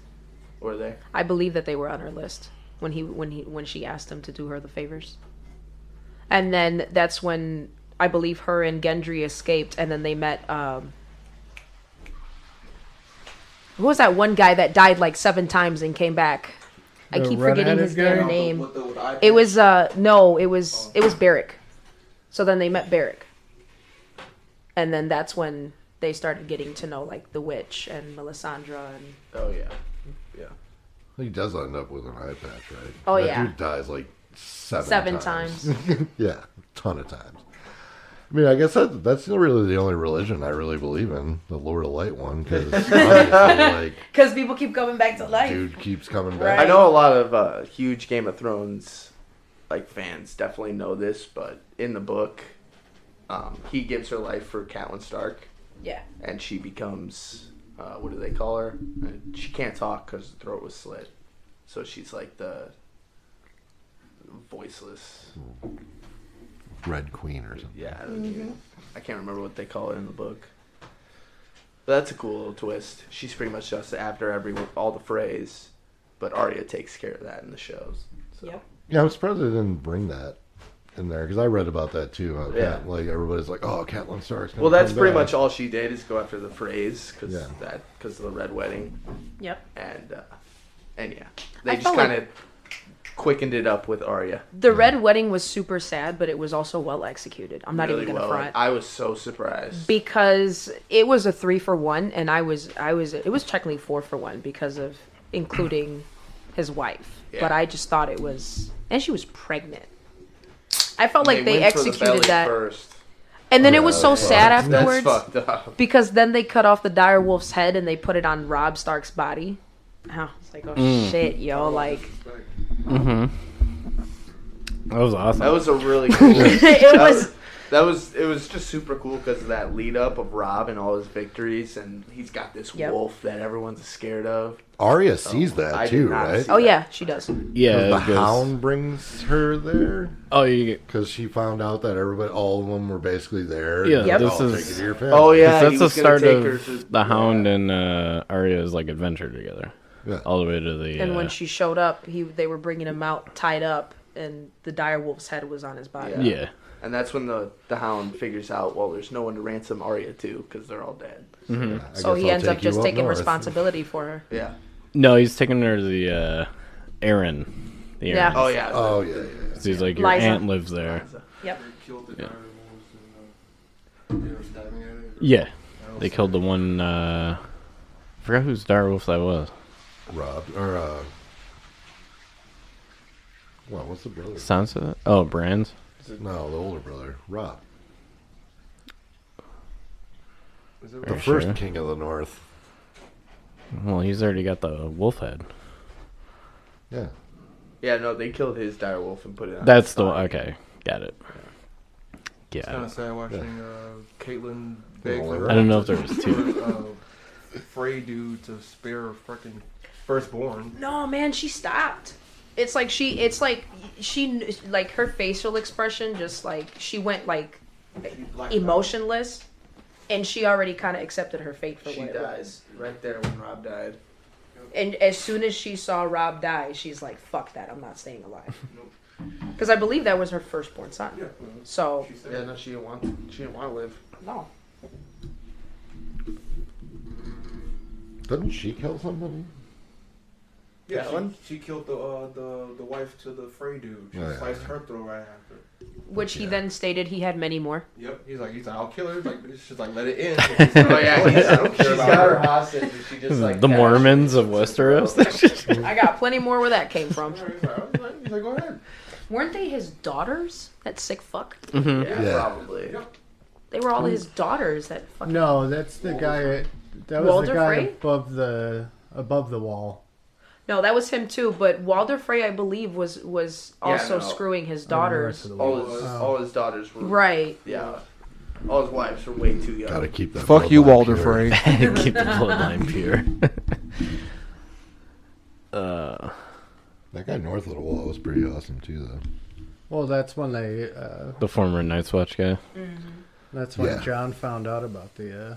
Speaker 8: Were they?
Speaker 7: I believe that they were on her list when he when he when she asked him to do her the favors. And then that's when I believe her and Gendry escaped, and then they met. Um, who was that one guy that died like seven times and came back? I
Speaker 6: The
Speaker 7: keep forgetting
Speaker 6: red-headed
Speaker 7: his
Speaker 6: guy?
Speaker 7: damn name. It was uh no, it was it was Barrick. So then they met Barrick, and then that's when they started getting to know like the witch and Melisandre and
Speaker 8: Oh yeah, yeah.
Speaker 3: He does end up with an eye patch, right?
Speaker 7: Oh,
Speaker 3: that
Speaker 7: yeah.
Speaker 3: dude dies like seven
Speaker 7: Seven
Speaker 3: [LAUGHS] yeah, ton of times. I mean, I guess that, that's really the only religion I really believe in, the Lord of Light one,
Speaker 7: [LAUGHS]
Speaker 3: because like
Speaker 7: because people keep coming back to life.
Speaker 3: dude keeps coming
Speaker 7: Right.
Speaker 3: back.
Speaker 8: I know a lot of uh, huge Game of Thrones like fans definitely know this, but in the book, um, he gives her life for Catelyn Stark,
Speaker 7: Yeah.
Speaker 8: and she becomes uh, what do they call her? Uh, She can't talk because her throat was slit, so she's like the voiceless.
Speaker 3: Red Queen or something.
Speaker 8: Yeah, I, don't
Speaker 7: Mm-hmm.
Speaker 8: even- I can't remember what they call it in the book. But that's a cool little twist. She's pretty much just after every all the phrase, but Arya takes care of that in the shows. So.
Speaker 7: Yep.
Speaker 3: Yeah, I'm surprised they didn't bring that in there because I read about that too. how
Speaker 8: Yeah.
Speaker 3: Cat- like everybody's like, "Oh, Catelyn Stark's." gonna
Speaker 8: Well, that's
Speaker 3: come
Speaker 8: pretty
Speaker 3: back."
Speaker 8: much all she did is go after the phrase because
Speaker 3: Yeah.
Speaker 8: that because of the red wedding
Speaker 7: Yep.
Speaker 8: and uh, and yeah, they
Speaker 7: I
Speaker 8: just
Speaker 7: felt
Speaker 8: kind
Speaker 7: like-
Speaker 8: of quickened it up with Arya.
Speaker 7: The red wedding was super sad, but it was also well executed. I'm not
Speaker 8: really
Speaker 7: even gonna
Speaker 8: well.
Speaker 7: front
Speaker 8: I was so surprised.
Speaker 7: because it was a three for one, and I was I was it was technically four for one because of including his wife.
Speaker 8: Yeah.
Speaker 7: But I just thought it was, and she was pregnant. I felt like they,
Speaker 8: went for the belly
Speaker 7: executed that,
Speaker 8: first.
Speaker 7: and then it was so
Speaker 3: Yeah,
Speaker 7: sad
Speaker 3: that's
Speaker 8: That's
Speaker 7: afterwards.
Speaker 8: fucked up.
Speaker 7: because then they cut off the dire wolf's head and they put it on Rob Stark's body. Oh, it's like, oh
Speaker 8: Mm.
Speaker 7: shit, yo, like
Speaker 5: Mm-hmm. That was awesome.
Speaker 8: That was a really
Speaker 3: [LAUGHS]
Speaker 8: cool.
Speaker 7: [LAUGHS] it
Speaker 8: That
Speaker 7: was
Speaker 8: was that was it was just super cool because of that lead up of Rob and all his victories, and he's got this
Speaker 7: Yep.
Speaker 8: wolf that everyone's scared of.
Speaker 3: Arya sees that
Speaker 8: Oh, I did
Speaker 3: too,
Speaker 8: not
Speaker 3: right?
Speaker 8: see
Speaker 7: Oh yeah, she does.
Speaker 5: yeah.
Speaker 3: the
Speaker 5: it goes-
Speaker 3: Hound brings her there
Speaker 5: Oh, you get.
Speaker 3: because she found out that everybody, all of them, were basically there.
Speaker 5: Yeah,
Speaker 3: Like,
Speaker 7: Yep.
Speaker 5: this
Speaker 3: "Oh,
Speaker 5: is-
Speaker 3: take it to your family."
Speaker 8: Oh yeah,
Speaker 5: that's
Speaker 8: he
Speaker 5: the
Speaker 8: was gonna
Speaker 5: start
Speaker 8: take her to-
Speaker 5: of the Hound and uh, Arya's like adventure together,
Speaker 3: Yeah.
Speaker 5: all the way to the.
Speaker 7: And when
Speaker 5: uh,
Speaker 7: she showed up, he they were bringing him out tied up, and the dire wolf's head was on his body.
Speaker 8: Yeah.
Speaker 5: yeah,
Speaker 8: and that's when the the Hound figures out well, there's no one to ransom Arya to because they're all dead.
Speaker 3: I
Speaker 7: So
Speaker 3: guess
Speaker 7: he
Speaker 3: I'll
Speaker 7: ends
Speaker 3: take
Speaker 7: up
Speaker 3: you
Speaker 7: just
Speaker 3: up
Speaker 7: taking
Speaker 3: north.
Speaker 7: responsibility for her.
Speaker 8: Yeah.
Speaker 5: No, he's taking her to the uh, Aaron. The
Speaker 7: Yeah.
Speaker 5: Aaron.
Speaker 8: Oh yeah.
Speaker 3: Oh yeah, yeah.
Speaker 5: So he's like, your
Speaker 7: Liza.
Speaker 5: aunt lives there.
Speaker 7: Yep.
Speaker 4: Killed the
Speaker 5: Yeah.
Speaker 4: direwolves and, uh, they were stabbing at it.
Speaker 5: Yeah. They killed the one. Uh, I forgot whose direwolf that was.
Speaker 3: Rob or uh, well, what's the brother?
Speaker 5: Sansa? Oh, Brands?
Speaker 3: No, the older brother, Rob,
Speaker 4: Was it
Speaker 3: the
Speaker 5: you
Speaker 3: first
Speaker 5: sure?
Speaker 3: king of the north.
Speaker 5: Well, he's already got the wolf head.
Speaker 3: Yeah,
Speaker 8: Yeah. No, they killed his direwolf and put it. on
Speaker 5: That's
Speaker 8: his
Speaker 5: the
Speaker 8: side.
Speaker 5: one. Okay. Got it.
Speaker 4: It's kind
Speaker 5: Yeah.
Speaker 4: of sad watching uh, Caitlyn beg
Speaker 3: Well,
Speaker 4: for
Speaker 3: I
Speaker 5: don't know if there was two.
Speaker 4: [LAUGHS] uh, Frey dude to spare her freaking firstborn.
Speaker 7: No, man, she stopped. It's like she, it's like she, kn- like her facial expression, just like she went like emotionless, and she already kind of accepted her fate for
Speaker 8: She
Speaker 7: what it
Speaker 8: dies
Speaker 7: was.
Speaker 8: right there when Rob died.
Speaker 7: And as soon as she saw Rob die, she's like, "Fuck that! I'm not staying
Speaker 3: [LAUGHS]
Speaker 7: alive." Because I believe that was her firstborn son. So
Speaker 8: Yeah. No, she didn't want. She didn't want to live.
Speaker 7: no,
Speaker 3: doesn't she kill somebody?
Speaker 4: Yeah,
Speaker 8: That
Speaker 4: she,
Speaker 8: one?
Speaker 4: she killed the uh, the the wife to the Frey dude. She
Speaker 3: Oh, yeah.
Speaker 4: sliced her throat right after.
Speaker 7: which he then stated he had many more.
Speaker 4: Yep. He's like, he's like, I'll kill her. He's like, she's like, let it in. He's
Speaker 8: [LAUGHS]
Speaker 4: like,
Speaker 8: Oh [LAUGHS] yeah. He's,
Speaker 4: I don't care
Speaker 8: she's
Speaker 4: about
Speaker 8: got her
Speaker 4: her.
Speaker 8: hostage. And she just like
Speaker 5: the
Speaker 8: cashed
Speaker 5: Mormons of
Speaker 8: it.
Speaker 5: Westeros?
Speaker 7: I got plenty more where that came from.
Speaker 4: He's like, all right. He's like, go ahead.
Speaker 7: Weren't they his daughters? That sick fuck.
Speaker 8: [LAUGHS]
Speaker 5: [LAUGHS]
Speaker 8: Yeah,
Speaker 3: Yeah.
Speaker 8: probably.
Speaker 7: They were all his daughters. That fucking
Speaker 6: No, that's the guy. That was
Speaker 7: Walder
Speaker 6: the guy
Speaker 7: Frey?
Speaker 6: above the above the wall.
Speaker 7: No, that was him too. But Walder Frey, I believe, was was
Speaker 8: Yeah,
Speaker 7: also
Speaker 8: no.
Speaker 7: screwing his
Speaker 6: on the rest
Speaker 7: daughters.
Speaker 6: of
Speaker 3: Oh,
Speaker 6: the
Speaker 8: All
Speaker 6: wall. Uh,
Speaker 8: his all his daughters were
Speaker 7: Right.
Speaker 8: Yeah, all his wives were way too young.
Speaker 3: Got to keep that.
Speaker 11: Fuck you,
Speaker 3: bloodline
Speaker 11: Walder
Speaker 3: pure.
Speaker 11: Frey.
Speaker 5: Keep the bloodline pure. uh,
Speaker 3: That guy north of the wall was pretty awesome too, though.
Speaker 6: Well, that's when they. Uh,
Speaker 5: the former Night's Watch guy.
Speaker 6: that's when
Speaker 3: Yeah.
Speaker 6: John found out about the uh,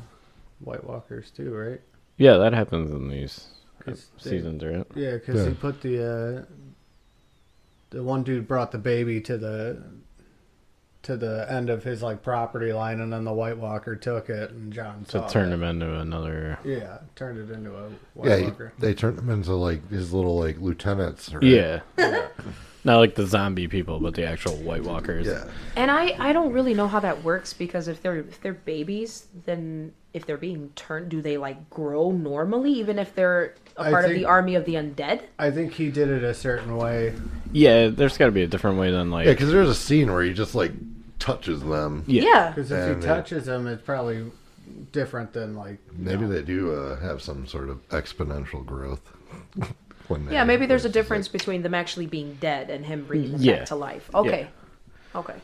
Speaker 6: White Walkers too, right?
Speaker 5: Yeah, that happens in these
Speaker 6: 'Cause they-
Speaker 5: seasons, right?
Speaker 6: Yeah, because he
Speaker 3: Yeah.
Speaker 6: put the uh, the one dude brought the baby to the to the end of his like property line, and then the White Walker took it, and John
Speaker 5: To
Speaker 6: saw
Speaker 5: turn
Speaker 6: it.
Speaker 5: him into another.
Speaker 6: Yeah, turned it into a White
Speaker 3: Yeah, he-
Speaker 6: Walker.
Speaker 3: they turned him into like his little like lieutenants. Right?
Speaker 5: Yeah. Not like the zombie people, but the actual White Walkers.
Speaker 3: yeah.
Speaker 7: And I I don't really know how that works because if they're if they're babies, then if they're being turned, do they like grow normally even if they're a
Speaker 6: I
Speaker 7: part of
Speaker 6: think-
Speaker 7: the army of the undead?
Speaker 6: I think he did it a certain way.
Speaker 5: Yeah, there's got to be a different way than like.
Speaker 3: Yeah, because there's a scene where he just like touches them.
Speaker 5: Yeah.
Speaker 6: Because if
Speaker 3: And
Speaker 6: he
Speaker 8: uh,
Speaker 3: they-
Speaker 6: touches him, it's probably different than like
Speaker 3: Maybe they do uh, have some sort of exponential growth. [LAUGHS] when they-
Speaker 7: Yeah, maybe there's
Speaker 3: versus,
Speaker 7: a
Speaker 3: like,
Speaker 7: difference between them actually being dead and him bringing them
Speaker 5: Yeah.
Speaker 7: back to life. Okay. Okay.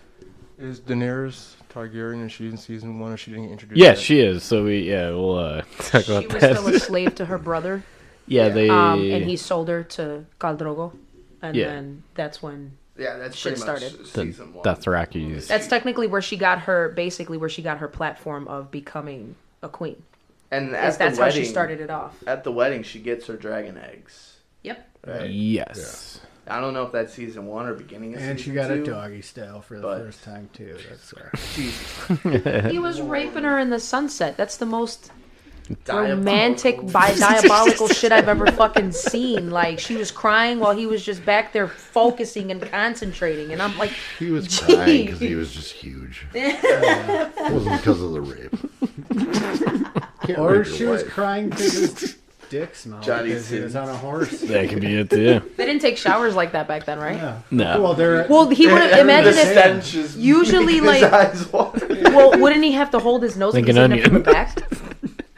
Speaker 12: Is Daenerys Targaryen and she's in season one or she didn't get introduced?
Speaker 5: Yeah,
Speaker 12: yet?
Speaker 5: she is. So we yeah we'll uh, [LAUGHS] talk
Speaker 7: She
Speaker 5: about
Speaker 7: was
Speaker 5: that.
Speaker 7: still a slave to her brother,
Speaker 5: [LAUGHS] yeah, they
Speaker 7: um, and he sold her to Caldrogo, and
Speaker 5: Yeah.
Speaker 7: then that's when
Speaker 8: yeah, that's
Speaker 7: Shit
Speaker 8: pretty much
Speaker 7: started.
Speaker 8: season one.
Speaker 5: that's Rockies.
Speaker 7: That's technically where she got her, basically where she got her platform of becoming a queen.
Speaker 8: and
Speaker 7: Is
Speaker 8: at
Speaker 7: that's
Speaker 8: the
Speaker 7: how
Speaker 8: wedding,
Speaker 7: she started it off.
Speaker 8: At the wedding, she gets her dragon eggs.
Speaker 7: Yep.
Speaker 5: Yes.
Speaker 8: I don't know if that's season one or beginning of
Speaker 6: And she
Speaker 8: season
Speaker 6: got
Speaker 8: two.
Speaker 6: a doggy style for the
Speaker 8: but-
Speaker 6: first time too.
Speaker 8: [LAUGHS]
Speaker 6: That's
Speaker 5: Uh-huh.
Speaker 7: He was raping her in the sunset. That's the most
Speaker 8: Diabolical. [LAUGHS]
Speaker 7: romantic, bi- diabolical shit I've ever fucking seen. Like she was crying while he was just back there focusing and concentrating, and I'm like,
Speaker 3: He was
Speaker 7: [LAUGHS]
Speaker 3: crying because he was just huge. it wasn't because of the rape. Can't
Speaker 6: or
Speaker 3: rape your
Speaker 6: she was
Speaker 3: wife.
Speaker 6: crying
Speaker 8: [LAUGHS]
Speaker 6: because his dick smelled
Speaker 8: Johnny
Speaker 6: because he was
Speaker 8: Sins.
Speaker 6: on
Speaker 8: [LAUGHS]
Speaker 6: a horse.
Speaker 5: That could be it too.
Speaker 7: they didn't take showers like that back then, right?
Speaker 6: Yeah.
Speaker 5: No.
Speaker 6: Well, they're
Speaker 7: Well, he would have imagine
Speaker 8: [LAUGHS]
Speaker 7: if.
Speaker 8: Stench is
Speaker 7: Usually,
Speaker 8: making his
Speaker 7: like-
Speaker 8: eyes
Speaker 7: [LAUGHS]
Speaker 8: water.
Speaker 7: Well, wouldn't he have to hold his nose
Speaker 5: Like
Speaker 7: if he's
Speaker 5: an
Speaker 7: in it from the
Speaker 5: onion.
Speaker 7: back?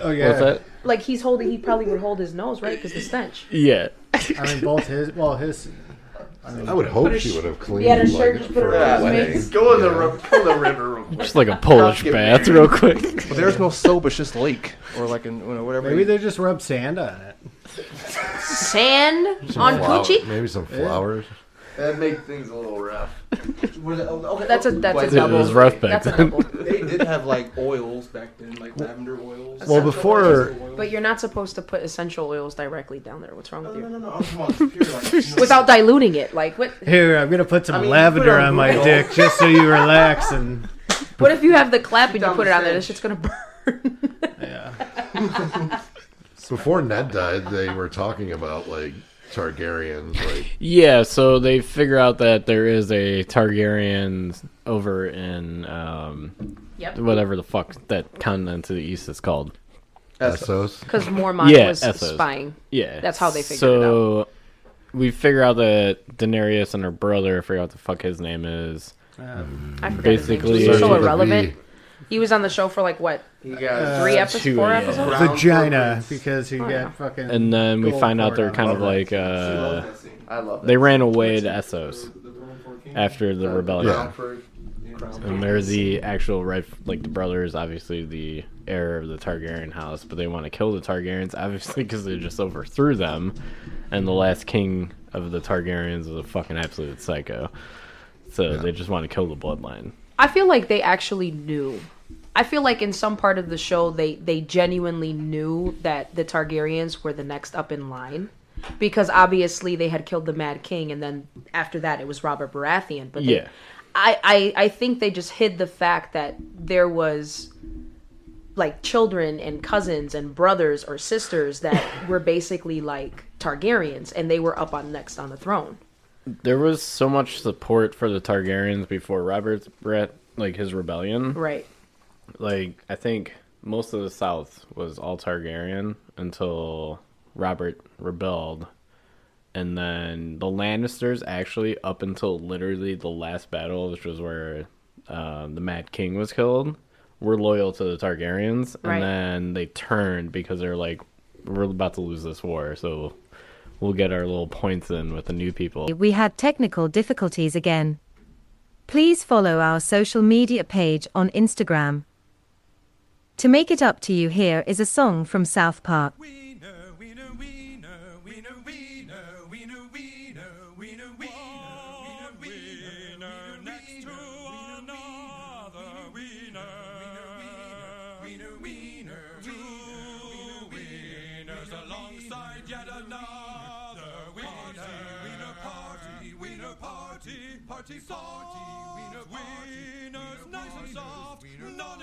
Speaker 6: oh yeah.
Speaker 7: Like he's holding, he probably would hold his nose, right? Because the stench.
Speaker 5: Yeah.
Speaker 6: I mean, both his well, his
Speaker 3: I would hope she would have cleaned
Speaker 7: Yeah, the
Speaker 3: like,
Speaker 7: shirt just put
Speaker 3: for
Speaker 7: it
Speaker 3: a
Speaker 7: around his
Speaker 3: wedding.
Speaker 7: waist.
Speaker 8: Go in the ri- pull the river real quick.
Speaker 5: Just like a Polish
Speaker 8: Give me-
Speaker 5: bath, real quick.
Speaker 12: But there's no soap. It's just lake or like in, you know, whatever.
Speaker 6: maybe they just rubbed sand on it.
Speaker 7: Sand on
Speaker 3: Flower-
Speaker 7: Gucci.
Speaker 3: Maybe some flowers.
Speaker 8: That makes things a little rough.
Speaker 9: Were they- oh, okay,
Speaker 7: That's a
Speaker 9: oh,
Speaker 7: that's a
Speaker 8: It
Speaker 7: double.
Speaker 5: was rough back
Speaker 7: that's a
Speaker 5: then.
Speaker 7: double.
Speaker 5: [LAUGHS]
Speaker 9: They did have like oils back then, like lavender oils.
Speaker 7: Well,
Speaker 9: Essential
Speaker 7: before-
Speaker 9: oils.
Speaker 7: But you're not supposed to put essential oils directly down there. What's wrong
Speaker 9: No,
Speaker 7: with
Speaker 9: Oh, no,
Speaker 7: you?
Speaker 9: no, no. I'm talking about pure, like, [LAUGHS] you know,
Speaker 7: Without diluting it, like what?
Speaker 10: Here, I'm gonna put some
Speaker 8: I mean, you put
Speaker 10: lavender
Speaker 8: on
Speaker 10: on my
Speaker 8: Google.
Speaker 10: dick just so you relax
Speaker 8: [LAUGHS]
Speaker 10: and
Speaker 7: What if you have the clap and you
Speaker 8: Down
Speaker 7: put
Speaker 8: the
Speaker 7: it on there? This
Speaker 8: stairs.
Speaker 7: shit's gonna burn. [LAUGHS]
Speaker 10: yeah.
Speaker 3: Before Ned died, they were talking about like Targaryens, like
Speaker 5: Yeah, so they figure out that there is a Targaryen over in um,
Speaker 7: yep.
Speaker 5: whatever the fuck that continent to the east is called.
Speaker 3: Essos.
Speaker 7: Because Mormont
Speaker 5: Yeah,
Speaker 7: was
Speaker 5: Essos.
Speaker 7: spying.
Speaker 5: Yeah,
Speaker 7: That's how they figured it
Speaker 5: so, we figure out that Daenerys and her brother, I forgot what the fuck his name is.
Speaker 7: I forgot
Speaker 5: Basically-
Speaker 7: his name. He was
Speaker 5: Starts
Speaker 7: so
Speaker 5: with
Speaker 3: a
Speaker 7: irrelevant.
Speaker 3: V.
Speaker 7: He was on the show for like what
Speaker 8: He got
Speaker 7: three
Speaker 10: Uh,
Speaker 7: episodes,
Speaker 5: two,
Speaker 7: four
Speaker 5: yeah.
Speaker 7: episodes.
Speaker 8: Brown
Speaker 10: vagina
Speaker 8: footprints.
Speaker 10: because
Speaker 8: Oh,
Speaker 10: he
Speaker 7: yeah.
Speaker 10: got fucking.
Speaker 5: And then we
Speaker 10: gold
Speaker 5: find out
Speaker 10: poured
Speaker 5: they're
Speaker 10: on
Speaker 5: kind
Speaker 10: him.
Speaker 5: of like
Speaker 9: she loved
Speaker 5: uh,
Speaker 9: that scene.
Speaker 8: I love that.
Speaker 5: they ran away to Essos
Speaker 9: The Brown Fork King.
Speaker 5: after the
Speaker 8: Uh,
Speaker 5: rebellion.
Speaker 8: Crown for- Crown for-
Speaker 5: And they're the actual right, like the brothers, obviously the heir of the Targaryen house, but they want to kill the Targaryens, obviously, because they just overthrew them. And the last king of the Targaryens is a fucking absolute psycho. So they just want to kill the bloodline.
Speaker 7: I feel like they actually knew. I feel like in some part of the show they they genuinely knew that the Targaryens were the next up in line. Because obviously they had killed the Mad King, and then after that it was Robert Baratheon. But they-
Speaker 5: Yeah.
Speaker 7: I, I I think they just hid the fact that there was like children and cousins and brothers or sisters that were basically like Targaryens and they were up on next on the throne.
Speaker 5: There was so much support for the Targaryens before Robert's Brett, like his rebellion.
Speaker 7: Right.
Speaker 5: like I think most of the South was all Targaryen until Robert rebelled, and then the Lannisters actually up until literally the last battle, which was where uh, the Mad King was killed, were loyal to the Targaryens, and
Speaker 7: Right.
Speaker 5: then they turned because they're like, we're about to lose this war, so we'll get our little points in with the new people.
Speaker 1: We had technical difficulties again. Please follow our social media page on Instagram. To make it up to you, here is a song from South Park.
Speaker 13: Wiener, wiener, wiener, wiener, wiener, wiener, wiener, wiener, wiener, wiener, wiener, next to another wiener, wiener, wiener, two wieners alongside yet another wiener, wiener party, wiener party, party, party, wiener, wieners, nice and soft, non